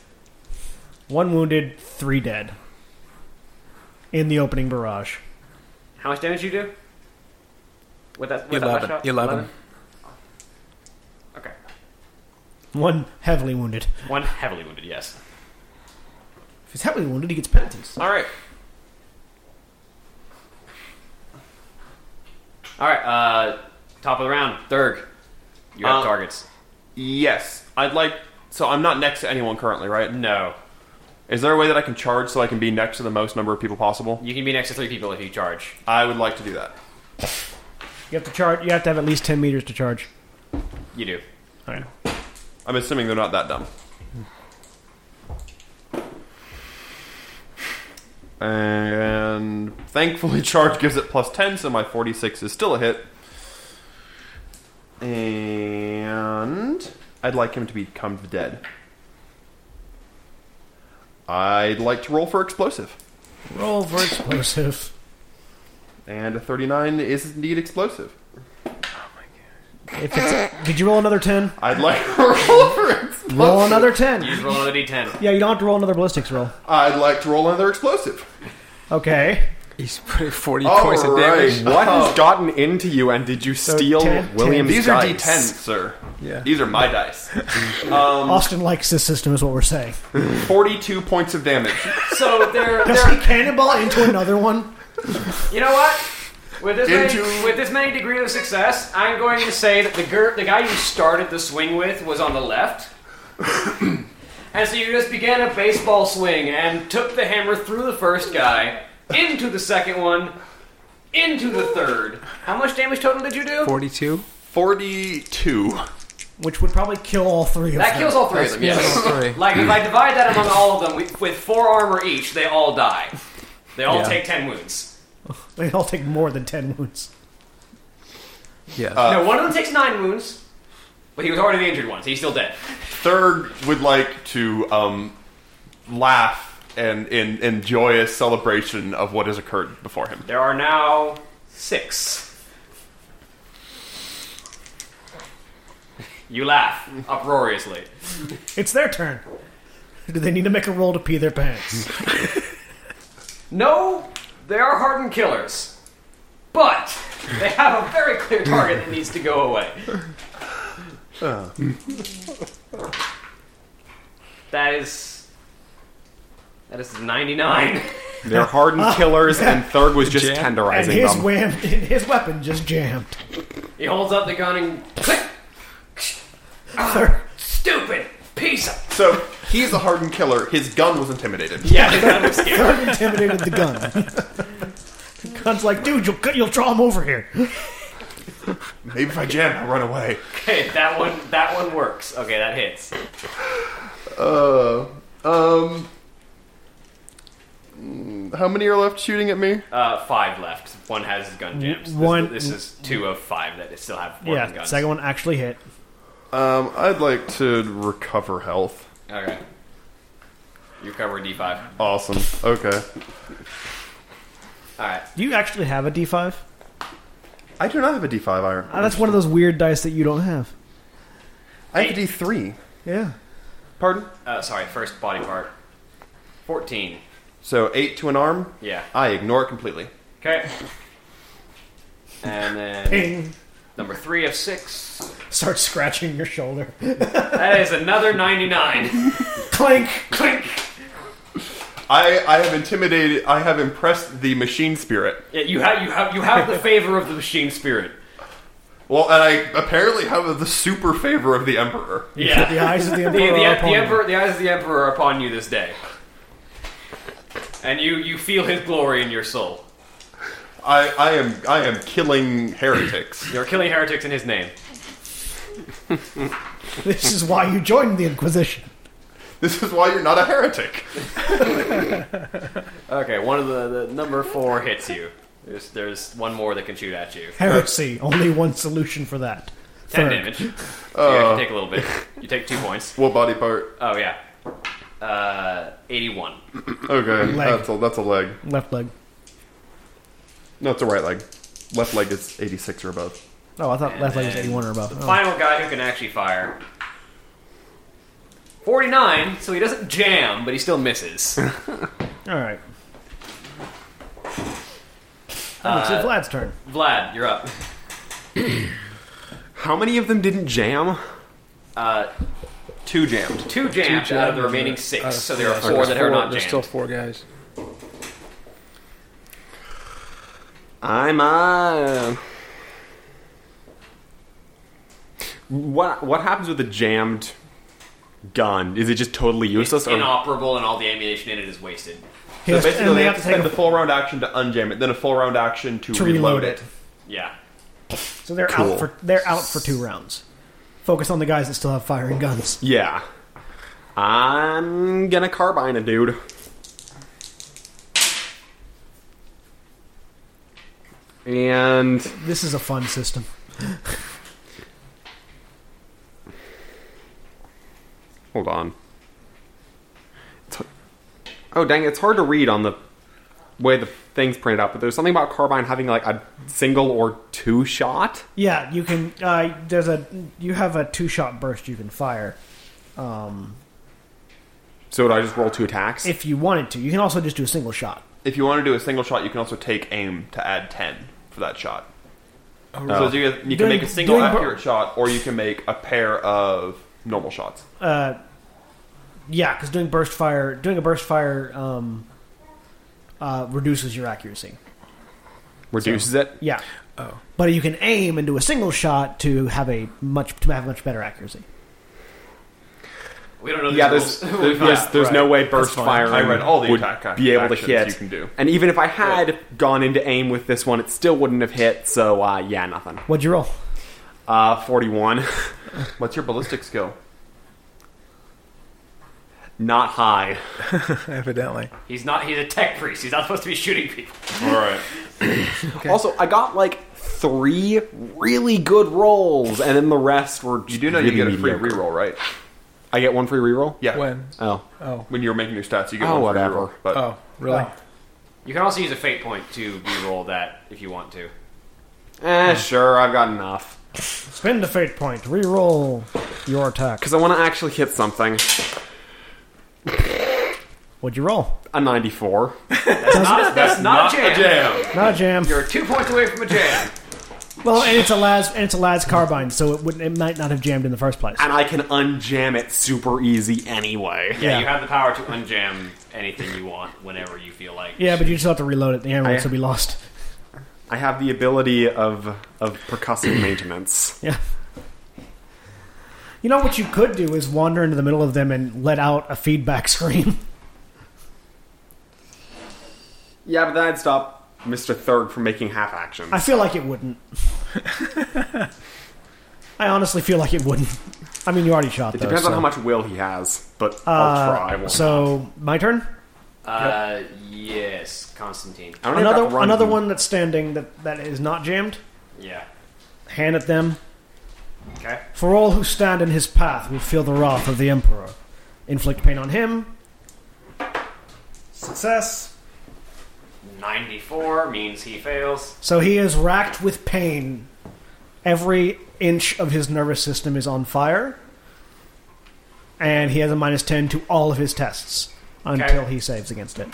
A: One wounded, three dead. In the opening barrage.
B: How much damage you do? With that, with that last
G: Eleven.
B: shot?
G: Eleven.
A: One heavily wounded.
B: One heavily wounded, yes.
A: If he's heavily wounded, he gets penalties.
B: All right. All right. Uh, top of the round, Um, Thurg. You have
C: Uh,
B: targets.
C: Yes, I'd like. So I'm not next to anyone currently, right?
B: No,
C: Is there a way that I can charge so I can be next to the most number of people possible?
B: you can be next to three people if you charge.
C: I would like to do that.
A: You have to charge. You have to have at least ten meters to charge.
B: You do.
A: All right.
C: I'm assuming they're not that dumb. And thankfully, charge gives it plus 10, so my 46 is still a hit. And I'd like him to become dead. I'd like to roll for explosive.
A: Roll for explosive.
C: And a 39 is indeed explosive.
A: If it's, did you roll another ten?
C: I'd like to roll for explosive.
A: Roll another
B: You
A: ten.
B: just roll another d10.
A: Yeah, you don't have to roll another ballistics roll.
C: I'd like to roll another explosive.
A: Okay.
G: He's putting 40
C: All
G: points of
C: right.
G: damage.
D: What has gotten into you, and did you steal
A: ten-
D: William's
C: These are
D: dice?
C: d10s, sir.
G: Yeah.
C: These are my dice.
A: Austin likes this system, is what we're saying.
C: 42 points of damage.
B: So they're,
A: Does he
B: they're
A: cannonball into another one?
B: you know what? With this, many,
C: Into-
B: with this many degrees of success, I'm going to say that the gir- the guy you started the swing with was on the left. and so you just began a baseball swing and took the hammer through the first guy, into the second one, into the third. How much damage total did you do?
G: 42?
C: 42.
A: Which would probably kill all three of
B: That
A: them.
B: kills all three of them, yes.
G: All three.
B: Like, if I divide that among all of them with, with four armor each, they all die. They all
G: Yeah.
B: take ten wounds.
A: They all take more than ten wounds.
G: Yes.
B: no, one of them takes nine wounds, but he was already the injured one, so he's still dead.
C: Third would like to um, laugh and in, in joyous celebration of what has occurred before him.
B: There are now six. You laugh uproariously.
A: It's their turn. Do they need to make a roll to pee their pants?
B: No, they are hardened killers, but they have a very clear target that needs to go away. That is. That is 99.
D: They're
A: Ah.
D: hardened killers, and Thurg was just
G: Jam.
A: and
D: tenderizing
A: his
D: them.
A: wham, his weapon just jammed.
B: He holds up the gun and. Click! Ah,
A: Third-
B: Stupid! Piece of.
C: So he's a hardened killer. His gun was intimidated.
B: Yeah, that was scary.
A: Third intimidated the gun. The gun's like, dude, you'll cut- you'll draw him over here.
C: Maybe if I jam, I'll run away.
B: Okay, that one, that one works. Okay, that hits.
C: Uh, um. mm, How many are left shooting at me?
B: Uh, five left. One has his gun jams. This-
A: One-
B: This, is two of five that still have working
A: yeah,
B: guns.
A: second one actually hit.
C: Um, I'd like to recover health.
B: Okay. You cover a D5.
C: Awesome. Okay.
B: All right.
A: Do you actually have a D5?
C: I do not have a D5 iron.
A: Ah, that's one of those weird dice that you don't have.
C: I have a D3.
A: Yeah.
C: Pardon?
B: Uh, sorry, first body part. 14.
C: So eight to an arm.
B: Yeah.
C: I ignore it completely.
B: Okay. And then
A: Ping.
B: number three of six.
A: Start scratching your shoulder.
B: That is another 99.
A: Clink.
B: Clink!
C: I, I have intimidated. I have impressed the machine spirit.
B: Yeah, you, have, you, have, you have the favor of the machine spirit.
C: Well, and I apparently have the super favor of the emperor.
B: Yeah.
A: The eyes of the
B: the,
A: emperor.
B: the,
A: are
B: the
A: upon you.
B: emperor, the eyes of the emperor are upon you this day, and you you feel his glory in your soul.
C: I, I am I am killing heretics.
B: You're killing heretics in his name.
A: This is why you joined the Inquisition.
C: this is why you're not a heretic.
B: Okay, one of the, the number four hits you. There's there's one more that can shoot at you.
A: Heresy. Only one solution for that. Third.
B: Ten damage. yeah, you can take a little bit. You take two points.
C: What body part?
B: Oh yeah, uh, eighty-one.
C: Okay,
A: Leg.
C: that's a that's a leg.
A: Left leg.
C: No, it's a right leg. Left leg is eighty six or above.
A: Oh, I thought left leg was
B: And
A: 81 or above. Oh.
B: Final guy who can actually fire. Forty-nine. So he doesn't jam, but he still misses.
A: All right. Oh,
C: Uh,
A: it's Vlad's turn.
B: Vlad, you're up.
D: How many of them didn't jam?
B: Uh,
C: Two jammed.
B: Two jammed out of the remaining six, so there are four that are not
H: There's
B: jammed.
H: still four guys.
D: I'm uh. What what happens with a jammed gun? Is it just totally useless? Oh,
B: It's inoperable, and all the ammunition in it is wasted.
C: So basically,
A: and
C: they
A: they
C: have to
A: have take
C: spend
A: a-
C: a full round action to unjam it, then a full round action to,
A: To reload
C: reload
A: it.
C: it.
B: Yeah.
A: So they're
D: Cool.
A: out for they're out for two rounds. Focus on the guys that still have firing guns.
D: yeah. I'm gonna carbine a dude. And
A: This is a fun system.
D: hold on. It's h- oh dang! It's hard to read on the way the things printed out, but there's something about carbine having like a single or two shot.
A: Yeah, you can. Uh, there's a you have a two shot burst you can fire
D: So do I just roll two attacks?
A: if you wanted to. You can also just do a single shot.
C: If you want to do a single shot, you can also take aim to add 10 for that shot. So you, you can
A: Doing-
C: make a single
A: doing bur-
C: accurate shot, or you can make a pair of normal shots.
A: Yeah, because doing burst fire, doing a burst fire, um, uh, reduces your accuracy.
D: Reduces it.
A: Yeah. Oh. But you can aim and do a single shot to have a much to have much better accuracy.
B: We don't know.
D: Yeah,
B: these
D: there's
B: rules.
D: there's, there's, there's no way burst firing
C: I read all the
D: would
C: attack
D: be able to
C: actions
D: hit.
C: you can do.
D: And even if I had gone into aim with this one, it still wouldn't have hit. So uh, yeah, nothing.
A: What'd you roll?
D: Uh, forty-one,
C: What's your ballistic skill?
D: not high.
G: Evidently.
B: He's not. He's a tech priest. He's not supposed to be shooting people.
C: All right.
D: Also, I got like three really good rolls, and then the rest were.
C: You do know you get a free reroll, right?
D: I get one free reroll.
C: Yeah.
G: When?
D: Oh,
G: Oh.
C: When you're making your stats, you get
D: Oh,
C: one free
D: whatever.
C: reroll, But
G: Oh, really?
B: You can also use a fate point to re-roll that if you want to.
D: eh, sure, I've got enough
A: Spend the fate point. Reroll your attack.
D: because I want to actually hit something.
A: What'd you roll?
D: A ninety-four.
B: Not, that's not, a jam.
A: Not a jam.
B: You're two points away from a jam.
A: Well, and it's a las and it's a las carbine, so it wouldn't it might not have jammed in the first place.
D: and I can unjam it super easy anyway.
B: Ah, yeah, you have the power to unjam anything you want whenever you feel like.
A: Yeah, but you just have to reload it. The
B: Ah,
A: ammo will
D: I-
A: still be lost.
D: I have the ability of of percussive maintenance.
A: Yeah. You know what you could do is wander into the middle of them and let out a feedback scream.
D: Yeah, but then I'd stop Mr. Thurg from making half actions.
A: I feel like it wouldn't. I honestly feel like it wouldn't. I mean, you already shot.
D: it
A: though,
D: depends
A: Uh, so-
D: on how much will he has, but
A: Uh,
D: I'll try one.
A: So my turn.
B: Uh, yes, Constantine.
D: I don't even have to
A: Another
D: run
A: another
D: him.
A: one that's standing that that is not jammed.
B: Yeah.
A: Hand at them.
B: Okay.
A: For all who stand in his path will feel the wrath of the Emperor. Inflict pain on him. Success.
B: 94 means he fails.
A: So he is racked with pain. Every inch of his nervous system is on fire. And he has a minus 10 to all of his tests until he saves against it.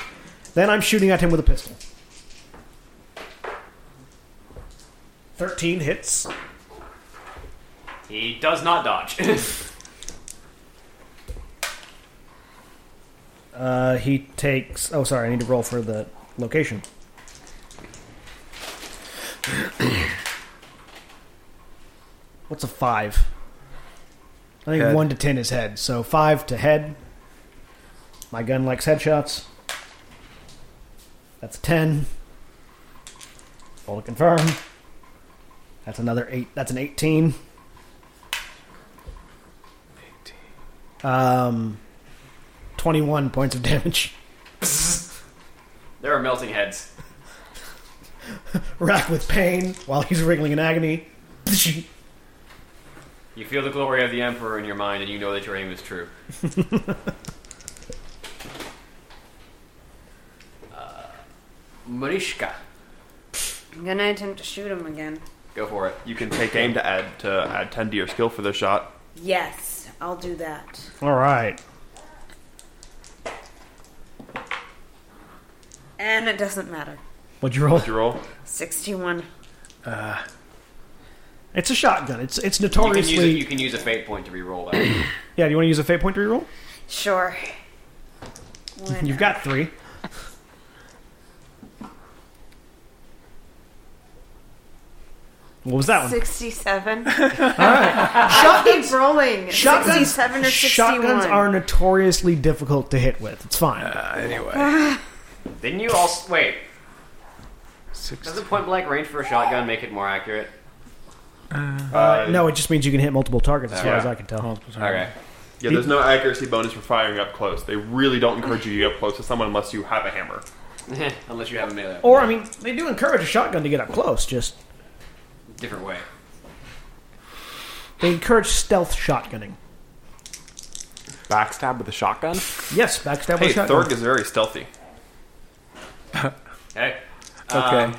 A: Then I'm shooting at him with a pistol. 13 hits.
B: He does not dodge.
A: Uh, he takes. Oh, sorry, I need to roll for the location. What's a five? I think
G: Head.
A: one to ten is head. So five to head. My gun likes headshots. That's ten. Roll to confirm. That's another eight. That's an eighteen. Um, twenty-one points of damage.
B: there are melting heads.
A: racked with pain while he's wriggling in agony.
B: You feel the glory of the Emperor in your mind, and you know that your aim is true. uh, Marishka,
F: I'm gonna attempt to shoot him again.
B: go for it.
C: you can take aim to add to add 10 to your skill for the shot.
F: Yes, I'll do that.
A: All right.
F: And it doesn't matter.
A: What'd you roll?
C: What's your roll?
F: 61.
A: It's a shotgun. It's it's
B: You can,
A: notoriously.
B: use a, you can use a fate point to reroll that.
A: yeah, do you want to use a fate point to reroll?
F: Sure. Why
A: You've
F: not?
A: got three. What was that one?
F: 67.
A: Shotguns,
F: Keep rolling.
A: Shotguns-
F: 67 or 61.
A: shotguns are notoriously difficult to hit with. It's fine.
B: Uh,
G: Oh.
B: Didn't you also wait? Doesn't point blank range for a shotgun make it more accurate?
C: Uh,
A: no, it just means you can hit multiple targets, as far
B: Yeah.
A: as I can tell.
B: Okay.
C: Yeah, there's no accuracy bonus for firing up close. They really don't encourage you to get up close to someone unless you have a hammer.
B: Unless you have a melee.
A: Or, I mean, they do encourage a shotgun to get up close. Just
B: different way.
A: they encourage stealth shotgunning.
D: Backstab with a shotgun?
A: Yes, backstab with
C: Hey,
A: a shotgun.
C: Thorg is very stealthy.
B: Hey.
G: Okay.
B: Um,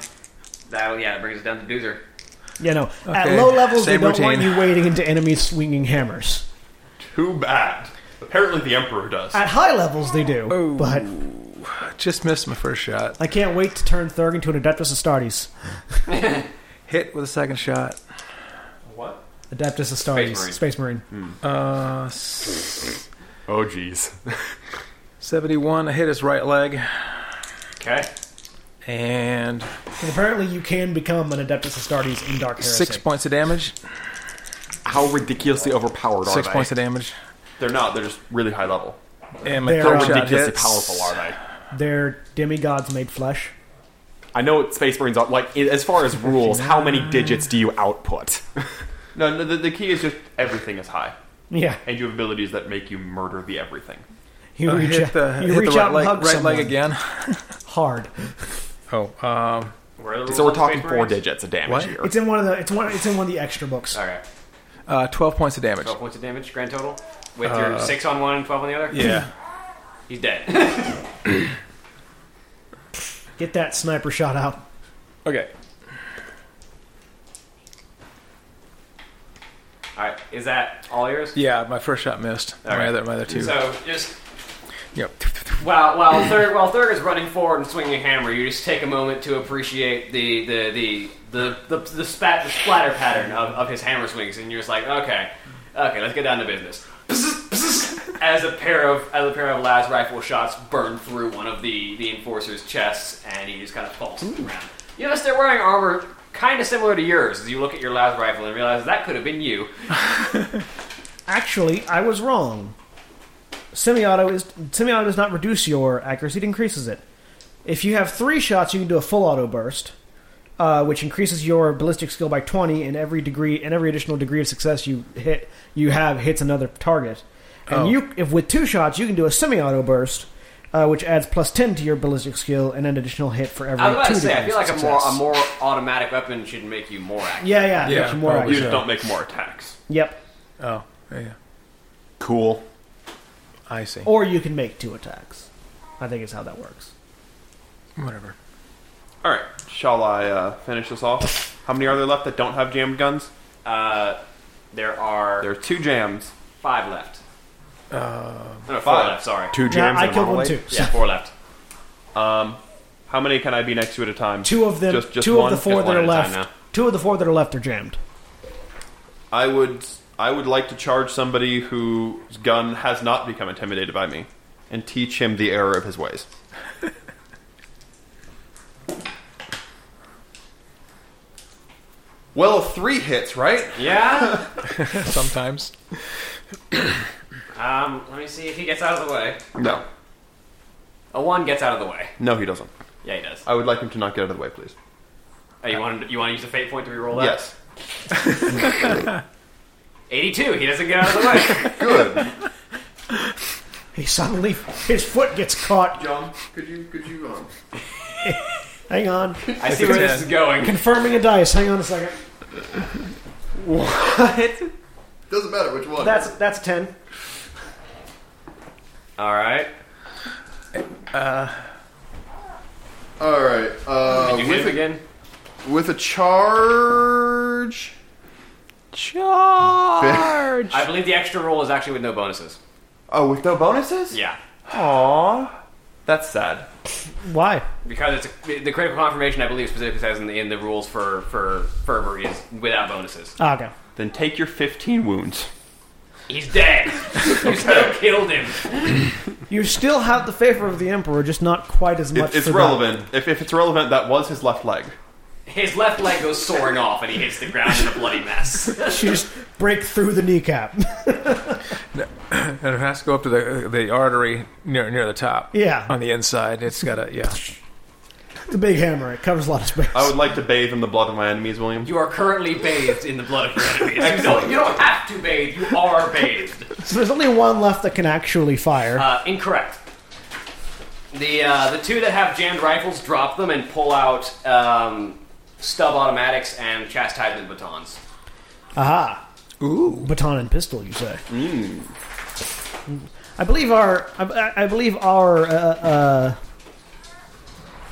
B: that yeah, that brings us down to Doozer.
A: Yeah, no. At
G: Okay,
A: low levels, they
G: same
A: don't want
G: routine.
A: you wading into enemies swinging hammers.
C: Too bad. Apparently, the Emperor does.
B: Ah.
A: At high levels, they do.
G: Ooh.
A: But
G: Just missed my first shot.
A: I can't wait to turn Thurg into an Adeptus Astartes.
G: Hit with a second shot.
B: What?
A: Adeptus Astartes.
B: Marine.
A: Space Marine.
G: Uh, s-
D: Oh, jeez.
G: 71. I hit his right leg.
B: Okay.
G: And
A: 'Cause apparently, you can become an Adeptus Astartes in Dark Heresy.
G: six points of damage.
D: How ridiculously overpowered are
G: Six
D: they?
G: points of damage.
C: They're not. They're just really high level.
G: And my
A: They're
G: third shot
D: ridiculously
G: hits.
D: powerful are they?
A: They're demigods made flesh.
D: I know what Space Marines are like. i- As far as rules, how many digits do you output?
C: No, no the, the key is just everything is high,
A: Yeah.
C: and you have abilities that make you murder the everything.
A: You
G: Uh,
A: reach,
G: hit the,
A: you
G: hit
A: reach
G: the right
A: out
G: leg,
A: and hug
G: right leg
A: someone
G: again.
A: hard.
G: Oh, um,
B: Where are the
D: so
B: rules
D: we're
B: of
D: talking
B: Space
D: four
B: Marines?
D: digits of damage
G: What?
D: here.
A: It's in one of the. It's one. It's in one of the extra books.
B: Okay.
G: uh, 12 points of damage.
B: Twelve points of damage, grand total. With your six on one and twelve on the other?
G: Yeah.
B: He's dead.
A: Get that sniper shot out.
G: Okay.
B: Alright. Is that all yours?
G: Yeah, my first shot missed. my,
B: right.
G: other, my other two.
B: So just
G: yep.
B: While while Thurg while Thurg is running forward and swinging a hammer, you just take a moment to appreciate the the the the the, the, spat, the splatter pattern of, of his hammer swings, and you're just like, okay, okay, let's get down to business. As a pair of as a pair of las rifle shots burn through one of the the enforcer's chests, and he just kind of falls to the ground. You notice they're wearing armor kind of similar to yours. As you look at your las rifle and realize that could have been you.
A: Actually, I was wrong. Semi-auto is semi-auto does not reduce your accuracy; it increases it. If you have three shots, you can do a full auto burst, uh, which increases your ballistic skill by twenty, and every degree and every additional degree of success you hit you have hits another target. And
G: Oh.
A: you, if with two shots, you can do a semi-auto burst, uh, which adds plus ten to your ballistic skill and an additional hit for every.
B: I was about
A: two
B: to say, I
A: degrees
B: feel like a
A: of
B: more a
A: success.
B: more automatic weapon should make you more accurate.
A: Yeah, yeah,
G: Yeah,
A: yeah. More
G: probably
C: You
A: accurate.
C: just don't make more attacks.
A: Yep.
G: Oh, yeah.
D: Cool.
G: I see.
A: Or you can make two attacks. I think is how that works.
G: Whatever.
C: All right, shall I uh, finish this off? How many are there left that don't have jammed guns?
B: Uh, there are
C: There are two jams.
B: five left. Uh, no, four
C: five.
B: left. Sorry,
D: Two
A: Yeah,
D: jams
A: I
D: and a
A: killed one
D: marmalade?
A: too.
B: Yeah, four left.
C: How many can I be next to at a time?
A: Two of them.
C: Just, just
A: two
C: one?
A: of the four
C: Just
A: that
C: one
A: are
C: at a time
A: left.
C: now.
A: Two of the four that are left are jammed.
C: I would. I would like to charge somebody whose gun has not become intimidated by me, and teach him the error of his ways. well, three hits, right?
B: Yeah.
G: Sometimes.
B: um, let me see if he gets out of the way.
C: No,
B: A one gets out of the way.
C: no, he doesn't.
B: Yeah, he does.
C: I would like him to not get out of the way, please.
B: Oh, you want him to- you want to use the fate point to reroll that?
C: Yes.
B: Eighty-two. He doesn't get out of the way.
C: Good.
A: He suddenly his foot gets caught.
C: John, could you could you um
A: Hang on.
B: I see where this is going.
A: Confirming a dice. Hang on a second.
C: doesn't matter which one.
A: That's that's ten.
B: All right.
C: Alright. Uh
B: Did you hit him again?
C: with a charge Charge
B: I believe the extra roll is actually with no bonuses.
C: Oh, with no bonuses?
B: Yeah.
C: Aww. That's sad.
A: Why?
B: because it's a, the critical confirmation. I believe specifically says in the, in the rules for for fervor is without bonuses.
A: Ah, okay.
C: Then take your 15 wounds.
B: He's dead. you still killed him.
A: You still have the favor of the Emperor, just not quite as
C: It-
A: much.
C: it's
A: for that.
C: relevant. If, if it's relevant, that was his left leg.
B: His left leg goes soaring off, and he hits the ground in a bloody mess.
A: You just break through the kneecap.
G: And it has to go up to the the artery near near the top.
A: Yeah.
G: on the inside, it's got a yeah.
A: the big hammer. It covers a lot of space.
C: I would like to bathe in the blood of my enemies, William.
B: You are currently bathed in the blood of your enemies. You don't, you don't have to bathe. You are bathed.
A: So there's only one left that can actually fire.
B: Uh, incorrect. The uh, the two that have jammed rifles drop them and pull out um, stub automatics and chastisement batons.
A: Aha. Ooh. Baton and pistol, you say? I believe our. I, I believe our. Uh, uh,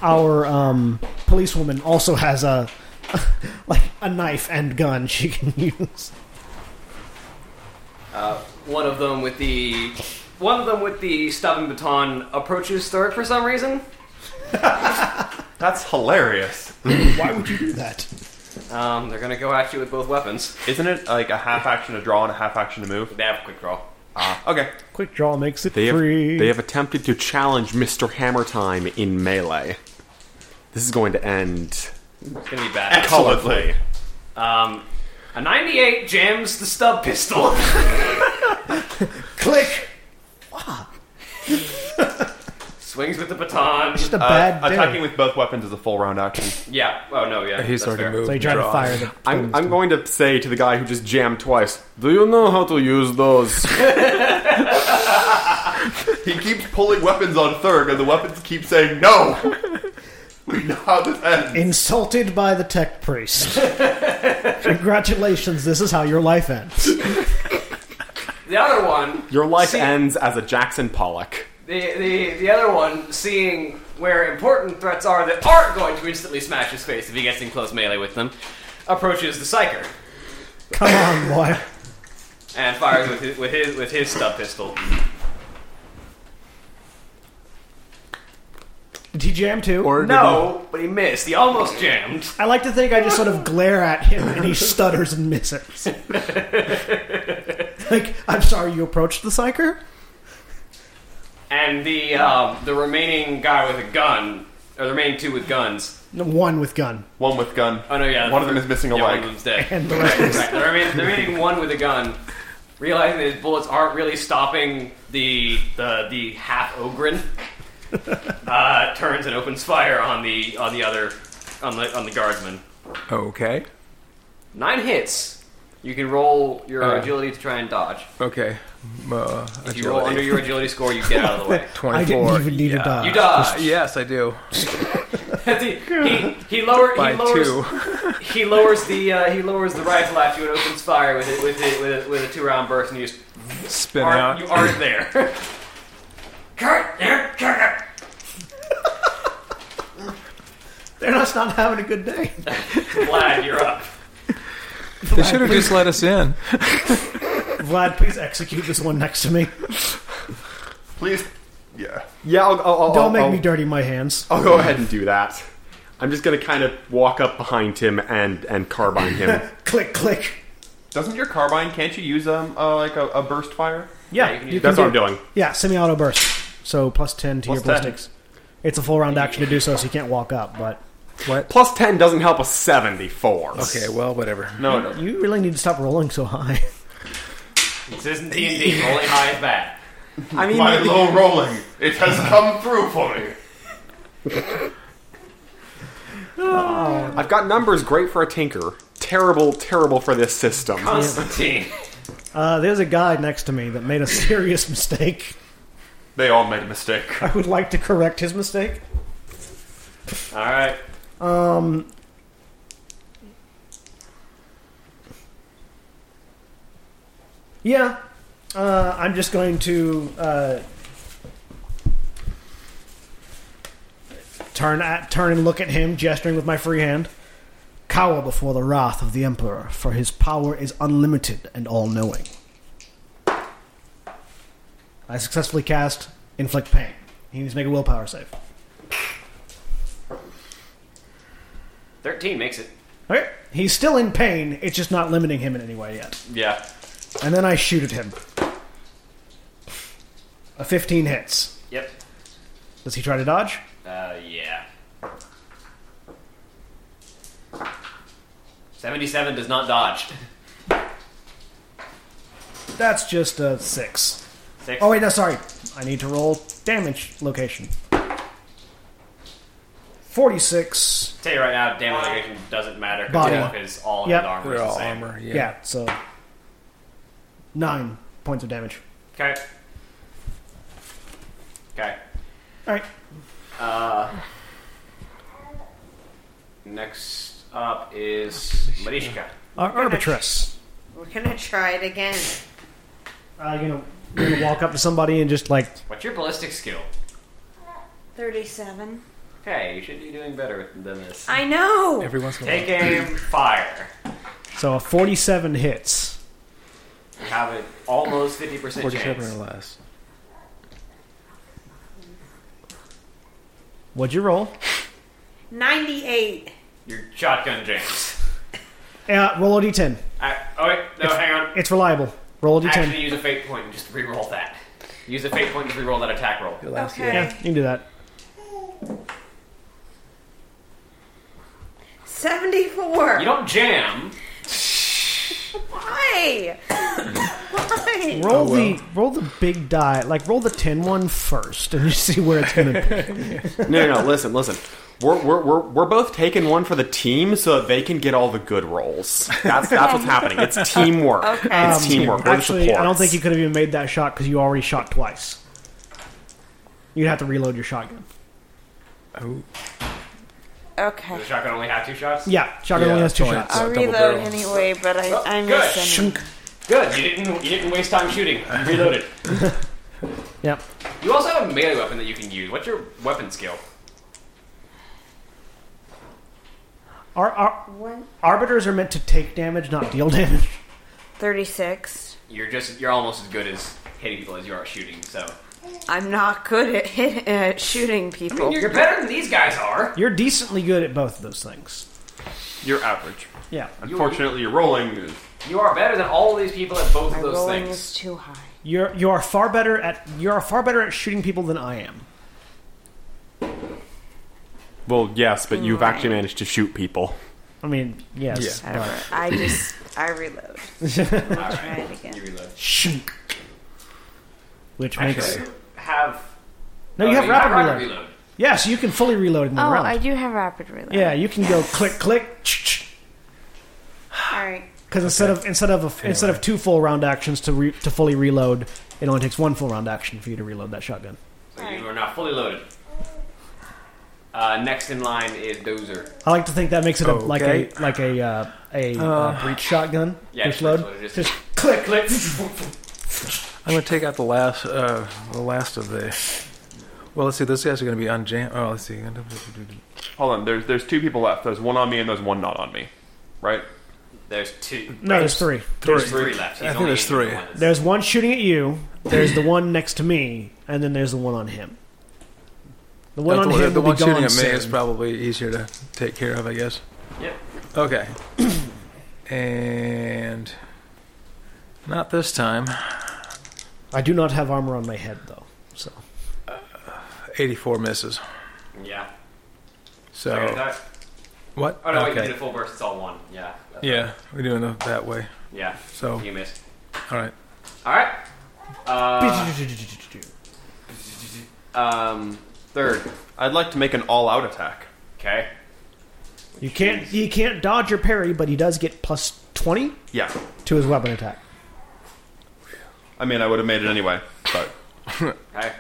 A: our um, policewoman also has a like a knife and gun she can use.
B: One of them with the one of them with the stub and baton approaches Thurk for some reason.
C: That's hilarious.
A: Why would you do that?
B: Um, they're gonna go at you with both weapons.
C: Isn't it like a half action to draw and a half action to move?
B: They have a quick draw.
C: Okay.
A: Quick draw makes it
D: They have,
A: free.
D: they have attempted to challenge Mr. Hammer Time in melee. This is going to end
B: It's gonna be bad.
C: Solidly.
B: Um, a 98 jams the stub pistol.
A: Click.
B: Swings with the baton.
A: Just a
C: Uh,
A: bad day.
C: attacking with both weapons is a full round action.
B: Yeah. Oh no. Yeah.
G: He's
B: that's
G: already
B: fair.
G: moved.
A: so you
G: and
A: try to
G: drawn.
A: fire the.
D: I'm, I'm going to say to the guy who just jammed twice, Do you know how to use those?
C: He keeps pulling weapons on Thurg, and the weapons keep saying no. we know how this ends.
A: Insulted by the tech priest. Congratulations, this is how your life ends.
B: The other one.
D: Your life
B: See-
D: ends as a Jackson Pollock.
B: The, the the other one, seeing where important threats are that aren't going to instantly smash his face if he gets in close melee with them, approaches the psyker
A: Come on, boy.
B: and fires with his with his, with his stub pistol.
A: Did he jam too?
G: Or did
B: No, but he missed. He almost jammed.
A: I like to think I just sort of glare at him and he stutters and misses. like, I'm sorry, you approached the psyker?
B: And the um, the remaining guy with a gun, or the remaining two with guns.
A: No, one with gun.
C: One with gun.
B: Oh no, yeah.
C: One of them is missing a
B: yeah, One
C: leg.
B: of them's dead.
A: And the
B: right,
A: rest is-
B: right. The, remaining, the remaining one with a gun, realizing that his bullets aren't really stopping the the, the half ogren, uh, turns and opens fire on the on the other on the on the guardsman.
G: Okay.
B: Nine hits. You can roll your
G: Uh.
B: agility to try and dodge.
G: Okay. Uh,
B: If you roll under your agility score, you get out of the way.
A: I
G: twenty-four.
A: didn't even need
G: Yeah.
A: to die.
B: You dodge.
G: Yes, I do.
B: he, he, he lower,
G: By
B: he lowers,
G: two.
B: he lowers the uh, he lowers the rifle at you and opens fire with it with it with, a- with a two round burst and you just
G: Spin
B: aren't,
G: out.
B: you aren't there. Kurt, there, Kurt.
A: They're just not having a good day.
B: Vlad, you're up.
G: They should have just let us in.
A: Vlad, please execute this one next to me.
C: Please. Yeah.
D: Yeah, I'll, I'll, I'll,
A: Don't make
D: I'll-
A: me dirty my hands.
C: Oh,
D: I'll go ahead and do that. I'm just going to kind of walk up behind him and, and carbine him.
A: Click, click.
C: Doesn't your carbine? Can't you use um uh, like a, a burst fire?
A: Yeah,
B: you can
A: you
B: use-
A: can
D: That's what I'm
A: do-
D: doing.
A: Yeah, semi-auto burst. So plus ten to your
C: 10.
A: ballistics. It's a full round action to do so, so you can't walk up. But
D: Plus 10 doesn't help a 74.
G: Okay. Well, whatever.
C: No, no.
A: you really need to stop rolling so high.
B: This isn't D and D. Rolling high is bad.
D: I mean,
C: My low rolling, it has come through for me.
D: I've got numbers great for a tinker. Terrible, terrible for this system.
B: Constantine.
A: Uh, there's a guy next to me that made a serious mistake.
C: They all made a mistake.
A: I would like to correct his mistake.
B: All right.
A: Yeah, uh, I'm just going to uh, turn at turn and look at him, gesturing with my free hand. Cower before the wrath of the emperor, for his power is unlimited and all-knowing. I successfully cast inflict pain. He needs to make a willpower save.
B: 13 makes it.
A: Okay. He's still in pain. It's just not limiting him in any way yet.
B: Yeah.
A: And then I shoot at him. A 15 hits.
B: Yep.
A: Does he try to dodge?
B: Uh, yeah. 77 does not dodge.
A: That's just a 6.
B: Six.
A: Oh, wait, no, sorry. I need to roll damage location. 46.
B: tell you right now, damage negation doesn't matter because
A: Body.
B: Wolf is all in
A: Yep.
B: armor.
G: They're
B: is the
G: all
B: same.
G: armor.
A: Yeah. so 9 points of damage.
B: Okay. Okay.
A: All right.
B: Next up is Marishka.
A: Ar- Uh, Arbitress.
F: We're gonna try it again.
A: Uh, you know, you're gonna walk up to somebody and just like
B: What's your ballistic skill?
F: Thirty-seven.
B: Okay, you should be doing better than this.
F: I know.
G: Every once in a while.
B: Take aim, fire.
A: so a 47 hits.
B: You have an almost 50%
D: Forty-seven or
B: chance.
D: less.
A: What'd you roll?
F: Ninety-eight.
B: Your shotgun, James.
A: Uh, roll a d10.
B: I, oh, wait, no, hang on.
A: It's reliable. Roll a d10.
B: Actually, use a fate point and just re-roll that. Use a fate point and just re-roll that attack roll.
F: Okay.
A: yeah, you can do that.
B: You
F: Seventy-four.
B: don't jam.
F: Why? Why?
A: Roll the roll the big die, like roll the 10 one first, and you see where it's gonna. be.
D: No, no, no. Listen, listen. We're, we're, we're, we're both taking one for the team so that they can get all the good rolls. That's, that's what's happening. It's teamwork. It's teamwork. We're the
A: Um, Actually, I don't
D: supports.
A: think you could have even made that shot because you already shot twice. You'd have to reload your shotgun.
F: Okay.
B: The shotgun only have two shots?
A: Yeah, shotgun
G: Yeah,
A: only has two
G: it's only-
A: shots.
F: I'll
G: double
F: reload
G: barrel.
F: anyway, but I, I
B: good.
F: missed him.
B: Good, you didn't, you didn't waste time shooting. Reloaded.
A: Yep.
B: You also have a melee weapon that you can use. What's your weapon skill?
A: Ar- ar-
F: What?
A: arbiters are meant to take damage, not deal damage.
F: Thirty-six.
B: You're just you're almost as good as hitting people as you are at shooting. So
F: I'm not good at hit, at shooting people.
B: you're better than these guys are.
A: You're decently good at both of those things.
C: You're average.
A: Yeah,
C: Unfortunately, your rolling is
B: You are better than all these people at both
F: My
B: of those
F: rolling
B: things.
F: is too high.
A: you're you are far better at you are far better at shooting people than I am.
D: Well, yes, but you've actually managed to shoot people.
A: I mean, yes.
F: Whatever. I just I reload. I'll try it
B: You
F: again.
B: reload.
A: Shink. Which makes
B: Actually, have
A: no. You
B: oh,
A: have rapid reload.
B: reload.
A: Yeah, so you can fully reload in one
F: Oh,
A: round.
F: I do have rapid reload.
A: yeah, you can go click click.
F: All right.
A: Because instead of instead of a, instead of two full round actions to re, to fully reload, it only takes one full round action for you to reload that shotgun.
B: So you are now fully loaded. Uh, next in line is Dozer.
A: I like to think that makes it a, like a
G: Okay.
A: like a uh, a uh, breach shotgun
B: Yeah,
A: breech
B: that's
A: load.
B: what it is.
A: Just click.
B: Click.
G: I'm going to take out the last, uh, the last of the. Well, let's see. Those guys are going to be unjam. Oh, let's see.
C: Hold on, there's there's two people left. There's one on me and there's one not on me. Right?
B: There's two.
A: No, there's three.
B: There's three left. He's
G: I think
B: only
G: there's
B: aiming
G: three.
B: for one.
A: There's one shooting at you. There's the one next to me, and then there's the one on him. The one
G: Not
A: on
G: the,
A: him
G: the
A: will
G: one
A: be gone
G: shooting at me
A: soon.
G: is probably easier to take care of, I guess.
B: Yep.
G: Okay. and not this time.
A: I do not have armor on my head though, so
G: 84 misses.
B: Yeah. Second
G: So
B: attack.
G: what?
B: Oh no, wait, you did a full burst. It's all one. Yeah. That's
G: yeah, we're doing it that way.
B: right. Yeah.
G: So
B: You missed.
G: all right.
B: All right. Uh, um, third.
C: I'd like to make an all-out attack.
B: Okay.
A: you can't you can't dodge or parry, but he does get plus twenty
C: Yeah.
A: to his weapon attack.
C: I mean, I would have made it anyway, but
B: Okay.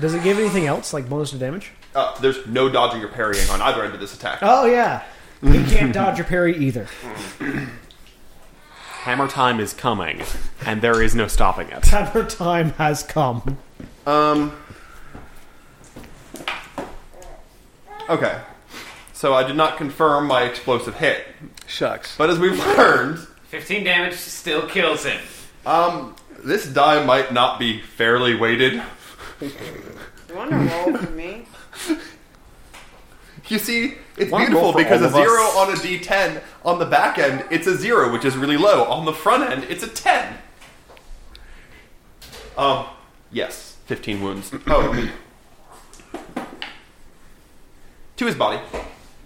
A: Does it give anything else like bonus to damage?
C: uh, there's no dodging or parrying on either end of this attack.
A: Oh yeah, he can't dodge or parry either.
D: Hammer time is coming, and there is no stopping it.
A: Hammer time has come.
C: Um. Okay. So I did not confirm my explosive hit,
G: Shucks.
C: but as we've learned,
B: 15 damage still kills him.
C: um, this die might not be fairly weighted.
F: You want to roll for me?
C: You see, it's
D: Wanna go
C: beautiful
D: for
C: because
D: all
C: a
D: of us.
C: zero on a d10 on the back end, it's a zero, which is really low. On the front end, it's a ten. Um, yes, fifteen wounds. Oh, me. to his body.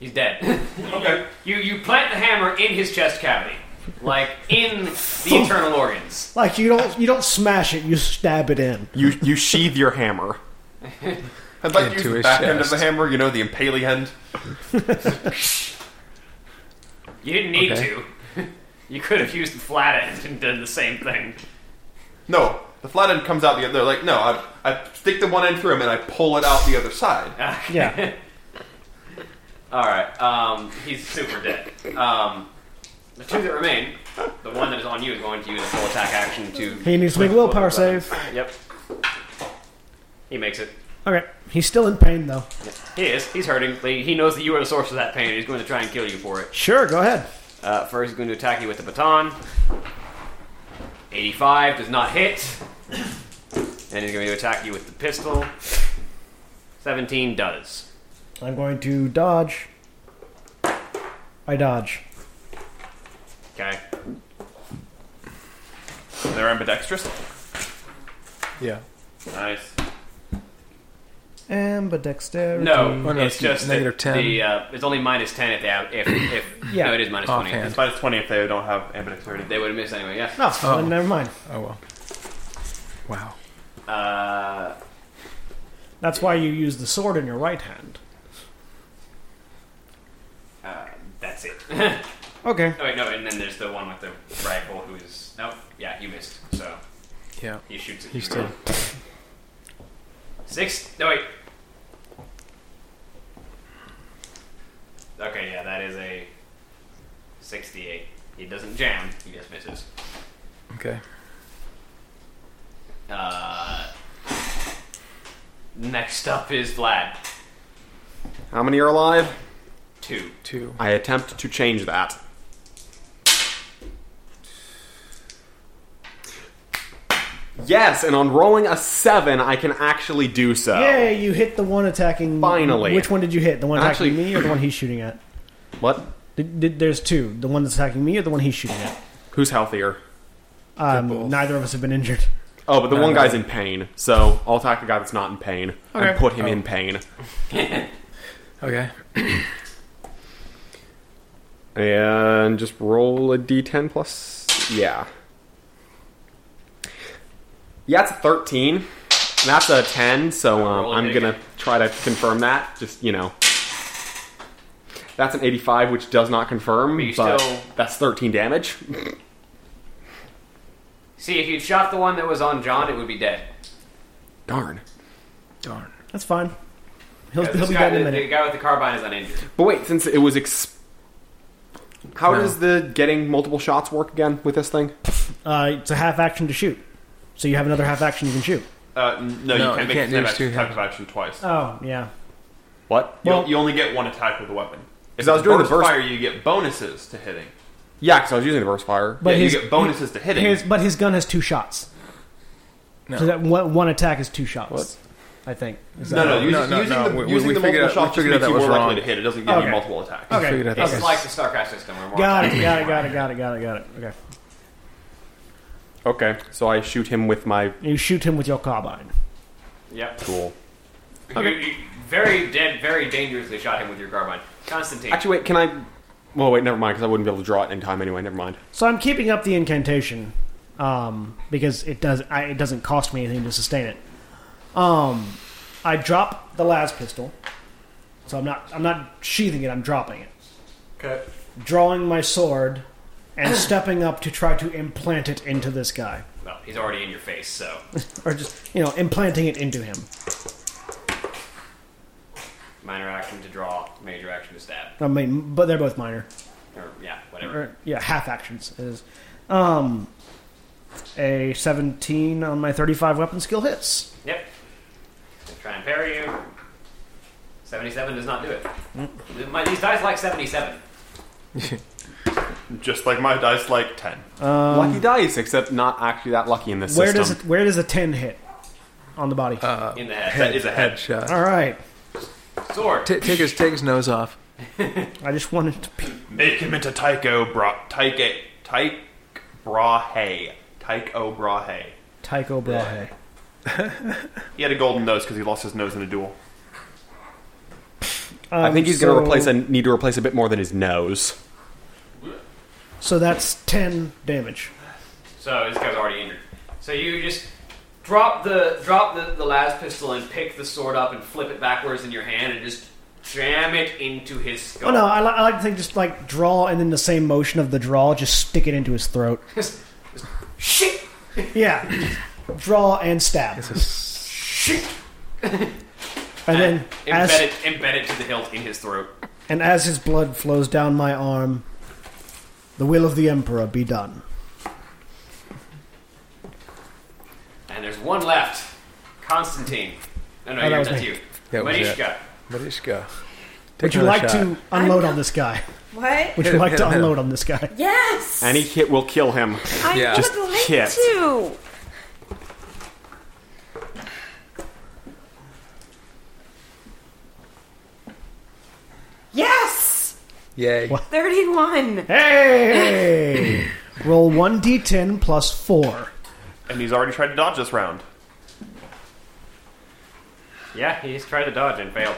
B: He's dead.
C: Okay.
B: you you plant the hammer in his chest cavity, like in the internal organs.
A: Like you don't you don't smash it, you stab it in.
D: You you sheathe your hammer.
C: I'd like to
G: Into
C: use the
G: his
C: back end of
G: chest.
C: the hammer. You know, the impaling end.
B: You didn't need
G: Okay.
B: to. You could have used the flat end and done the same thing.
C: No, the flat end comes out the other. Like no, I, I stick the one end through him and I pull it out the other side.
A: Yeah.
B: All right. Um, he's super dead. Um, the two that remain, the one that is on you is going to use a full attack action to.
A: He needs to make a willpower save.
B: Yep. He makes it.
A: Okay. He's still in pain though.
B: He is. He's hurting. He he knows that you are the source of that pain. and He's going to try and kill you for it.
A: Sure, go ahead.
B: Uh, first, he's going to attack you with the baton. 85 does not hit. And he's going to attack you with the pistol. 17 does.
A: I'm going to dodge. I dodge.
B: Okay.
C: They're ambidextrous.
G: Yeah.
B: Nice.
A: Ambidexterity.
B: No,
G: Oh, no,
B: it's
G: it's
B: just
G: negative
B: that
G: 10.
B: The, uh, it's only minus 10 if they have. If, if,
A: Yeah.
B: No, it is minus 20.
G: Offhand.
C: It's minus twenty if they don't have ambidexterity.
B: They would have missed anyway, yeah.
A: No, then never mind.
G: Oh well. Wow.
B: Uh,
A: That's why you use the sword in your right hand.
B: uh, that's it.
A: Okay.
B: Oh, wait, no, and then there's the one with the rifle who is. Nope. Yeah, you missed. So
G: Yeah.
B: he shoots at
G: He's
B: you.
G: still.
B: Six? No, wait. Okay, yeah, that is a 68. He doesn't jam, he just misses.
G: Okay.
B: Uh, next up is Vlad.
D: How many are alive?
B: Two.
G: Two.
D: I attempt to change that. Yes, and on rolling a seven, I can actually do so.
A: Yay, you hit the one attacking.
D: Finally.
A: Which one did you hit? The one attacking
D: Actually-
A: me or the one he's shooting at?
D: What?
A: Did, did, there's two. The one that's attacking me or the one he's shooting at?
D: Who's healthier?
A: Um,
G: both.
A: neither of us have been injured.
D: Oh, but the
G: No,
D: one
G: no.
D: guy's in pain, so I'll attack the guy that's not in pain
A: Okay.
D: and put him in pain.
G: Okay.
D: And just roll a d10 plus. Yeah. Yeah, it's a 13. And that's a 10, so um,
B: roll it
D: I'm
B: again.
D: going to try to confirm that. Just, you know. That's an 85, which does not confirm,
B: But you
D: but
B: still-
D: that's 13 damage.
B: See, if you'd shot the one that was on John, it would be dead.
D: Darn.
G: Darn.
A: That's fine. He'll,
B: Yeah,
A: he'll
B: this
A: be
B: guy,
A: back in a
B: the, the
A: minute.
B: guy with the carbine is uninjured.
D: But wait, since it was. Exp- How
G: No.
D: does the getting multiple shots work again with this thing?
A: Uh, it's a half action to shoot. So you have another half action you can shoot.
C: Uh, n- no,
G: No,
C: you
G: you
C: can't make
G: can't
C: the same
G: use two
C: action- type
G: hands.
C: of action twice.
A: Oh, yeah.
D: What?
C: You-
A: Well-
C: you, only get one attack with a weapon. If
D: I was
C: it's
D: doing the
C: burst
D: burst-
C: fire, you get bonuses to hitting.
D: Yeah, because I was using the burst fire.
A: But
C: yeah,
A: his,
C: you get bonuses to hitting.
A: his- but his gun has two shots.
G: No.
A: So that one, one attack is two shots. I think. Is that
C: no, no,
G: No,
C: using,
G: no,
C: using
G: no,
C: the,
G: we- we-
C: using
G: we
C: the
G: figured
C: multiple
G: out-
C: shots
G: we
C: just
G: figured out
C: makes
G: that
C: you
G: was
C: more
G: wrong.
C: likely to hit. It doesn't give
A: Okay.
C: you multiple attacks.
A: Okay.
G: Figured out that
B: It's
A: okay.
B: like the StarCraft system. Where more
A: Got it, got it, got it, got it, got it, got it. Okay.
D: Okay, so I shoot him with my
A: You shoot him with your carbine.
B: Yep.
D: tool.
B: You, you very dead, very dangerously shot him with your carbine. Constantine.
D: Actually, wait, can I? Well, wait, never mind, because I wouldn't be able to draw it in time anyway. Never mind.
A: So I'm keeping up the incantation um, because it does. I, it doesn't cost me anything to sustain it. Um, I drop the las pistol, so I'm not. I'm not sheathing it. I'm dropping it.
G: Okay.
A: Drawing my sword and stepping up to try to implant it into this guy,
B: well, he's already in your face, so
A: or just you know implanting it into him.
B: minor action to draw, major action to stab,
A: I mean, but they're both minor.
B: or yeah, whatever.
A: Or, yeah, half actions it is. Um, a 17 on my 35 weapon skill hits.
B: Yep. Try and parry you. Seventy-seven does not do it.
A: Mm.
B: My, these dice like seventy-seven.
C: Just like my dice, like ten.
D: lucky dice, except not actually that lucky in this
A: Where
D: system.
A: does it, where does a ten hit? on the body.
B: in the head. That is a head.
G: Headshot.
A: All right.
B: Sword.
G: Ta take his take his nose off.
A: I just wanted to be.
C: Make him into Tycho Bra Tyke Tyke Brahe. Tycho Brahe.
A: Tycho Brahe.
C: He had a golden nose because he lost his nose in a duel.
D: I think he's going
A: so-
D: to replace and need to replace a bit more than his nose.
A: So that's 10 damage.
B: So this guy's already injured. So you just drop the drop the, the las pistol and pick the sword up and flip it backwards in your hand and just jam it into his skull.
A: Oh no, I, li- I like to think just like draw and then the same motion of the draw, just stick it into his throat.
B: Just- just- shit.
A: Yeah. draw and stab. and then
B: Embed
A: as,
B: it, embed it to the hilt in his throat.
A: and as his blood flows down my arm, the will of the Emperor be done.
B: And there's one left. Constantine. No, no,
A: Oh, that
B: you're,
A: was
B: that's
A: me.
B: you.
G: That was it.
B: Manishka.
G: Mariska.
A: Would you like to unload on this guy?
F: What?
A: Would
G: Hit
A: you
G: him,
A: like
G: hit
A: to
G: him, hit
A: unload on this guy?
F: Yes.
D: Any hit will kill him.
F: I
G: Yeah.
F: would
G: Just
F: like
D: hit.
F: to. Yes.
G: Yay.
A: What?
F: Thirty-one.
A: Hey! Roll 1d10 plus 4.
C: And he's already tried to dodge this round.
B: Yeah, he's tried to dodge and failed.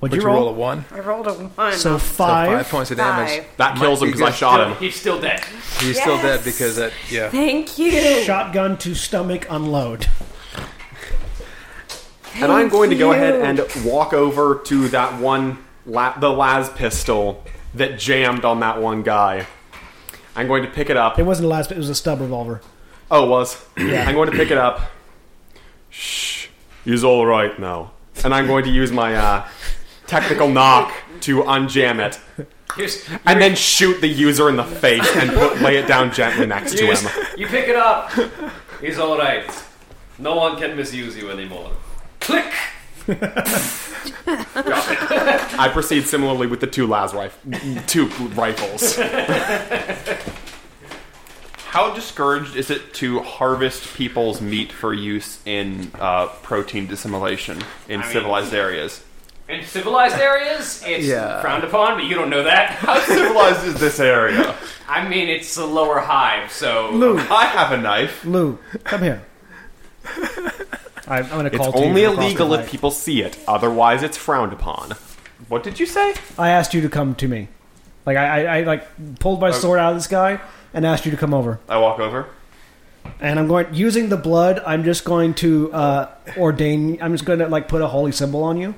A: Would
G: Would
A: you
G: you roll a
A: roll?
G: one?
F: I rolled a one.
A: So
G: So
A: five.
G: points of damage.
F: Five.
D: That kills him because I
G: Might be
D: shot him.
B: He's still dead.
G: He's still
F: Yes.
G: dead because that. Yeah.
F: Thank you.
A: Shotgun to stomach unload.
D: And I'm going to go
F: Thank
D: ahead
F: you.
D: and walk over to that one, la- the las pistol that jammed on that one guy. I'm going to pick it up.
A: It wasn't a last, but it was a stub revolver.
D: Oh, it was. I'm going to pick it up. Shh. He's all right now. And I'm going to use my uh, technical knock to unjam it.
B: Here's, you
D: And then shoot the user in the face and put, lay it down gently next to
B: just-
D: him.
B: you pick it up. He's all right. No one can misuse you anymore. Click.
D: I proceed similarly with the two las rif- two rifles.
C: How discouraged is it to harvest people's meat for use in uh, protein dissimulation in
B: I mean-
C: civilized areas?
B: In civilized areas, it's
G: Yeah.
B: frowned upon, but you don't know that.
C: How civilized is this area?
B: I mean, it's a lower hive, so
A: Lou,
C: I have a knife.
A: Lou, come here. I, I'm going to
D: It's
A: call. to you
D: only
A: from across
D: illegal
A: the
D: if
A: mic.
D: people see it, otherwise, it's frowned upon.
C: What did you say?
A: I asked you to come to me. Like I, I, I like pulled my sword out of this guy and asked you to come over.
C: I walk over.
A: And I'm going using the blood. I'm just going to uh, ordain. I'm just going to like put a holy symbol on you.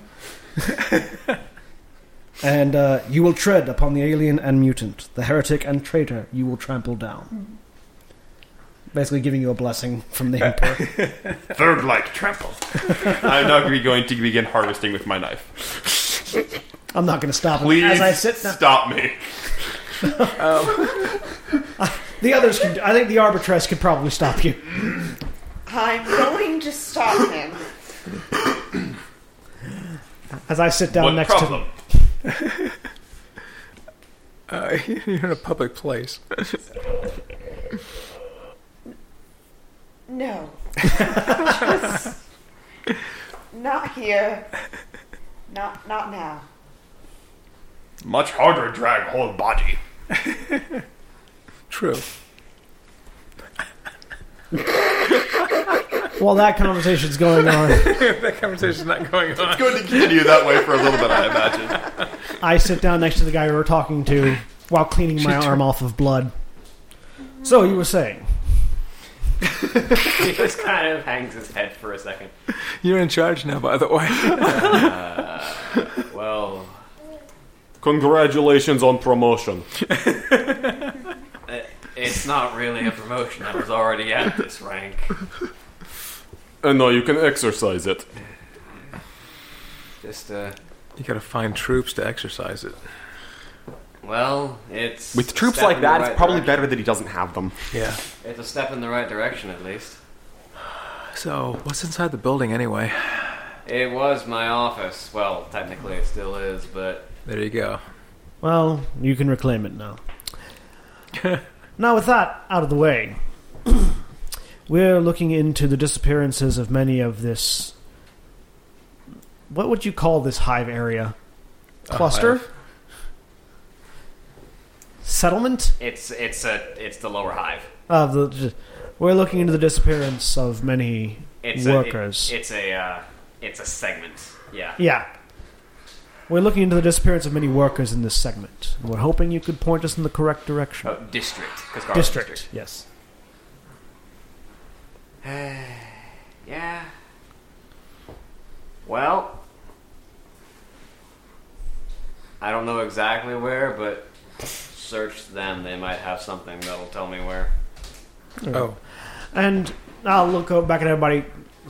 A: and uh, you will tread upon the alien and mutant, the heretic and traitor. You will trample down. Basically, giving you a blessing from the emperor.
E: Third like trample.
C: I'm not gonna be going to begin harvesting with my knife.
A: I'm not going to stop him
C: Please
A: as I sit. down.
C: stop me.
A: The others, can, I think, the arbitress could probably stop you.
F: I'm going to stop him.
A: As I sit down
C: What
A: next
C: problem?
A: to
G: Uh, you're in a public place.
F: No. Just not here. Not not now.
E: Much harder drag whole body.
G: True.
A: while that conversation's going on.
G: that conversation's not going on.
C: Going to continue that way for a little bit, I imagine.
A: I sit down next to the guy we were talking to while cleaning my arm off of blood. So you were saying,
B: he just kind of hangs his head for a second.
G: You're in charge now, by the way.
B: Well,
D: Congratulations on promotion.
B: it's not really a promotion. I was already at this rank.
D: And now you can exercise it.
B: Just, uh,
G: You gotta find troops to exercise it.
B: well, it's.
D: With
B: a
D: troops
B: step
D: like
B: in the
D: that, it's
B: right
D: probably
B: direction.
D: better that he doesn't have them.
G: Yeah.
B: It's a step in the right direction, at least.
G: So, what's inside the building anyway?
B: It was my office. Well, technically it still is, but
G: There you go.
A: well, you can reclaim it now. now, with that out of the way, We're looking into the disappearances of many of this. What would you call this hive area? Cluster? Settlement?
B: It's it's a it's the lower hive.
A: Of the, we're looking into the disappearance of many
B: It's
A: workers.
B: A, it- it's a uh, it's a segment. Yeah.
A: Yeah. We're looking into the disappearance of many workers in this segment. We're hoping you could point us in the correct direction.
B: Oh, district. 'cause Garland's
A: Uh, district. yes.
B: Yeah. Well, I don't know exactly where, but search them. They might have something that'll tell me where.
G: Oh,
A: And I'll look o- back at everybody.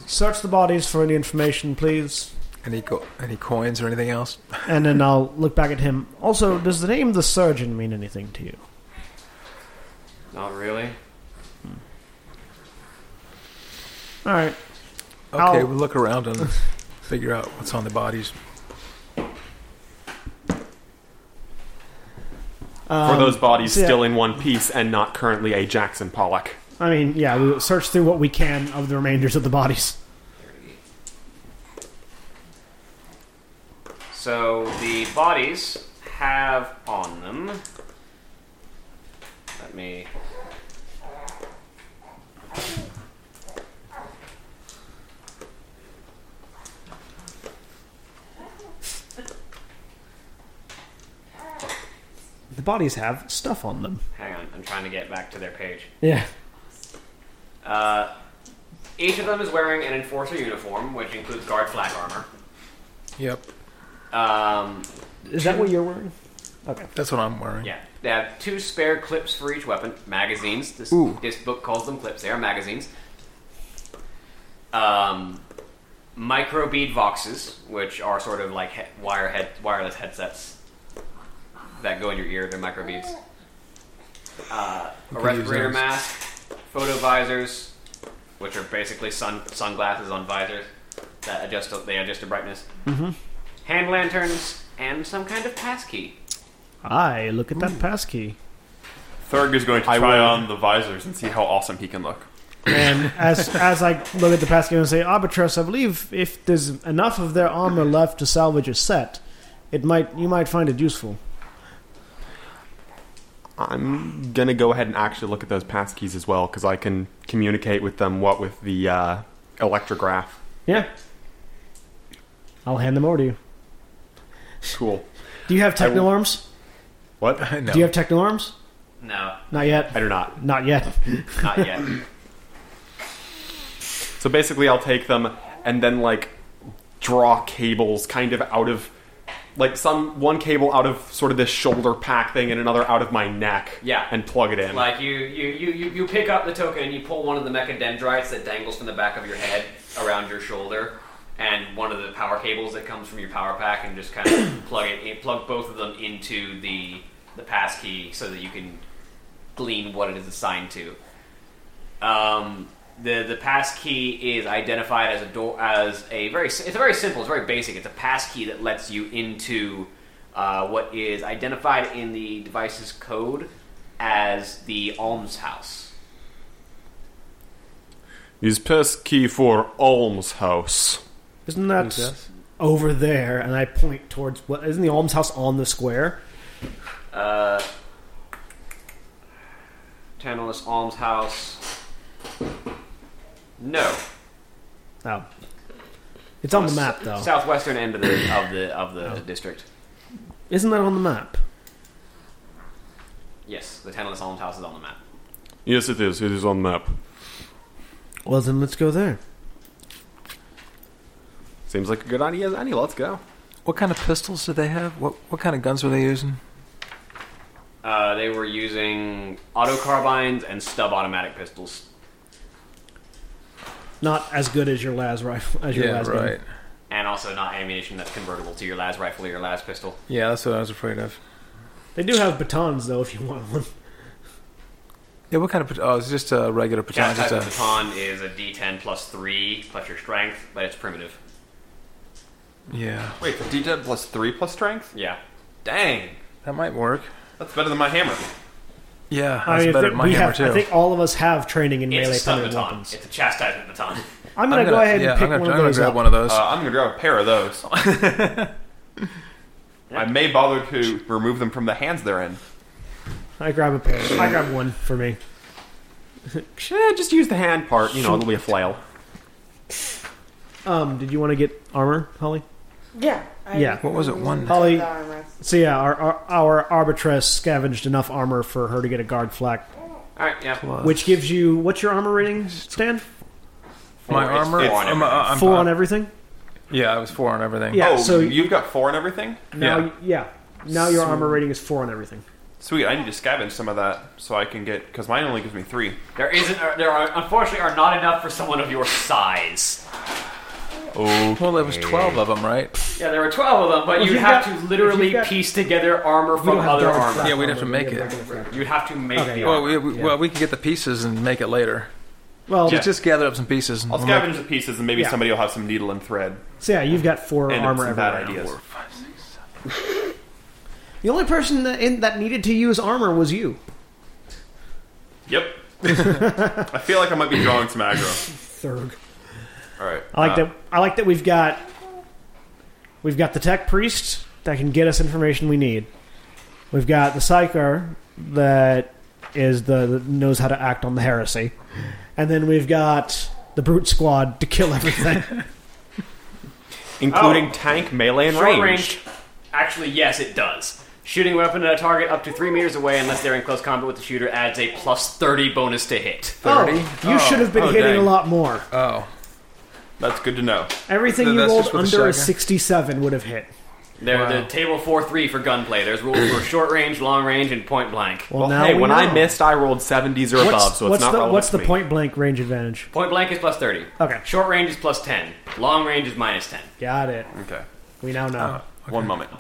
A: Search the bodies for any information, please.
G: any co- any coins or anything else?
A: And then I'll look back at him. Also, does the name the surgeon mean anything to you?
B: Not really.
A: All right.
G: Okay,
A: I'll-
G: we'll look around and figure out what's on the bodies.
D: For those bodies
A: so yeah.
D: still in one piece and not currently a Jackson Pollock.
A: I mean, yeah, we will search through what we can of the remainders of the bodies.
B: So the bodies have on them. Let me.
A: The bodies have stuff on them.
B: Hang on. I'm trying to get back to their page.
A: Yeah.
B: Uh, each of them is wearing an enforcer uniform, which includes guard flag armor.
G: Yep,
B: Um,
A: Is that what you're wearing?
G: that's what I'm wearing.
B: Yeah, they have two spare clips for each weapon, magazines. This,
G: Ooh.
B: this book calls them clips. They are magazines. Um, micro bead voxes, which are sort of like he- wire head, wireless headsets that go in your ear. They're micro beads. Uh, a
G: could use
B: respirator
G: those.
B: mask, photo visors, which are basically sun sunglasses on visors that adjust. They adjust to brightness.
G: Mm-hmm.
B: Hand lanterns and some kind of passkey.
A: I look at that pass key.
C: Thurg is going to
D: I
C: try
D: will-
C: on the visors and see how awesome he can look.
A: And as as I look at the pass game and say, Arbitros, I believe if there's enough of their armor left to salvage a set, it might you might find it useful.
D: I'm gonna go ahead and actually look at those pass keys as well because I can communicate with them. What with the uh, electrograph?
A: Yeah. I'll hand them over to you.
D: Cool.
A: Do you have techno arms?
D: What?
G: No.
A: Do you have techno arms?
B: No,
A: Not yet.
D: I do not.
A: Not yet.
B: not yet.
D: So basically, I'll take them and then like draw cables kind of out of like some one cable out of sort of this shoulder pack thing and another out of my neck.
B: Yeah.
D: And plug it in.
B: Like you, you, you, you, you pick up the token and you pull one of the mechadendrites that dangles from the back of your head around your shoulder, and one of the power cables that comes from your power pack, and just kind of plug it, you plug both of them into the the pass key so that you can glean what it is assigned to. Um, the the pass key is identified as a door as a very si- it's a very simple it's very basic it's a pass key that lets you into uh, what is identified in the device's code as the almshouse.
D: Use pass key for almshouse.
A: Isn't that over there? And I point towards what isn't the almshouse on the square?
B: Tantalus almshouse. No,
A: Oh. It's on the map though. Oh.
B: southwestern end of the of the of the district.
A: Isn't that on the map?
B: Yes, the Tantalus almshouse is on the map.
D: Yes, it is. It is on map.
A: Well then let's go there.
D: Seems like a good idea as any. Let's go.
G: What kind of pistols did they have? What what kind of guns were they using?
B: Uh, they were using auto carbines and stub automatic pistols.
A: Not as good as your las rifle as your las gun.
B: And also not ammunition that's convertible to your las rifle or your las pistol.
G: Yeah, that's what I was afraid of.
A: They do have batons though if you want one.
G: Yeah, what kind of? pat- Oh, it's just a regular
B: Cat
G: baton.
B: type
G: Just
B: of
G: a,
D: uh,
B: baton is a D10 plus three plus your strength, but it's primitive.
G: yeah,
C: Wait, the D10 plus 3 plus strength?
B: Yeah. Dang.
G: that might work.
C: That's better than my hammer.
G: Yeah,
A: I
G: that's
A: mean,
G: better
A: if
G: than my
A: we
G: hammer
A: have,
G: too.
A: I Oh, think all of us have training in
B: It's a
A: melee
B: stun
A: thundered
B: baton.
A: weapons.
B: It's a chastisement baton.
A: I'm gonna, go ahead and
G: yeah,
A: pick
G: I'm gonna,
A: one of
G: I'm gonna
A: those
G: grab
A: up.
G: one of those.
C: Uh, I'm gonna grab a pair of those. I may bother to remove them from the hands they're in.
A: I grab a pair. I grab one for me.
D: Eh, just use the hand part. You know, it'll be a flail.
A: Um, did you want to get armor, Holly?
F: Yeah. I
A: Yeah.
G: What was it? One.
A: Holly.
F: The armor.
A: So yeah, our our, our arbitress scavenged enough armor for her to get a guard flak,
B: All right, yeah.
A: which gives you what's your armor rating, Stan?
C: Four.
G: my
C: It's-
G: armor.
C: it's-
G: I'm, uh, I'm,
A: Full on everything.
G: Yeah, I was four on everything.
A: Yeah.
C: Oh,
A: so
C: you've got four and everything?
A: now, yeah. Now your armor rating is four on everything.
C: Sweet, I need to scavenge some of that so I can get because mine only gives me three.
B: There isn't. uh, There are unfortunately are not enough for someone of your size.
A: Oh,
G: Well, there was twelve of them, right?
B: Yeah, there are twelve of them, but you'd
A: you've
B: have
A: got-
B: to literally
A: if you've got-
B: piece together armor
A: We
B: from
A: don't have
B: other
A: guard
B: armor.
A: flak
G: Yeah, we'd have
A: armor,
G: to
A: we
G: make it.
A: regular flak.
B: You'd have to make
A: Okay.
B: the
G: Well,
B: armor.
G: we, we, well, we could get the pieces and make it later.
A: Well,
C: Yeah.
G: Let's just gather up some pieces. And
C: I'll
G: we'll make-
C: scavenge the pieces and maybe
A: Yeah.
C: somebody will have some needle and thread.
A: so yeah, you've got four
C: And
A: armor
C: some
A: everywhere.
C: bad
A: now.
C: ideas.
A: The only person that, in, that needed to use armor was you.
C: Yep. I feel like I might be drawing some aggro.
A: Third.
C: All right.
A: I like
C: uh,
A: that. I like that we've got we've got the tech priest that can get us information we need. We've got the psyker that is the that knows how to act on the heresy, and then we've got the brute squad to kill everything.
D: including
B: Oh.
D: tank, melee, and
B: Short
D: range.
B: range. Actually, yes, it does. Shooting a weapon at a target up to three meters away, unless they're in close combat with the shooter, adds a plus thirty bonus to hit.
A: Thirty. you should have been
C: Oh,
A: hitting a
C: dang.
A: lot more.
G: Oh,
C: That's good to know.
A: Everything
G: Th-
A: you
G: that's
A: rolled
G: just with the
A: under a
G: shotgun.
A: sixty-seven would have hit.
B: They're the table four three for gunplay. There's rules for short range, long range, and point blank.
A: Well,
D: Well,
A: now
D: hey,
A: we
D: when I
A: know.
D: missed, I rolled 70s or above,
A: what's,
D: so it's
A: what's
D: not
A: the
D: relevant
A: what's
D: to
A: the
D: me.
A: point blank range advantage?
B: Point blank is plus thirty.
A: Okay.
B: Short range is plus ten. Long range is minus ten.
A: Got it.
C: Okay.
A: We now know.
C: One moment.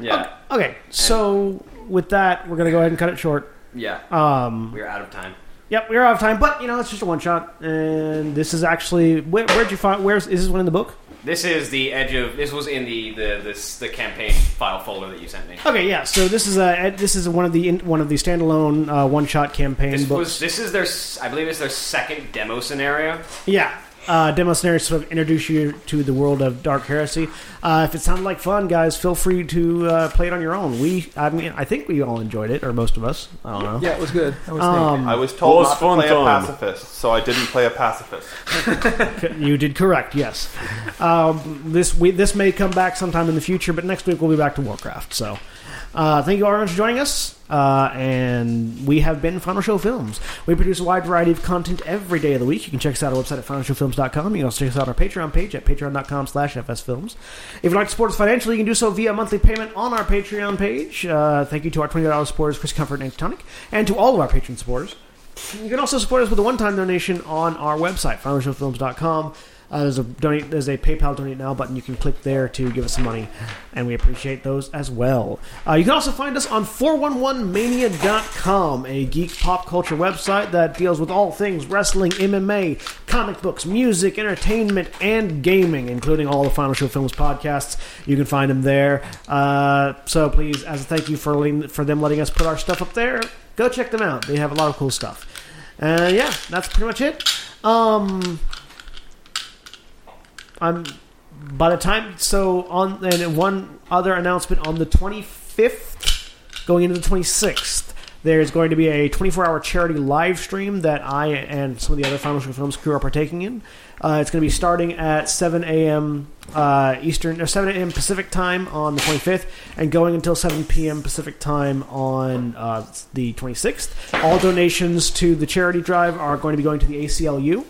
B: Yeah.
A: Okay, so with that, we're gonna go ahead and cut it short.
B: Yeah.
A: Um,
B: We're out of time.
A: Yep, we're out of time, but you know it's just a one shot, and this is actually where, where'd you find? Where's is this one in the book?
B: This is the edge of. This was in the the this the campaign file folder that you sent me.
A: Okay, yeah. So this is a this is one of the in- one of the standalone uh, one shot campaign
B: This
A: books.
B: was this is their s- I believe it's their second demo scenario.
A: Yeah. Uh, demo scenarios sort of introduce you to the world of Dark Heresy. Uh, if it sounded like fun, guys, feel free to uh, play it on your own. We, I mean, I think we all enjoyed it, or most of us. I don't know.
G: yeah, it was good. That was
C: I was told
D: was
C: not to
D: fun
C: play
D: time.
C: a pacifist, so I didn't play a pacifist.
A: You did correct. Yes. Um, this we, this may come back sometime in the future, but next week we'll be back to Warcraft. So, uh, thank you all very much for joining us. Uh, and we have been Final Show Films. We produce a wide variety of content every day of the week. You can check us out on our website at finalshowfilms.com. You can also check us out on our Patreon page at patreon.com slash fsfilms. If you'd like to support us financially, you can do so via monthly payment on our Patreon page. Uh, thank you to our $20 supporters, Chris Comfort and Tonic, and to all of our Patreon supporters. You can also support us with a one-time donation on our website, finalshowfilms.com. Uh, there's a donate, there's a PayPal donate now button you can click there to give us some money, and we appreciate those as well. Uh, you can also find us on 411mania.com, a geek pop culture website that deals with all things wrestling, MMA, comic books, music, entertainment, and gaming, including all the Final Show Films podcasts. You can find them there. Uh, so please, as a thank you for letting, for them letting us put our stuff up there, go check them out. They have a lot of cool stuff. And yeah, that's pretty much it. Um, I'm by the time so on and one other announcement on the 25th, going into the 26th, there's going to be a 24-hour charity live stream that I and some of the other Final Show Films crew are partaking in. Uh, it's going to be starting at 7 a.m. Uh, Eastern or 7 a.m. Pacific time on the 25th, and going until 7 p.m. Pacific time on uh, the 26th. All donations to the charity drive are going to be going to the ACLU.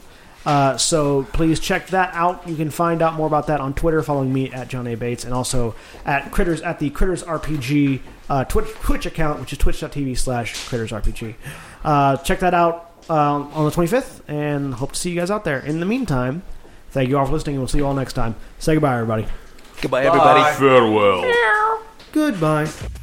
A: Uh, so please check that out. You can find out more about that on Twitter, following me at John A Bates, and also at Critters at the Critters RPG uh, Twitch Twitch account, which is twitch.tv slash Critters RPG. Uh, check that out uh, on the 25th, and hope to see you guys out there. In the meantime, thank you all for listening, and we'll see you all next time. Say goodbye, everybody.
G: Goodbye, everybody.
A: Goodbye.